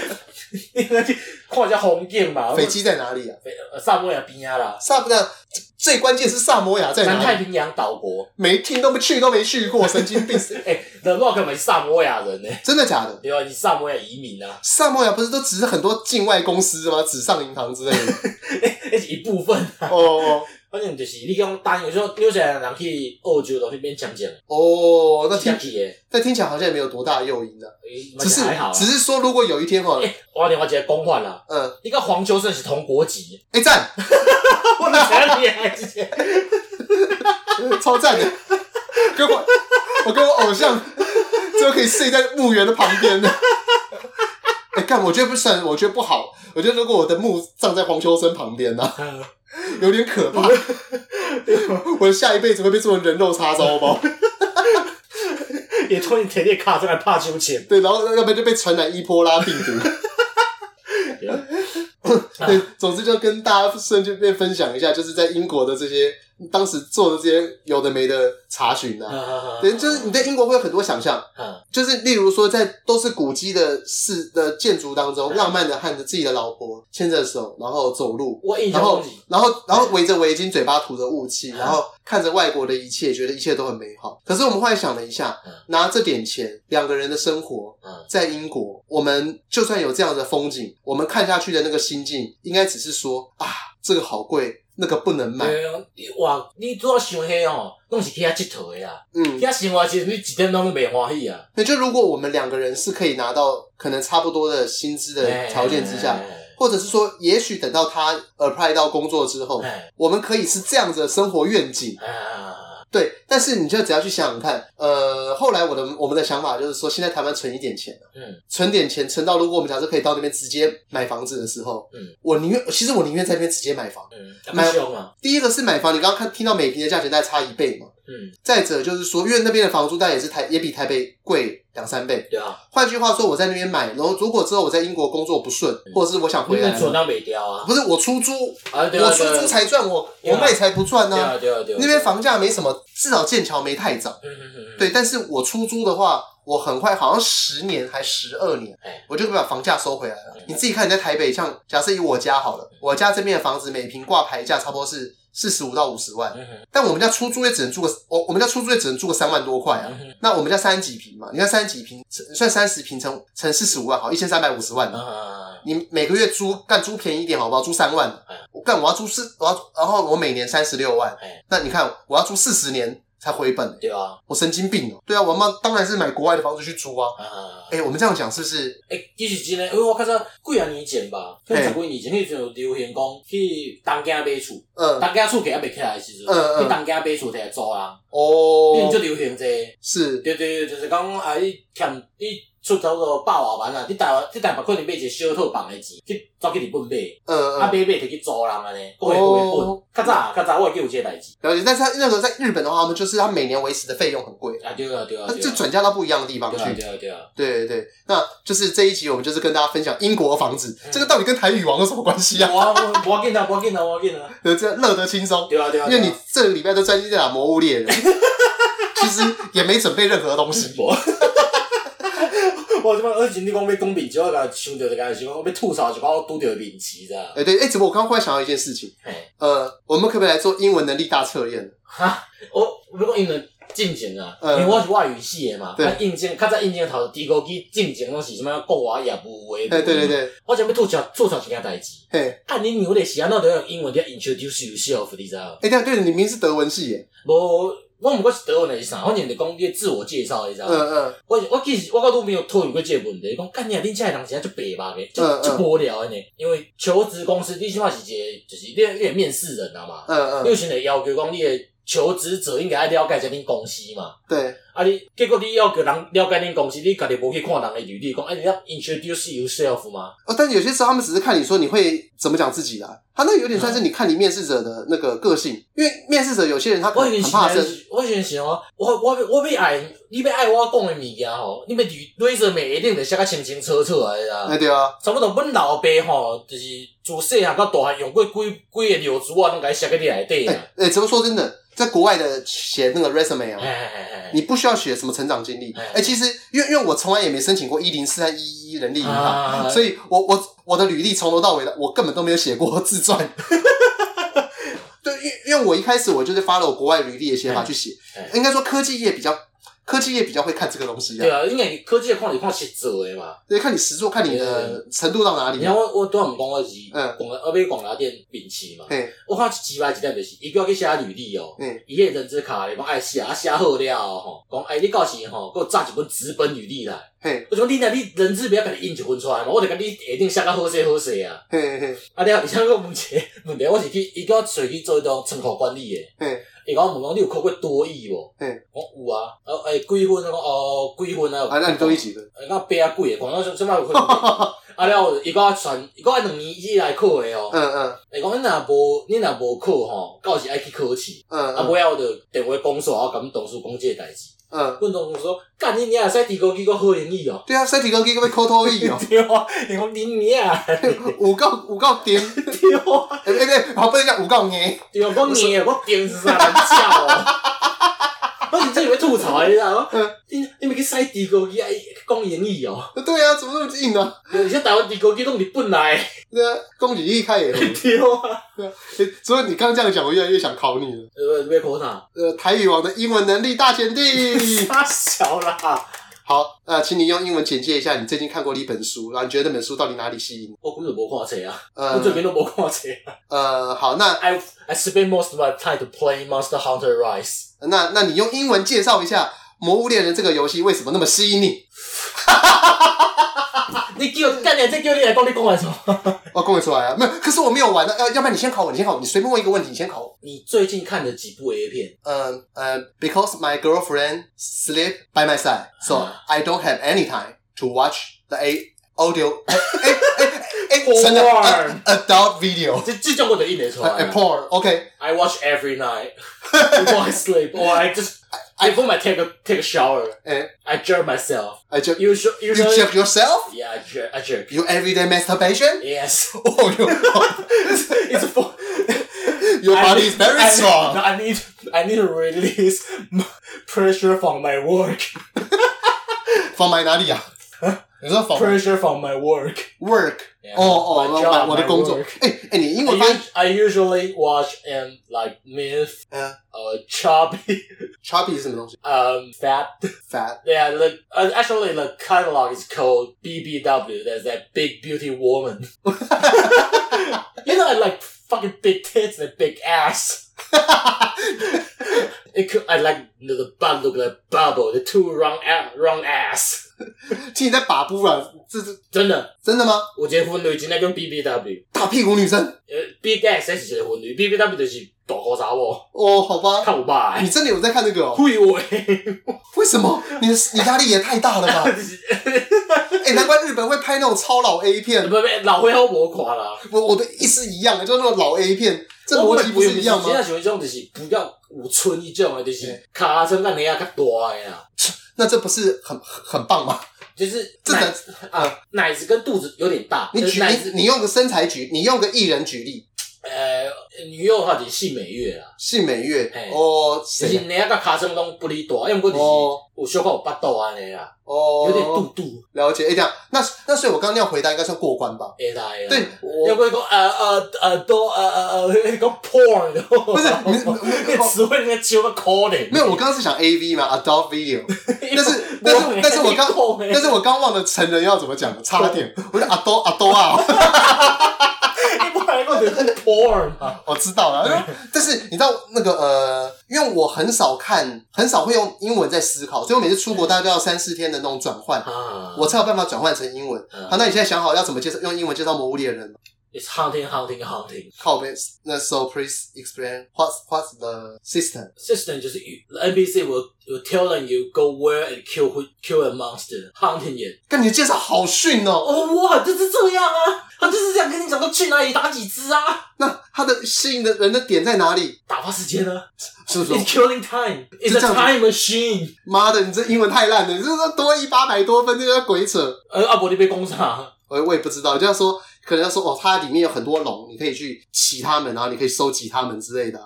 [SPEAKER 2] 你那去看一下风景嘛。
[SPEAKER 1] 斐济在哪里啊？
[SPEAKER 2] 斐、呃萨摩亚边啊啦，
[SPEAKER 1] 萨不那最关键是萨摩亚在
[SPEAKER 2] 南
[SPEAKER 1] 哪
[SPEAKER 2] 太
[SPEAKER 1] 里？
[SPEAKER 2] 平洋岛国。哎
[SPEAKER 1] 没听都没去都没去过，神经病！ [laughs]
[SPEAKER 2] 诶、The Rock 嘛是萨摩亚人呢、
[SPEAKER 1] 真的假的？
[SPEAKER 2] 对啊，你萨摩亚移民啊， [laughs]
[SPEAKER 1] 萨摩亚不是都只是很多境外公司吗？纸上银行之类
[SPEAKER 2] [laughs]
[SPEAKER 1] 的。
[SPEAKER 2] 那是一部分啊。 [laughs]
[SPEAKER 1] 哦
[SPEAKER 2] 反正就是你讲单，有时候纽西兰人去澳洲都去变签证，
[SPEAKER 1] 哦，那
[SPEAKER 2] 自己
[SPEAKER 1] 听
[SPEAKER 2] 去的，
[SPEAKER 1] 那听起来好像也没有多大诱因啊，
[SPEAKER 2] 呃
[SPEAKER 1] 只是
[SPEAKER 2] 还好啊。 [laughs]
[SPEAKER 1] 只是说如果有一天哦，
[SPEAKER 2] 诶我另外一个讲法啦，
[SPEAKER 1] 嗯，
[SPEAKER 2] 你跟黄秋生是同国籍，
[SPEAKER 1] [laughs] 哎赞，
[SPEAKER 2] 我哪想你还直接
[SPEAKER 1] 超赞的，跟我我跟我偶像就可以睡在墓园的旁边的。哎，干，我觉得不是，我觉得不好。我觉得如果我的墓葬在黄秋生旁边呢、啊，有点可怕。我的下一辈子会被做成人肉叉烧包。
[SPEAKER 2] [laughs] 也托你铁链卡出来怕秋千。
[SPEAKER 1] 对，然后要不然就被传染伊波拉病毒。对，总之就跟大家顺便分享一下，就是在英国的这些当时做的这些有的没的查询啊， [laughs] 对，就是
[SPEAKER 2] [laughs]
[SPEAKER 1] 你对英国会有很多想象，就是例如说在都是古迹的市的建筑当中，
[SPEAKER 2] 嗯
[SPEAKER 1] 浪漫的和着自己的老婆牵着手，然后走路。
[SPEAKER 2] 我印象
[SPEAKER 1] 然后
[SPEAKER 2] 中是，
[SPEAKER 1] 然后，然后围着围巾，嘴巴吐着雾气，
[SPEAKER 2] 嗯
[SPEAKER 1] 然后看着外国的一切，觉得一切都很美好。可是我们后来想了一下
[SPEAKER 2] 嗯，
[SPEAKER 1] 拿这点钱，两个人的生活
[SPEAKER 2] 嗯，
[SPEAKER 1] 在英国，我们就算有这样的风景，我们看下去的那个心境，应该只是说啊，这个好贵，那个不能买。
[SPEAKER 2] 对啊，你哇，你主要想迄哦，拢是去遐佚佗的啦，去
[SPEAKER 1] 嗯，
[SPEAKER 2] 遐生活其实你一点拢都袂欢喜啊。
[SPEAKER 1] 那就如果我们两个人是可以拿到可能差不多的薪资的条件之下，或者是说，也许等到他 apply 到工作之后，
[SPEAKER 2] 哎，
[SPEAKER 1] 我们可以是这样子的生活愿景。
[SPEAKER 2] 哎啊，
[SPEAKER 1] 对，但是你就只要去想想看，呃，后来我的我们的想法就是说，现在台湾存一点钱，啊
[SPEAKER 2] 嗯，
[SPEAKER 1] 存点钱，存到如果我们假设可以到那边直接买房子的时候，
[SPEAKER 2] 嗯，
[SPEAKER 1] 我宁愿，其实我宁愿在那边直接买房。
[SPEAKER 2] 嗯，
[SPEAKER 1] 买
[SPEAKER 2] 蛮凶啊，
[SPEAKER 1] 第一个是买房，你刚刚看听到每平的价钱大概差一倍嘛。
[SPEAKER 2] 嗯，
[SPEAKER 1] 再者就是说，因为那边的房租大概也是台也比台北贵两三倍。
[SPEAKER 2] 对啊，
[SPEAKER 1] 换句话说，我在那边买，然后如果之后我在英国工作不顺，或者是我想
[SPEAKER 2] 嗯你
[SPEAKER 1] 回来
[SPEAKER 2] 们存
[SPEAKER 1] 了，
[SPEAKER 2] 到袂掉啊，
[SPEAKER 1] 不是我出租，
[SPEAKER 2] 啊对啊，
[SPEAKER 1] 我出
[SPEAKER 2] 对啊
[SPEAKER 1] 租才赚，我
[SPEAKER 2] 对
[SPEAKER 1] 我
[SPEAKER 2] 啊
[SPEAKER 1] 卖才不赚
[SPEAKER 2] 对
[SPEAKER 1] 呢、
[SPEAKER 2] 啊对啊对啊，
[SPEAKER 1] 那边房价没什么，至少剑桥没太涨。
[SPEAKER 2] 嗯，嗯嗯嗯，
[SPEAKER 1] 对，但是我出租的话，我很快好像十年还十二年
[SPEAKER 2] 哎，
[SPEAKER 1] 我就可以把房价收回来
[SPEAKER 2] 嗯
[SPEAKER 1] 了。你自己看，你在台北，像假设以我家好了，我家这边的房子每平挂牌价差不多是四十五到五十万，
[SPEAKER 2] 嗯哼
[SPEAKER 1] 但我们家出租也只能住个我我们家出租也只能住个三万多块啊。
[SPEAKER 2] 嗯哼
[SPEAKER 1] 那我们家三十几平嘛，你看三十几平乘算三十平乘乘四十五万好，一千三百五十万啊。
[SPEAKER 2] 啊，
[SPEAKER 1] 你每个月租干租便宜一点好不好？租三万
[SPEAKER 2] 嗯，
[SPEAKER 1] 我干我要租四，我要然后我每年三十六万
[SPEAKER 2] 哎，
[SPEAKER 1] 那你看我要租四十年才回本，
[SPEAKER 2] 对啊，
[SPEAKER 1] 我神经病哦、对啊，我妈当然是买国外的房子去租啊。
[SPEAKER 2] 啊，
[SPEAKER 1] 哎、我们这样讲是不是？
[SPEAKER 2] 诶、其实真诶，因为我较早几啊年前吧，可能十几年前，迄阵有流行讲去东京买厝，
[SPEAKER 1] 嗯，
[SPEAKER 2] 东京厝价还袂起来的时阵，
[SPEAKER 1] 嗯嗯
[SPEAKER 2] 去东京买厝摕来租人，迄阵
[SPEAKER 1] 哦
[SPEAKER 2] 就，流行这个
[SPEAKER 1] 是，
[SPEAKER 2] 对对对，就是讲啊，你欠你出头个百外万啊，你台湾你台北可能买一个小套房的钱，去走去日本买，
[SPEAKER 1] 嗯嗯，
[SPEAKER 2] 啊买买摕去租人安尼，过会过
[SPEAKER 1] 哦
[SPEAKER 2] 会本。较早较早我会记有这个代志，
[SPEAKER 1] 了解。但是他那个在日本的话，他们就是他每年维持的费用很贵，
[SPEAKER 2] 啊对啊对啊
[SPEAKER 1] 他
[SPEAKER 2] 对啊，
[SPEAKER 1] 就转嫁到不一样的地方
[SPEAKER 2] 对啊
[SPEAKER 1] 去。
[SPEAKER 2] 对啊对啊，
[SPEAKER 1] 对对对，那就是这一集我们就是跟大家分享英国房子，
[SPEAKER 2] 嗯
[SPEAKER 1] 这个到底跟台语王有什么关系啊？
[SPEAKER 2] 我我我要紧啊我要紧啊我要紧啊，
[SPEAKER 1] 呃，这乐得轻松，
[SPEAKER 2] 对啊对啊，
[SPEAKER 1] 因
[SPEAKER 2] 对
[SPEAKER 1] 为
[SPEAKER 2] 啊
[SPEAKER 1] 你这个礼拜都专心在打《魔物猎
[SPEAKER 2] [laughs]
[SPEAKER 1] 人》，其实也没准备任何东西。
[SPEAKER 2] 我即摆我真你讲要讲面试，我甲想着一个想讲要吐槽一寡我拄着面试咋，
[SPEAKER 1] 哎、对，哎、只不过我刚刚忽然想到一件事情，
[SPEAKER 2] 嘿，
[SPEAKER 1] 呃，我们可不可以来做英文能力大测验？
[SPEAKER 2] 哈，我我要讲因为进前啊，因
[SPEAKER 1] 嗯
[SPEAKER 2] 为我是外语系的嘛，
[SPEAKER 1] 对
[SPEAKER 2] 啊，应征较早应征头第五期进前拢是什么国外业务诶，
[SPEAKER 1] 哎、对对，对，
[SPEAKER 2] 我想要吐槽吐槽一件代志，
[SPEAKER 1] 嘿，哎、
[SPEAKER 2] 啊，你牛的是安怎着用英文伫 introduce yourself，你知道？
[SPEAKER 1] 哎对啊对，你明明是德文系耶，
[SPEAKER 2] 无。我毋管是德文还是啥，反正就讲你的自我介绍，你知道
[SPEAKER 1] 嗯
[SPEAKER 2] 吗？
[SPEAKER 1] 嗯，
[SPEAKER 2] 我我其实我到都没有讨论过这个问题，讲干你啊，恁遮的人是啊就白吧的，就
[SPEAKER 1] 嗯嗯
[SPEAKER 2] 就无聊的呢。因为求职公司你起码是一个，就是你你的面试人啊嘛，
[SPEAKER 1] 嗯
[SPEAKER 2] 你
[SPEAKER 1] 嗯，
[SPEAKER 2] 有时会要求讲你的求职者应该爱了解一下恁公司嘛。
[SPEAKER 1] 对，
[SPEAKER 2] 啊你，结果你要求人了解恁公司，你家己无去看人的履历，讲哎、你要 introduce yourself 嘛？
[SPEAKER 1] 哦，但有些时候他们只是看你说你会怎么讲自己啦，他那个有点算
[SPEAKER 2] 嗯
[SPEAKER 1] 是你看你面试者的那个个性，因为面试者有些人他可
[SPEAKER 2] 我
[SPEAKER 1] 能
[SPEAKER 2] 以前
[SPEAKER 1] 很怕
[SPEAKER 2] 是来
[SPEAKER 1] 生，，
[SPEAKER 2] 我以前是哦，我我我要爱，你要爱我讲的物件吼，你要履对着每一定得写甲清清楚楚的啊
[SPEAKER 1] 哎、。对啊，
[SPEAKER 2] 差不多，阮老爸吼，就是自细汉到大汉用过几几个流珠啊，拢甲伊写个内底
[SPEAKER 1] 哎、
[SPEAKER 2] 啊。
[SPEAKER 1] 哎、只不过说真的，在国外的写那个 resume 啊、
[SPEAKER 2] 哎哎
[SPEAKER 1] 你不需要写什么成长经历。
[SPEAKER 2] 哎
[SPEAKER 1] 哎、其实因为因为我从来也没申请过一零四和一一人力银行，
[SPEAKER 2] 啊
[SPEAKER 1] 所以我我我的履历从头到尾的，我根本都没有写过 [laughs] 自传。对，因为因为我一开始我就是发了我国外履历的写法去写，
[SPEAKER 2] 哎
[SPEAKER 1] 应该说科技业比较科技业比较会看这个东西
[SPEAKER 2] 对
[SPEAKER 1] 啊，
[SPEAKER 2] 啊，因为科技的看你看实做的嘛。
[SPEAKER 1] 对，看你实作，看你的程度到哪
[SPEAKER 2] 你
[SPEAKER 1] 里啊
[SPEAKER 2] 看。我我拄仔毋讲我是
[SPEAKER 1] 嗯
[SPEAKER 2] 广我要广达店面试嘛，
[SPEAKER 1] 嘿，
[SPEAKER 2] 我看奇葩一点就是，伊叫我去写履历哦
[SPEAKER 1] 嗯，
[SPEAKER 2] 伊迄人资卡咧讲爱写，啊写好了吼，讲哎你到时吼，给我炸一本纸本履历来。
[SPEAKER 1] 嘿，
[SPEAKER 2] 我就讲你若你人资不要甲你印一份出来嘛，我就甲你下定写甲好势好势啊。
[SPEAKER 1] 嘿嘿，
[SPEAKER 2] 啊了，而且我问一个问题，我是去伊叫我找去做迄种仓库管理的。
[SPEAKER 1] 嘿，
[SPEAKER 2] 伊甲我问讲，你有考过多语无？
[SPEAKER 1] 嗯
[SPEAKER 2] 我讲有啊。啊，诶、几分？我讲哦，几分啊？
[SPEAKER 1] 啊，那你都一。几分？
[SPEAKER 2] 伊讲八啊几个，讲到什么有
[SPEAKER 1] [laughs]
[SPEAKER 2] 考？啊了，伊甲我传，伊甲我两年以来考的哦。
[SPEAKER 1] 嗯嗯
[SPEAKER 2] 伊讲你若无，你若无考吼，到时爱去考试。
[SPEAKER 1] 嗯
[SPEAKER 2] 啊，
[SPEAKER 1] 嗯
[SPEAKER 2] 尾仔我就电话讲煞，我甲阮同事讲即个代志。
[SPEAKER 1] 嗯，
[SPEAKER 2] 阮同事说，干你娘，使提高几个好英语哦。，
[SPEAKER 1] 对啊，身体跟可以被抠脱一哦
[SPEAKER 2] [laughs] 对啊，伊讲你娘，
[SPEAKER 1] 五告五告点，哎
[SPEAKER 2] 对啊，
[SPEAKER 1] 哎哎，好不能讲五告捏。
[SPEAKER 2] 对啊，我娘，我电视啥难笑哦。我是真以为吐槽的，你知道吗？
[SPEAKER 1] 嗯
[SPEAKER 2] 你你咪去使地沟机，讲英语哦。
[SPEAKER 1] [laughs] 对啊，怎么那么硬呢、啊？
[SPEAKER 2] 而且台湾地沟机拢日本来的，
[SPEAKER 1] 对啊，宫崎一开也会。
[SPEAKER 2] 对啊。
[SPEAKER 1] [laughs] 所以你刚刚这样讲，我越来越想考你了。
[SPEAKER 2] 呃，要考啥？
[SPEAKER 1] 呃，台语王的英文能力大检定。
[SPEAKER 2] 太小啦！
[SPEAKER 1] [laughs] 好，呃，请你用英文简介一下你最近看过的一本书，然后你觉得那本书到底哪里吸引你？
[SPEAKER 2] 我根本就无看册啊，我
[SPEAKER 1] 呃
[SPEAKER 2] 最近都无看册。
[SPEAKER 1] 呃，好，那
[SPEAKER 2] 啊 I I spend most of my time to play Monster Hunter Rise。
[SPEAKER 1] 那那你用英文介绍一下《魔物猎人》这个游戏为什么那么吸引你？
[SPEAKER 2] 你叫干你，这叫你来讲，你讲完什么？
[SPEAKER 1] 我跟我出来啊，没有，可是我没有玩的，要、要不然你先考我，你先考我，你随便问一个问题，你先考我。
[SPEAKER 2] 你最近看的几部 A 片？
[SPEAKER 1] 嗯呃，because Um, my girlfriend sleep by my side, so I don't have any time to watch the a audio 哎哎哎哎成了
[SPEAKER 2] Porn
[SPEAKER 1] adult video
[SPEAKER 2] 这这种我哦就印得出来
[SPEAKER 1] a
[SPEAKER 2] 啊。
[SPEAKER 1] porn [laughs] OK
[SPEAKER 2] I watch
[SPEAKER 1] [laughs]
[SPEAKER 2] every night before I sleep, or I just I before I take a take a shower.
[SPEAKER 1] 哎
[SPEAKER 2] I jerk myself.
[SPEAKER 1] I just Eh? you
[SPEAKER 2] You should you should.
[SPEAKER 1] jerk yourself
[SPEAKER 2] Yeah, I jerk. I jerk.
[SPEAKER 1] you everyday masturbation [laughs]
[SPEAKER 2] Yes, [laughs]
[SPEAKER 1] oh you
[SPEAKER 2] it's a for.
[SPEAKER 1] [laughs] your body is very
[SPEAKER 2] I need-
[SPEAKER 1] strong
[SPEAKER 2] I need I need to release [laughs] m- pressure from my work.
[SPEAKER 1] from my 哪里啊？你说 from
[SPEAKER 2] Pressure from my work.
[SPEAKER 1] work Eh, 哦哦，我
[SPEAKER 2] my job,
[SPEAKER 1] 我的工作
[SPEAKER 2] my work.，
[SPEAKER 1] 哎哎，你英
[SPEAKER 2] I,
[SPEAKER 1] 文发音
[SPEAKER 2] us- I usually watch and like myth,
[SPEAKER 1] 嗯
[SPEAKER 2] uh, chubby,
[SPEAKER 1] ，chubby 是什么东西
[SPEAKER 2] [laughs] um, fat.
[SPEAKER 1] ？fat [laughs]
[SPEAKER 2] Yeah, look, uh, actually the catalog is called BBW. There's that big beauty woman. you know, I like fucking big tits and big ass. It could, I like you know, the butt look like bubble, the two round a- round ass.
[SPEAKER 1] 其实你在把不软，这是
[SPEAKER 2] 真的，
[SPEAKER 1] 真的吗？
[SPEAKER 2] 我结婚女真系跟 BBW，
[SPEAKER 1] 大屁股女生
[SPEAKER 2] 呃，big ass 先是结婚女，BBW 就是大个查某，
[SPEAKER 1] 哦，好吧，
[SPEAKER 2] 看我爸
[SPEAKER 1] 你，真的有在看这个哦？
[SPEAKER 2] 会我，
[SPEAKER 1] 为什么？你的你压力也太大了吧？
[SPEAKER 2] [laughs]
[SPEAKER 1] 哎，难怪日本会拍那种超老 A 片
[SPEAKER 2] 不，不，老会好无看啦。
[SPEAKER 1] 我我的意思一样，就那种老 A 片，这
[SPEAKER 2] 我
[SPEAKER 1] 逻
[SPEAKER 2] 本
[SPEAKER 1] 辑不是一样吗
[SPEAKER 2] 现？在喜欢这种就是不要有春一种的，啊就是卡身咱你啊较大的啦，
[SPEAKER 1] 那这不是很很很棒吗？
[SPEAKER 2] 就是
[SPEAKER 1] 这
[SPEAKER 2] 奶
[SPEAKER 1] 男
[SPEAKER 2] 啊奶子跟肚子有点大，
[SPEAKER 1] 你
[SPEAKER 2] 但
[SPEAKER 1] 举
[SPEAKER 2] 是奶子
[SPEAKER 1] 你你用个身材举，你用个艺人举例，
[SPEAKER 2] 呃女友的话就是性美月啦，
[SPEAKER 1] 信美月
[SPEAKER 2] 哎
[SPEAKER 1] 哦，
[SPEAKER 2] 就是
[SPEAKER 1] 谁？
[SPEAKER 2] 你啊个卡身拢不离大，要么过就是
[SPEAKER 1] 哦
[SPEAKER 2] 有小可有巴肚安尼啦，
[SPEAKER 1] 哦，
[SPEAKER 2] 有点肚肚，
[SPEAKER 1] 了解。哎，这样，那那所以我刚刚那样回答应该算过关吧？
[SPEAKER 2] 会啦会啦。
[SPEAKER 1] 对，
[SPEAKER 2] 要
[SPEAKER 1] 我
[SPEAKER 2] 不讲呃呃呃都呃呃呃讲 porn，
[SPEAKER 1] 不是你
[SPEAKER 2] [laughs] 那词汇应该只有个 calling，
[SPEAKER 1] 没有，
[SPEAKER 2] [laughs]
[SPEAKER 1] 我刚刚是想 A V 嘛，adult video，但
[SPEAKER 2] 哎
[SPEAKER 1] 是但是但是
[SPEAKER 2] [laughs]
[SPEAKER 1] 我刚但是我刚忘了成人要怎么讲，差点，我就阿多阿多啊。
[SPEAKER 2] 你 [laughs] 不然我就是 porn 嘛。
[SPEAKER 1] 我知道了，但是你知道那个呃，因为我很少看，很少会用英文在思考，所以我每次出国大概都要三四天的那种转换，
[SPEAKER 2] 啊，
[SPEAKER 1] 我才有办法转换成英文。
[SPEAKER 2] 嗯
[SPEAKER 1] 好，那你现在想好要怎么介绍用英文介绍《魔物猎人》吗？
[SPEAKER 2] It's hunting, hunting, hunting.
[SPEAKER 1] 靠背，那 so please explain what what's the system？
[SPEAKER 2] System 就是 the NPC will will telling you go where and kill who- kill a monster, hunting it.
[SPEAKER 1] 跟你的介绍好逊哦，
[SPEAKER 2] 哦哇，就是这样啊，他就是这样跟你讲说去哪里打几只啊，
[SPEAKER 1] 那它的吸引的人的点在哪里？
[SPEAKER 2] 打发时间啊。
[SPEAKER 1] 是不
[SPEAKER 2] It's
[SPEAKER 1] 是？
[SPEAKER 2] killing time. It's
[SPEAKER 1] 就
[SPEAKER 2] a
[SPEAKER 1] 这样子
[SPEAKER 2] time machine.
[SPEAKER 1] 妈的，你这英文太烂了，你这是多一八百多分，这个鬼扯。
[SPEAKER 2] 呃，阿伯你被攻杀，
[SPEAKER 1] 我我也不知道，就像说，可能要说哦，它里面有很多龙，你可以去骑它们，然后你可以收集它们之类的啊。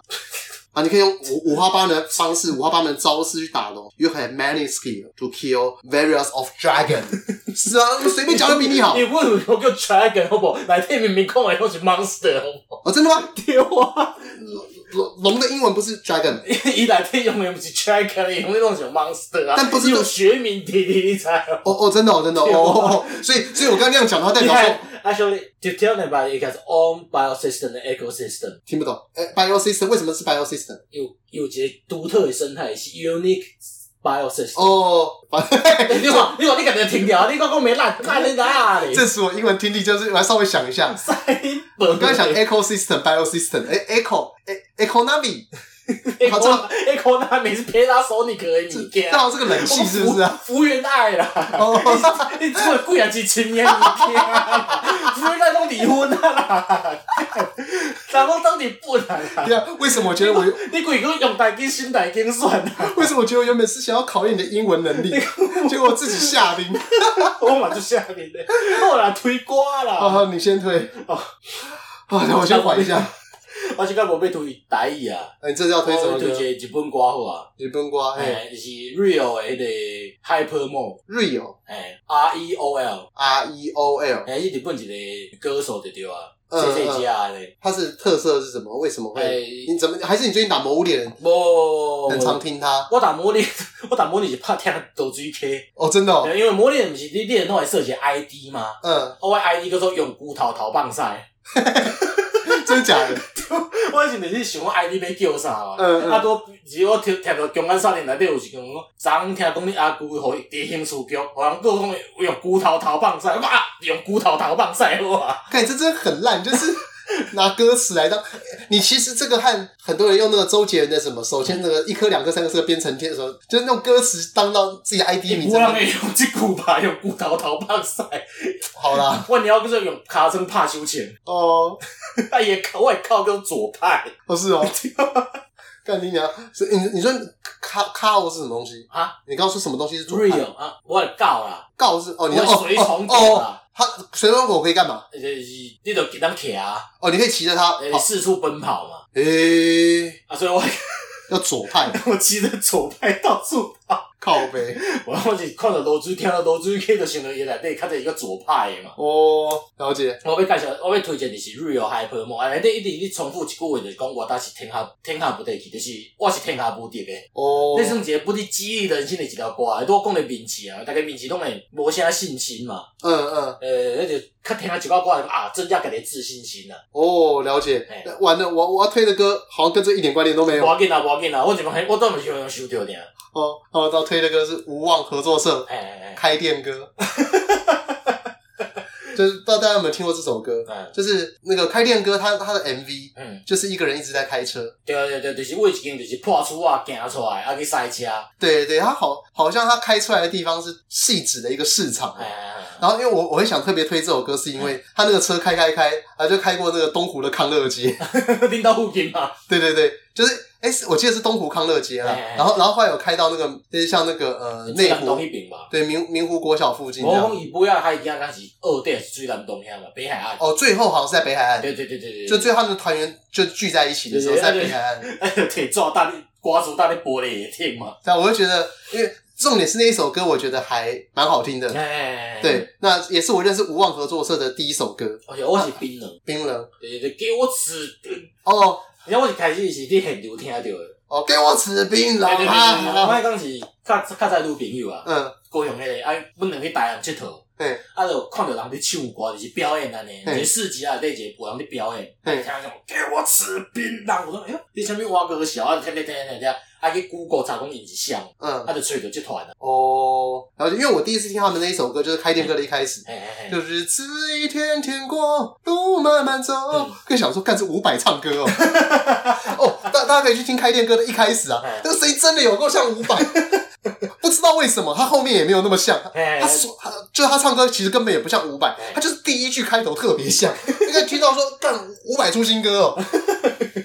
[SPEAKER 1] 啊，你可以用五五花八门的方式、五花八门的招式去打龙。You have many skill to kill various of dragon 。 [laughs] 是啊，我随便讲都比你好
[SPEAKER 2] [laughs] 你。为什么有个 dragon 好不好？来天明明空来都是 monster 好 [laughs] 不好？
[SPEAKER 1] 哦，真的吗？
[SPEAKER 2] 对啊，
[SPEAKER 1] 龙龙的英文不是 dragon，
[SPEAKER 2] 伊来天用的不是 dragon，用的拢是 monster 啊。
[SPEAKER 1] 但不是
[SPEAKER 2] 有学名弟弟，你知道吗
[SPEAKER 1] 哦哦，真的哦，真的哦哦。哦所以，所以我刚刚那样讲的话，代表说
[SPEAKER 2] Yeah, [laughs] actually, to tell them about it, it has own biosystem and ecosystem.
[SPEAKER 1] 听不懂。哎，biosystem 为什么是 biosystem？
[SPEAKER 2] 有有一个独特的生态系，unique biosystem。
[SPEAKER 1] 哦，反
[SPEAKER 2] [laughs] 你讲，你讲，你感觉停掉，你讲讲没烂，烂在哪
[SPEAKER 1] [laughs]
[SPEAKER 2] 里？
[SPEAKER 1] 这是我英文听力，就是我要稍微想一下。
[SPEAKER 2] 塞本。我
[SPEAKER 1] 我刚才想哎 ecosystem biosystem，哎、e c o e economy，
[SPEAKER 2] 哎，
[SPEAKER 1] 好
[SPEAKER 2] 好
[SPEAKER 1] 这
[SPEAKER 2] 像哎，口那没是 Panasonic 的物件
[SPEAKER 1] 正。好是个冷系是不是啊？
[SPEAKER 2] 服？服务员爱啦，
[SPEAKER 1] 哦，
[SPEAKER 2] [laughs] 你你做贵啊几千年物件啊，服务员爱拢离婚啊啦，人拢当你笨啊啦
[SPEAKER 1] 对，啊，为什么我觉得
[SPEAKER 2] [laughs]
[SPEAKER 1] 我
[SPEAKER 2] 你鬼个用大金心大金算啊！
[SPEAKER 1] 为什么我觉得我原本是想要考验你的英文能
[SPEAKER 2] [laughs]
[SPEAKER 1] 力，结果我自己下令。
[SPEAKER 2] 我嘛就下面的，我啦推歌
[SPEAKER 1] 好
[SPEAKER 2] 啦，
[SPEAKER 1] 好，你先推。
[SPEAKER 2] 哦
[SPEAKER 1] 啊，等我先缓一下。
[SPEAKER 2] 我是较无要推台语啊，
[SPEAKER 1] 哎你这是要
[SPEAKER 2] 我
[SPEAKER 1] 推什么
[SPEAKER 2] 要推
[SPEAKER 1] 歌？
[SPEAKER 2] 一个日本歌好啊，
[SPEAKER 1] 日本瓜，哎、
[SPEAKER 2] 诶，就是 Real 诶迄个 Hyper Mole，
[SPEAKER 1] ，Real
[SPEAKER 2] 诶，R E O L，
[SPEAKER 1] R E O L，
[SPEAKER 2] 诶，伊日本一个歌手就对啊，哎
[SPEAKER 1] 嗯
[SPEAKER 2] 谢谢家咧，
[SPEAKER 1] 它是特色是什么？为什么会？
[SPEAKER 2] 诶，
[SPEAKER 1] 你怎么？还是你最近打《魔物猎
[SPEAKER 2] 哦
[SPEAKER 1] 人》
[SPEAKER 2] 无，
[SPEAKER 1] 很常听它？
[SPEAKER 2] 我打魔力， [laughs] 我打魔力是怕听抖水 K，
[SPEAKER 1] 哦，真的哦，
[SPEAKER 2] 因为魔力毋是你练拢会设一个 ID 嘛，
[SPEAKER 1] 嗯，
[SPEAKER 2] 我的 ID 叫做用骨头头棒赛。
[SPEAKER 1] 真的假的？
[SPEAKER 2] 我以前就是想我 ID 要叫啥嘛，
[SPEAKER 1] 嗯嗯
[SPEAKER 2] 啊都是我听听到《中安少年》内底有一讲，昨昏听讲你阿姑互伫兴趣局，互人告讲用骨头头棒赛，我讲啊用骨头头棒赛好啊，
[SPEAKER 1] 看，这真的很烂，就是 [laughs] 拿歌词来当。你其实这个和很多人用那个周杰伦的什么，首先那个一颗、两颗、三颗、四颗编成天的时候，就是那种歌词当到自己的 ID 名
[SPEAKER 2] 无
[SPEAKER 1] 字。
[SPEAKER 2] 人会用即句吧，用骨头头棒赛，
[SPEAKER 1] [laughs] 好啦，
[SPEAKER 2] 我你要就是用卡针拍手枪，
[SPEAKER 1] 哦，
[SPEAKER 2] 啊也靠我也靠个左派
[SPEAKER 1] 不是哦。干你娘！是你你说卡卡欧是什么东西？
[SPEAKER 2] 啊
[SPEAKER 1] 你刚刚说什么东西是左派？
[SPEAKER 2] real 啊，我也告啦，
[SPEAKER 1] 告是哦，
[SPEAKER 2] 我
[SPEAKER 1] 你的
[SPEAKER 2] 也
[SPEAKER 1] 哦
[SPEAKER 2] 随从
[SPEAKER 1] 哦哦
[SPEAKER 2] 狗
[SPEAKER 1] 哦，
[SPEAKER 2] 啦，
[SPEAKER 1] 他随从狗可以干嘛？
[SPEAKER 2] 就是你就给人骑啊，
[SPEAKER 1] 哦，你可以骑着它。
[SPEAKER 2] 你
[SPEAKER 1] 哦
[SPEAKER 2] 四处奔跑嘛，
[SPEAKER 1] 诶，
[SPEAKER 2] 啊所以我
[SPEAKER 1] 要左派。
[SPEAKER 2] 我骑着左派到处跑。
[SPEAKER 1] 靠背。
[SPEAKER 2] 我我是看到罗水，听到罗水歌，就想到伊内底较侪一个左派的嘛。
[SPEAKER 1] 哦，了解。
[SPEAKER 2] 我要介绍，我要推荐的是 Real Hyper Mo，啊，内底一直一直重复一句话，就是讲我当是天下天下无敌去，就是我是天下无敌的。
[SPEAKER 1] 哦
[SPEAKER 2] 这，算一个不哩激励人心的一条歌，拄讲的面试啊，大家面试拢会无啥信心嘛。
[SPEAKER 1] 嗯嗯，
[SPEAKER 2] 呃，迄就较听啊一挂歌啊，增加家己的自信心啊。
[SPEAKER 1] 哦，了解
[SPEAKER 2] 哎。
[SPEAKER 1] 那完了，我我要推的歌好像跟这一点关联都没
[SPEAKER 2] 无
[SPEAKER 1] 有。
[SPEAKER 2] 要紧啊，无要紧啊，我一帮我都毋是用收啊着尔。
[SPEAKER 1] 哦，那我要推的歌是无望合作社
[SPEAKER 2] 哎哎哎，
[SPEAKER 1] 开店歌， [laughs] 就是不知道大家有没有听过这首歌？
[SPEAKER 2] 嗯
[SPEAKER 1] 就是那个开店歌，它它的 MV
[SPEAKER 2] 嗯，
[SPEAKER 1] 就是一个人一直在开车。
[SPEAKER 2] 对对对，就是我有一间就是破厝啊，行出来啊去塞车，哎
[SPEAKER 1] 对对，它好好像它开出来的地方是细致的一个市场。
[SPEAKER 2] 哎哎，
[SPEAKER 1] 然后，因为我我会想特别推这首歌，是因为他那个车开开开啊，就开过那个东湖的康乐街。
[SPEAKER 2] [laughs] 恁兜附近嘛，
[SPEAKER 1] 对对对，就是哎，是我记得是东湖康乐街啦
[SPEAKER 2] 哎哎哎。
[SPEAKER 1] 然后，然后后来有开到那个，就是像那个呃内
[SPEAKER 2] 东
[SPEAKER 1] 湖，
[SPEAKER 2] 迄边嘛。
[SPEAKER 1] 对明明湖国小附近这
[SPEAKER 2] 我
[SPEAKER 1] 样
[SPEAKER 2] 讲。伊尾啊，海行敢是二店是水南东遐嘛，北海岸。
[SPEAKER 1] 哦，最后好像是在北海岸，
[SPEAKER 2] 对对对对对，
[SPEAKER 1] 就
[SPEAKER 2] [laughs]
[SPEAKER 1] 最后他们的团员就聚在一起的时候，
[SPEAKER 2] 对对
[SPEAKER 1] 在
[SPEAKER 2] 对
[SPEAKER 1] 北海岸。
[SPEAKER 2] 摕纸搭咧，刮纸搭咧玻璃也听嘛。
[SPEAKER 1] 但我就觉得，因为重点是那一首歌，我觉得还蛮好听的。
[SPEAKER 2] 哎，
[SPEAKER 1] [laughs] 对，那也是我认识无望合作社的第一首歌
[SPEAKER 2] 而且哎我是槟榔，
[SPEAKER 1] 《冰冷》。
[SPEAKER 2] 对对，给我吃，
[SPEAKER 1] 哦
[SPEAKER 2] 你看我一开始是伫现场听着的。
[SPEAKER 1] 哦，给我吃槟榔
[SPEAKER 2] 对对对对对，
[SPEAKER 1] 啊！
[SPEAKER 2] 我讲是较较早女朋友啊，
[SPEAKER 1] 嗯，
[SPEAKER 2] 高雄迄个，啊，阮两个去台南佚佗，
[SPEAKER 1] 对，
[SPEAKER 2] 啊，就看着人伫唱歌，就是表演安尼，一
[SPEAKER 1] 嘿
[SPEAKER 2] 个市集啊，底一个有人伫表演，啊
[SPEAKER 1] 嘿
[SPEAKER 2] 听讲给我吃槟榔，我说哎呦，你啥物歌歌小啊，听听听听听，啊去 Google 查讲伊是啥，
[SPEAKER 1] 嗯，
[SPEAKER 2] 啊就找着即团啊，
[SPEAKER 1] 哦，然后因为我第一次听他们那一首歌，就是开店歌的一开始，
[SPEAKER 2] 嘿嘿嘿，
[SPEAKER 1] 就日子一天天过，路慢慢走
[SPEAKER 2] 嗯。
[SPEAKER 1] 更想说，干这伍佰唱歌哦， [laughs] 哦，大大家可以去听开店歌的一开始啊
[SPEAKER 2] 嗯，
[SPEAKER 1] 那个声音真的有够像伍佰， [laughs] 不知道为什么他后面也没有那么像，
[SPEAKER 2] 嘿
[SPEAKER 1] 他说他就是他唱歌其实根本也不像伍佰
[SPEAKER 2] 对，
[SPEAKER 1] 他就是第一句开头特别像， [laughs] 应该听到说干伍佰出新歌哦，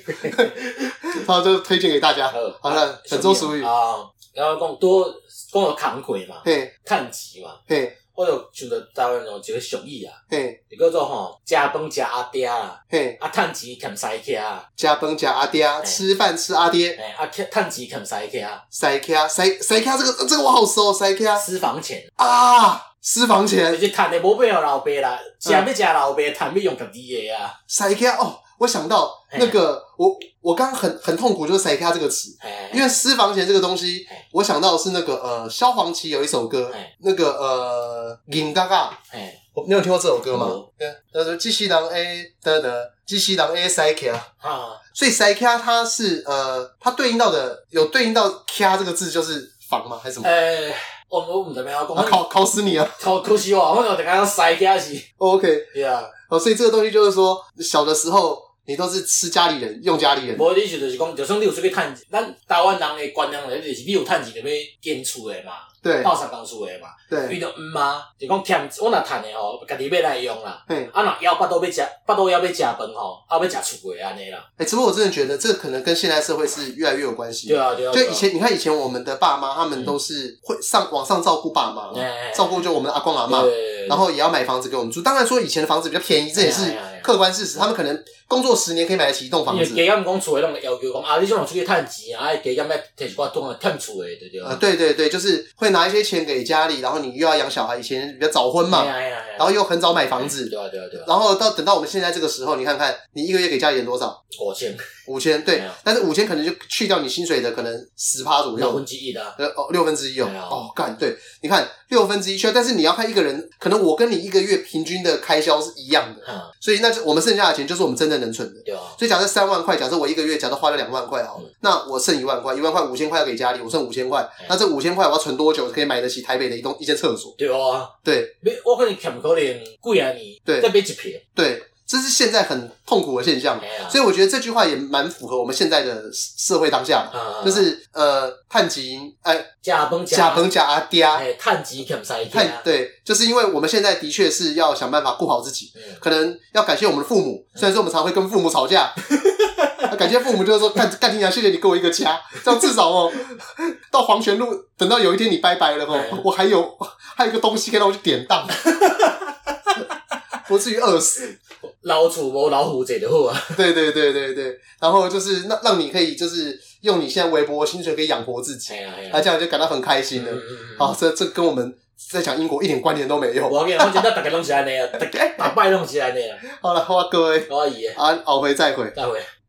[SPEAKER 1] [laughs] 然后就推荐给大家。
[SPEAKER 2] 嗯
[SPEAKER 1] 好了，本周俗语，
[SPEAKER 2] 啊，然后讲多讲到工课嘛，
[SPEAKER 1] 嘿
[SPEAKER 2] 趁钱嘛，
[SPEAKER 1] 嘿
[SPEAKER 2] 我就想着台湾有一个俗语啊，
[SPEAKER 1] 嘿
[SPEAKER 2] 就叫做吼，食饭食阿爹啦。
[SPEAKER 1] 嘿，
[SPEAKER 2] 啊，趁钱欠西客啊，
[SPEAKER 1] 加崩加阿爹，啊吃饭吃阿爹，
[SPEAKER 2] 哎，啊，欠趁钱欠西客啊，
[SPEAKER 1] 塞卡塞塞卡这个这个我好熟，塞卡
[SPEAKER 2] 私房钱，
[SPEAKER 1] 啊，私房
[SPEAKER 2] 就
[SPEAKER 1] 钱
[SPEAKER 2] 是趁的无必要老爸啦，食要食老爸，趁要用家己的啊，
[SPEAKER 1] 塞卡哦，我想到
[SPEAKER 2] 哎
[SPEAKER 1] 那个我我刚刚很很痛苦，就是塞卡这个词，
[SPEAKER 2] 哎，
[SPEAKER 1] 因为私房钱这个东西
[SPEAKER 2] 哎，
[SPEAKER 1] 我想到的是那个呃，萧煌奇有一首歌
[SPEAKER 2] 哎，
[SPEAKER 1] 那个呃，银嘎嘎，
[SPEAKER 2] 哎，
[SPEAKER 1] 我你有听过这首歌吗
[SPEAKER 2] 有？
[SPEAKER 1] 对，他说机器人 A 的的机器人 A 塞卡，
[SPEAKER 2] 啊，
[SPEAKER 1] 所以塞卡它是呃，它对应到的有对应到卡这个字就是房吗？还是什么？
[SPEAKER 2] 诶，呃我哎我毋知咩讲，
[SPEAKER 1] 啊考考死你啊
[SPEAKER 2] 好可惜哦，我就突然西客是，
[SPEAKER 1] ！OK，
[SPEAKER 2] 对啊，
[SPEAKER 1] 哦，所以这个东西就是说，小的时候你都是吃家里人，用家里人。
[SPEAKER 2] 无你思就是讲，就算你有出去趁，咱台湾人的观念就是你有趁钱就要建厝的嘛，
[SPEAKER 1] 对
[SPEAKER 2] 到三工厝的嘛，伊
[SPEAKER 1] 对，
[SPEAKER 2] 就毋啊，就讲欠，我若趁的吼，家己要来用啦。
[SPEAKER 1] 嘿，
[SPEAKER 2] 啊，若腰巴肚要食，巴肚枵要食饭吼，啊要食厝的安尼啦。
[SPEAKER 1] 哎，只不过我真的觉得这个可能跟现代社会是越来越有关系。
[SPEAKER 2] 对啊，对啊。
[SPEAKER 1] 就
[SPEAKER 2] 对啊嗯
[SPEAKER 1] 以，前，你看以前我们的爸妈，他们都是会上往上照顾爸妈，
[SPEAKER 2] 哎
[SPEAKER 1] 照顾就我们的阿公阿妈，
[SPEAKER 2] 对
[SPEAKER 1] 然后也要买房子给我们住。当然说以前的房子比较便宜，这也
[SPEAKER 2] 哎
[SPEAKER 1] 是
[SPEAKER 2] 呀哎呀
[SPEAKER 1] 客观事实。他们可能工作十年可以买得起一栋
[SPEAKER 2] 因
[SPEAKER 1] 房
[SPEAKER 2] 为
[SPEAKER 1] 子，
[SPEAKER 2] 加减讲厝的拢会要求讲啊，你种若出去趁钱啊，加减要摕一寡当
[SPEAKER 1] 啊
[SPEAKER 2] 来趁厝的，对对。
[SPEAKER 1] 呃，对对对，就是会拿一些钱给家里，然后你又要养小孩，以前比较早婚嘛，
[SPEAKER 2] 哎呀哎呀
[SPEAKER 1] 然后又很早买房子，
[SPEAKER 2] 对啊对啊对啊，
[SPEAKER 1] 然后到等到我们现在这个时候，你看看你一个月给家里人多少？
[SPEAKER 2] 五千
[SPEAKER 1] 五千，
[SPEAKER 2] 哎
[SPEAKER 1] 对
[SPEAKER 2] 呀，
[SPEAKER 1] 但是五千可能就去掉你薪水的可能十趴左
[SPEAKER 2] 六
[SPEAKER 1] 右
[SPEAKER 2] 分，之一的啊，
[SPEAKER 1] 呃哦，六分之一哦
[SPEAKER 2] 哎，呀
[SPEAKER 1] 哦干对，你看六分之一去，但是你要看一个人，可能我跟你一个月平均的开销是一样的，
[SPEAKER 2] 哈，
[SPEAKER 1] 所以那就我们剩下的钱就是我们真正能存的。
[SPEAKER 2] 对啊，
[SPEAKER 1] 所以假设三万块，假设我一个月假设花了两万块好了，那我剩一万块，一万块五千块要给家里，我剩五千块
[SPEAKER 2] 嗯，
[SPEAKER 1] 那这五千块我要存多久可以买得起台北的一栋一间厕所？
[SPEAKER 2] 对啊。
[SPEAKER 1] 对
[SPEAKER 2] 要我可能欠可能几啊年，
[SPEAKER 1] 对
[SPEAKER 2] 再买一平，
[SPEAKER 1] 对，这是现在很痛苦的现象
[SPEAKER 2] 哎，呀
[SPEAKER 1] 所以我觉得这句话也蛮符合我们现在的社会当下，
[SPEAKER 2] 啊，
[SPEAKER 1] 就是呃，探及哎，
[SPEAKER 2] 食饭食
[SPEAKER 1] 假朋假阿爹，啊
[SPEAKER 2] 哎，趁钱欠西客
[SPEAKER 1] 探
[SPEAKER 2] 啊，
[SPEAKER 1] 对，就是因为我们现在的确是要想办法顾好自己，
[SPEAKER 2] 嗯
[SPEAKER 1] 可能要感谢我们的父母，虽然说我们常会跟父母吵 [laughs] 架，那感谢父母就是说干干你娘，谢谢你给我一个家，这样至少哦，到黄泉路等到有一天你拜拜了哦
[SPEAKER 2] 对，
[SPEAKER 1] 我还有还有一个东西可以让我去典 [laughs] 当，不至于饿死。
[SPEAKER 2] 老厝无老虎者就好啊，
[SPEAKER 1] [laughs] 对对对对对，然后就是那让你可以就是用你现在微薄的薪水可以养活自己，
[SPEAKER 2] 哎呀哎呀
[SPEAKER 1] 他，这样就感到很开心了。
[SPEAKER 2] 嗯嗯嗯
[SPEAKER 1] 啊好，这这跟我们在讲英国一点关联都没有。
[SPEAKER 2] 我跟你讲，真的大家哎拢是安尼啊，大家大摆拢是安尼啊，
[SPEAKER 1] 好了，好啊各位
[SPEAKER 2] 我阿姨的，
[SPEAKER 1] 啊，熬回再回。
[SPEAKER 2] 待会。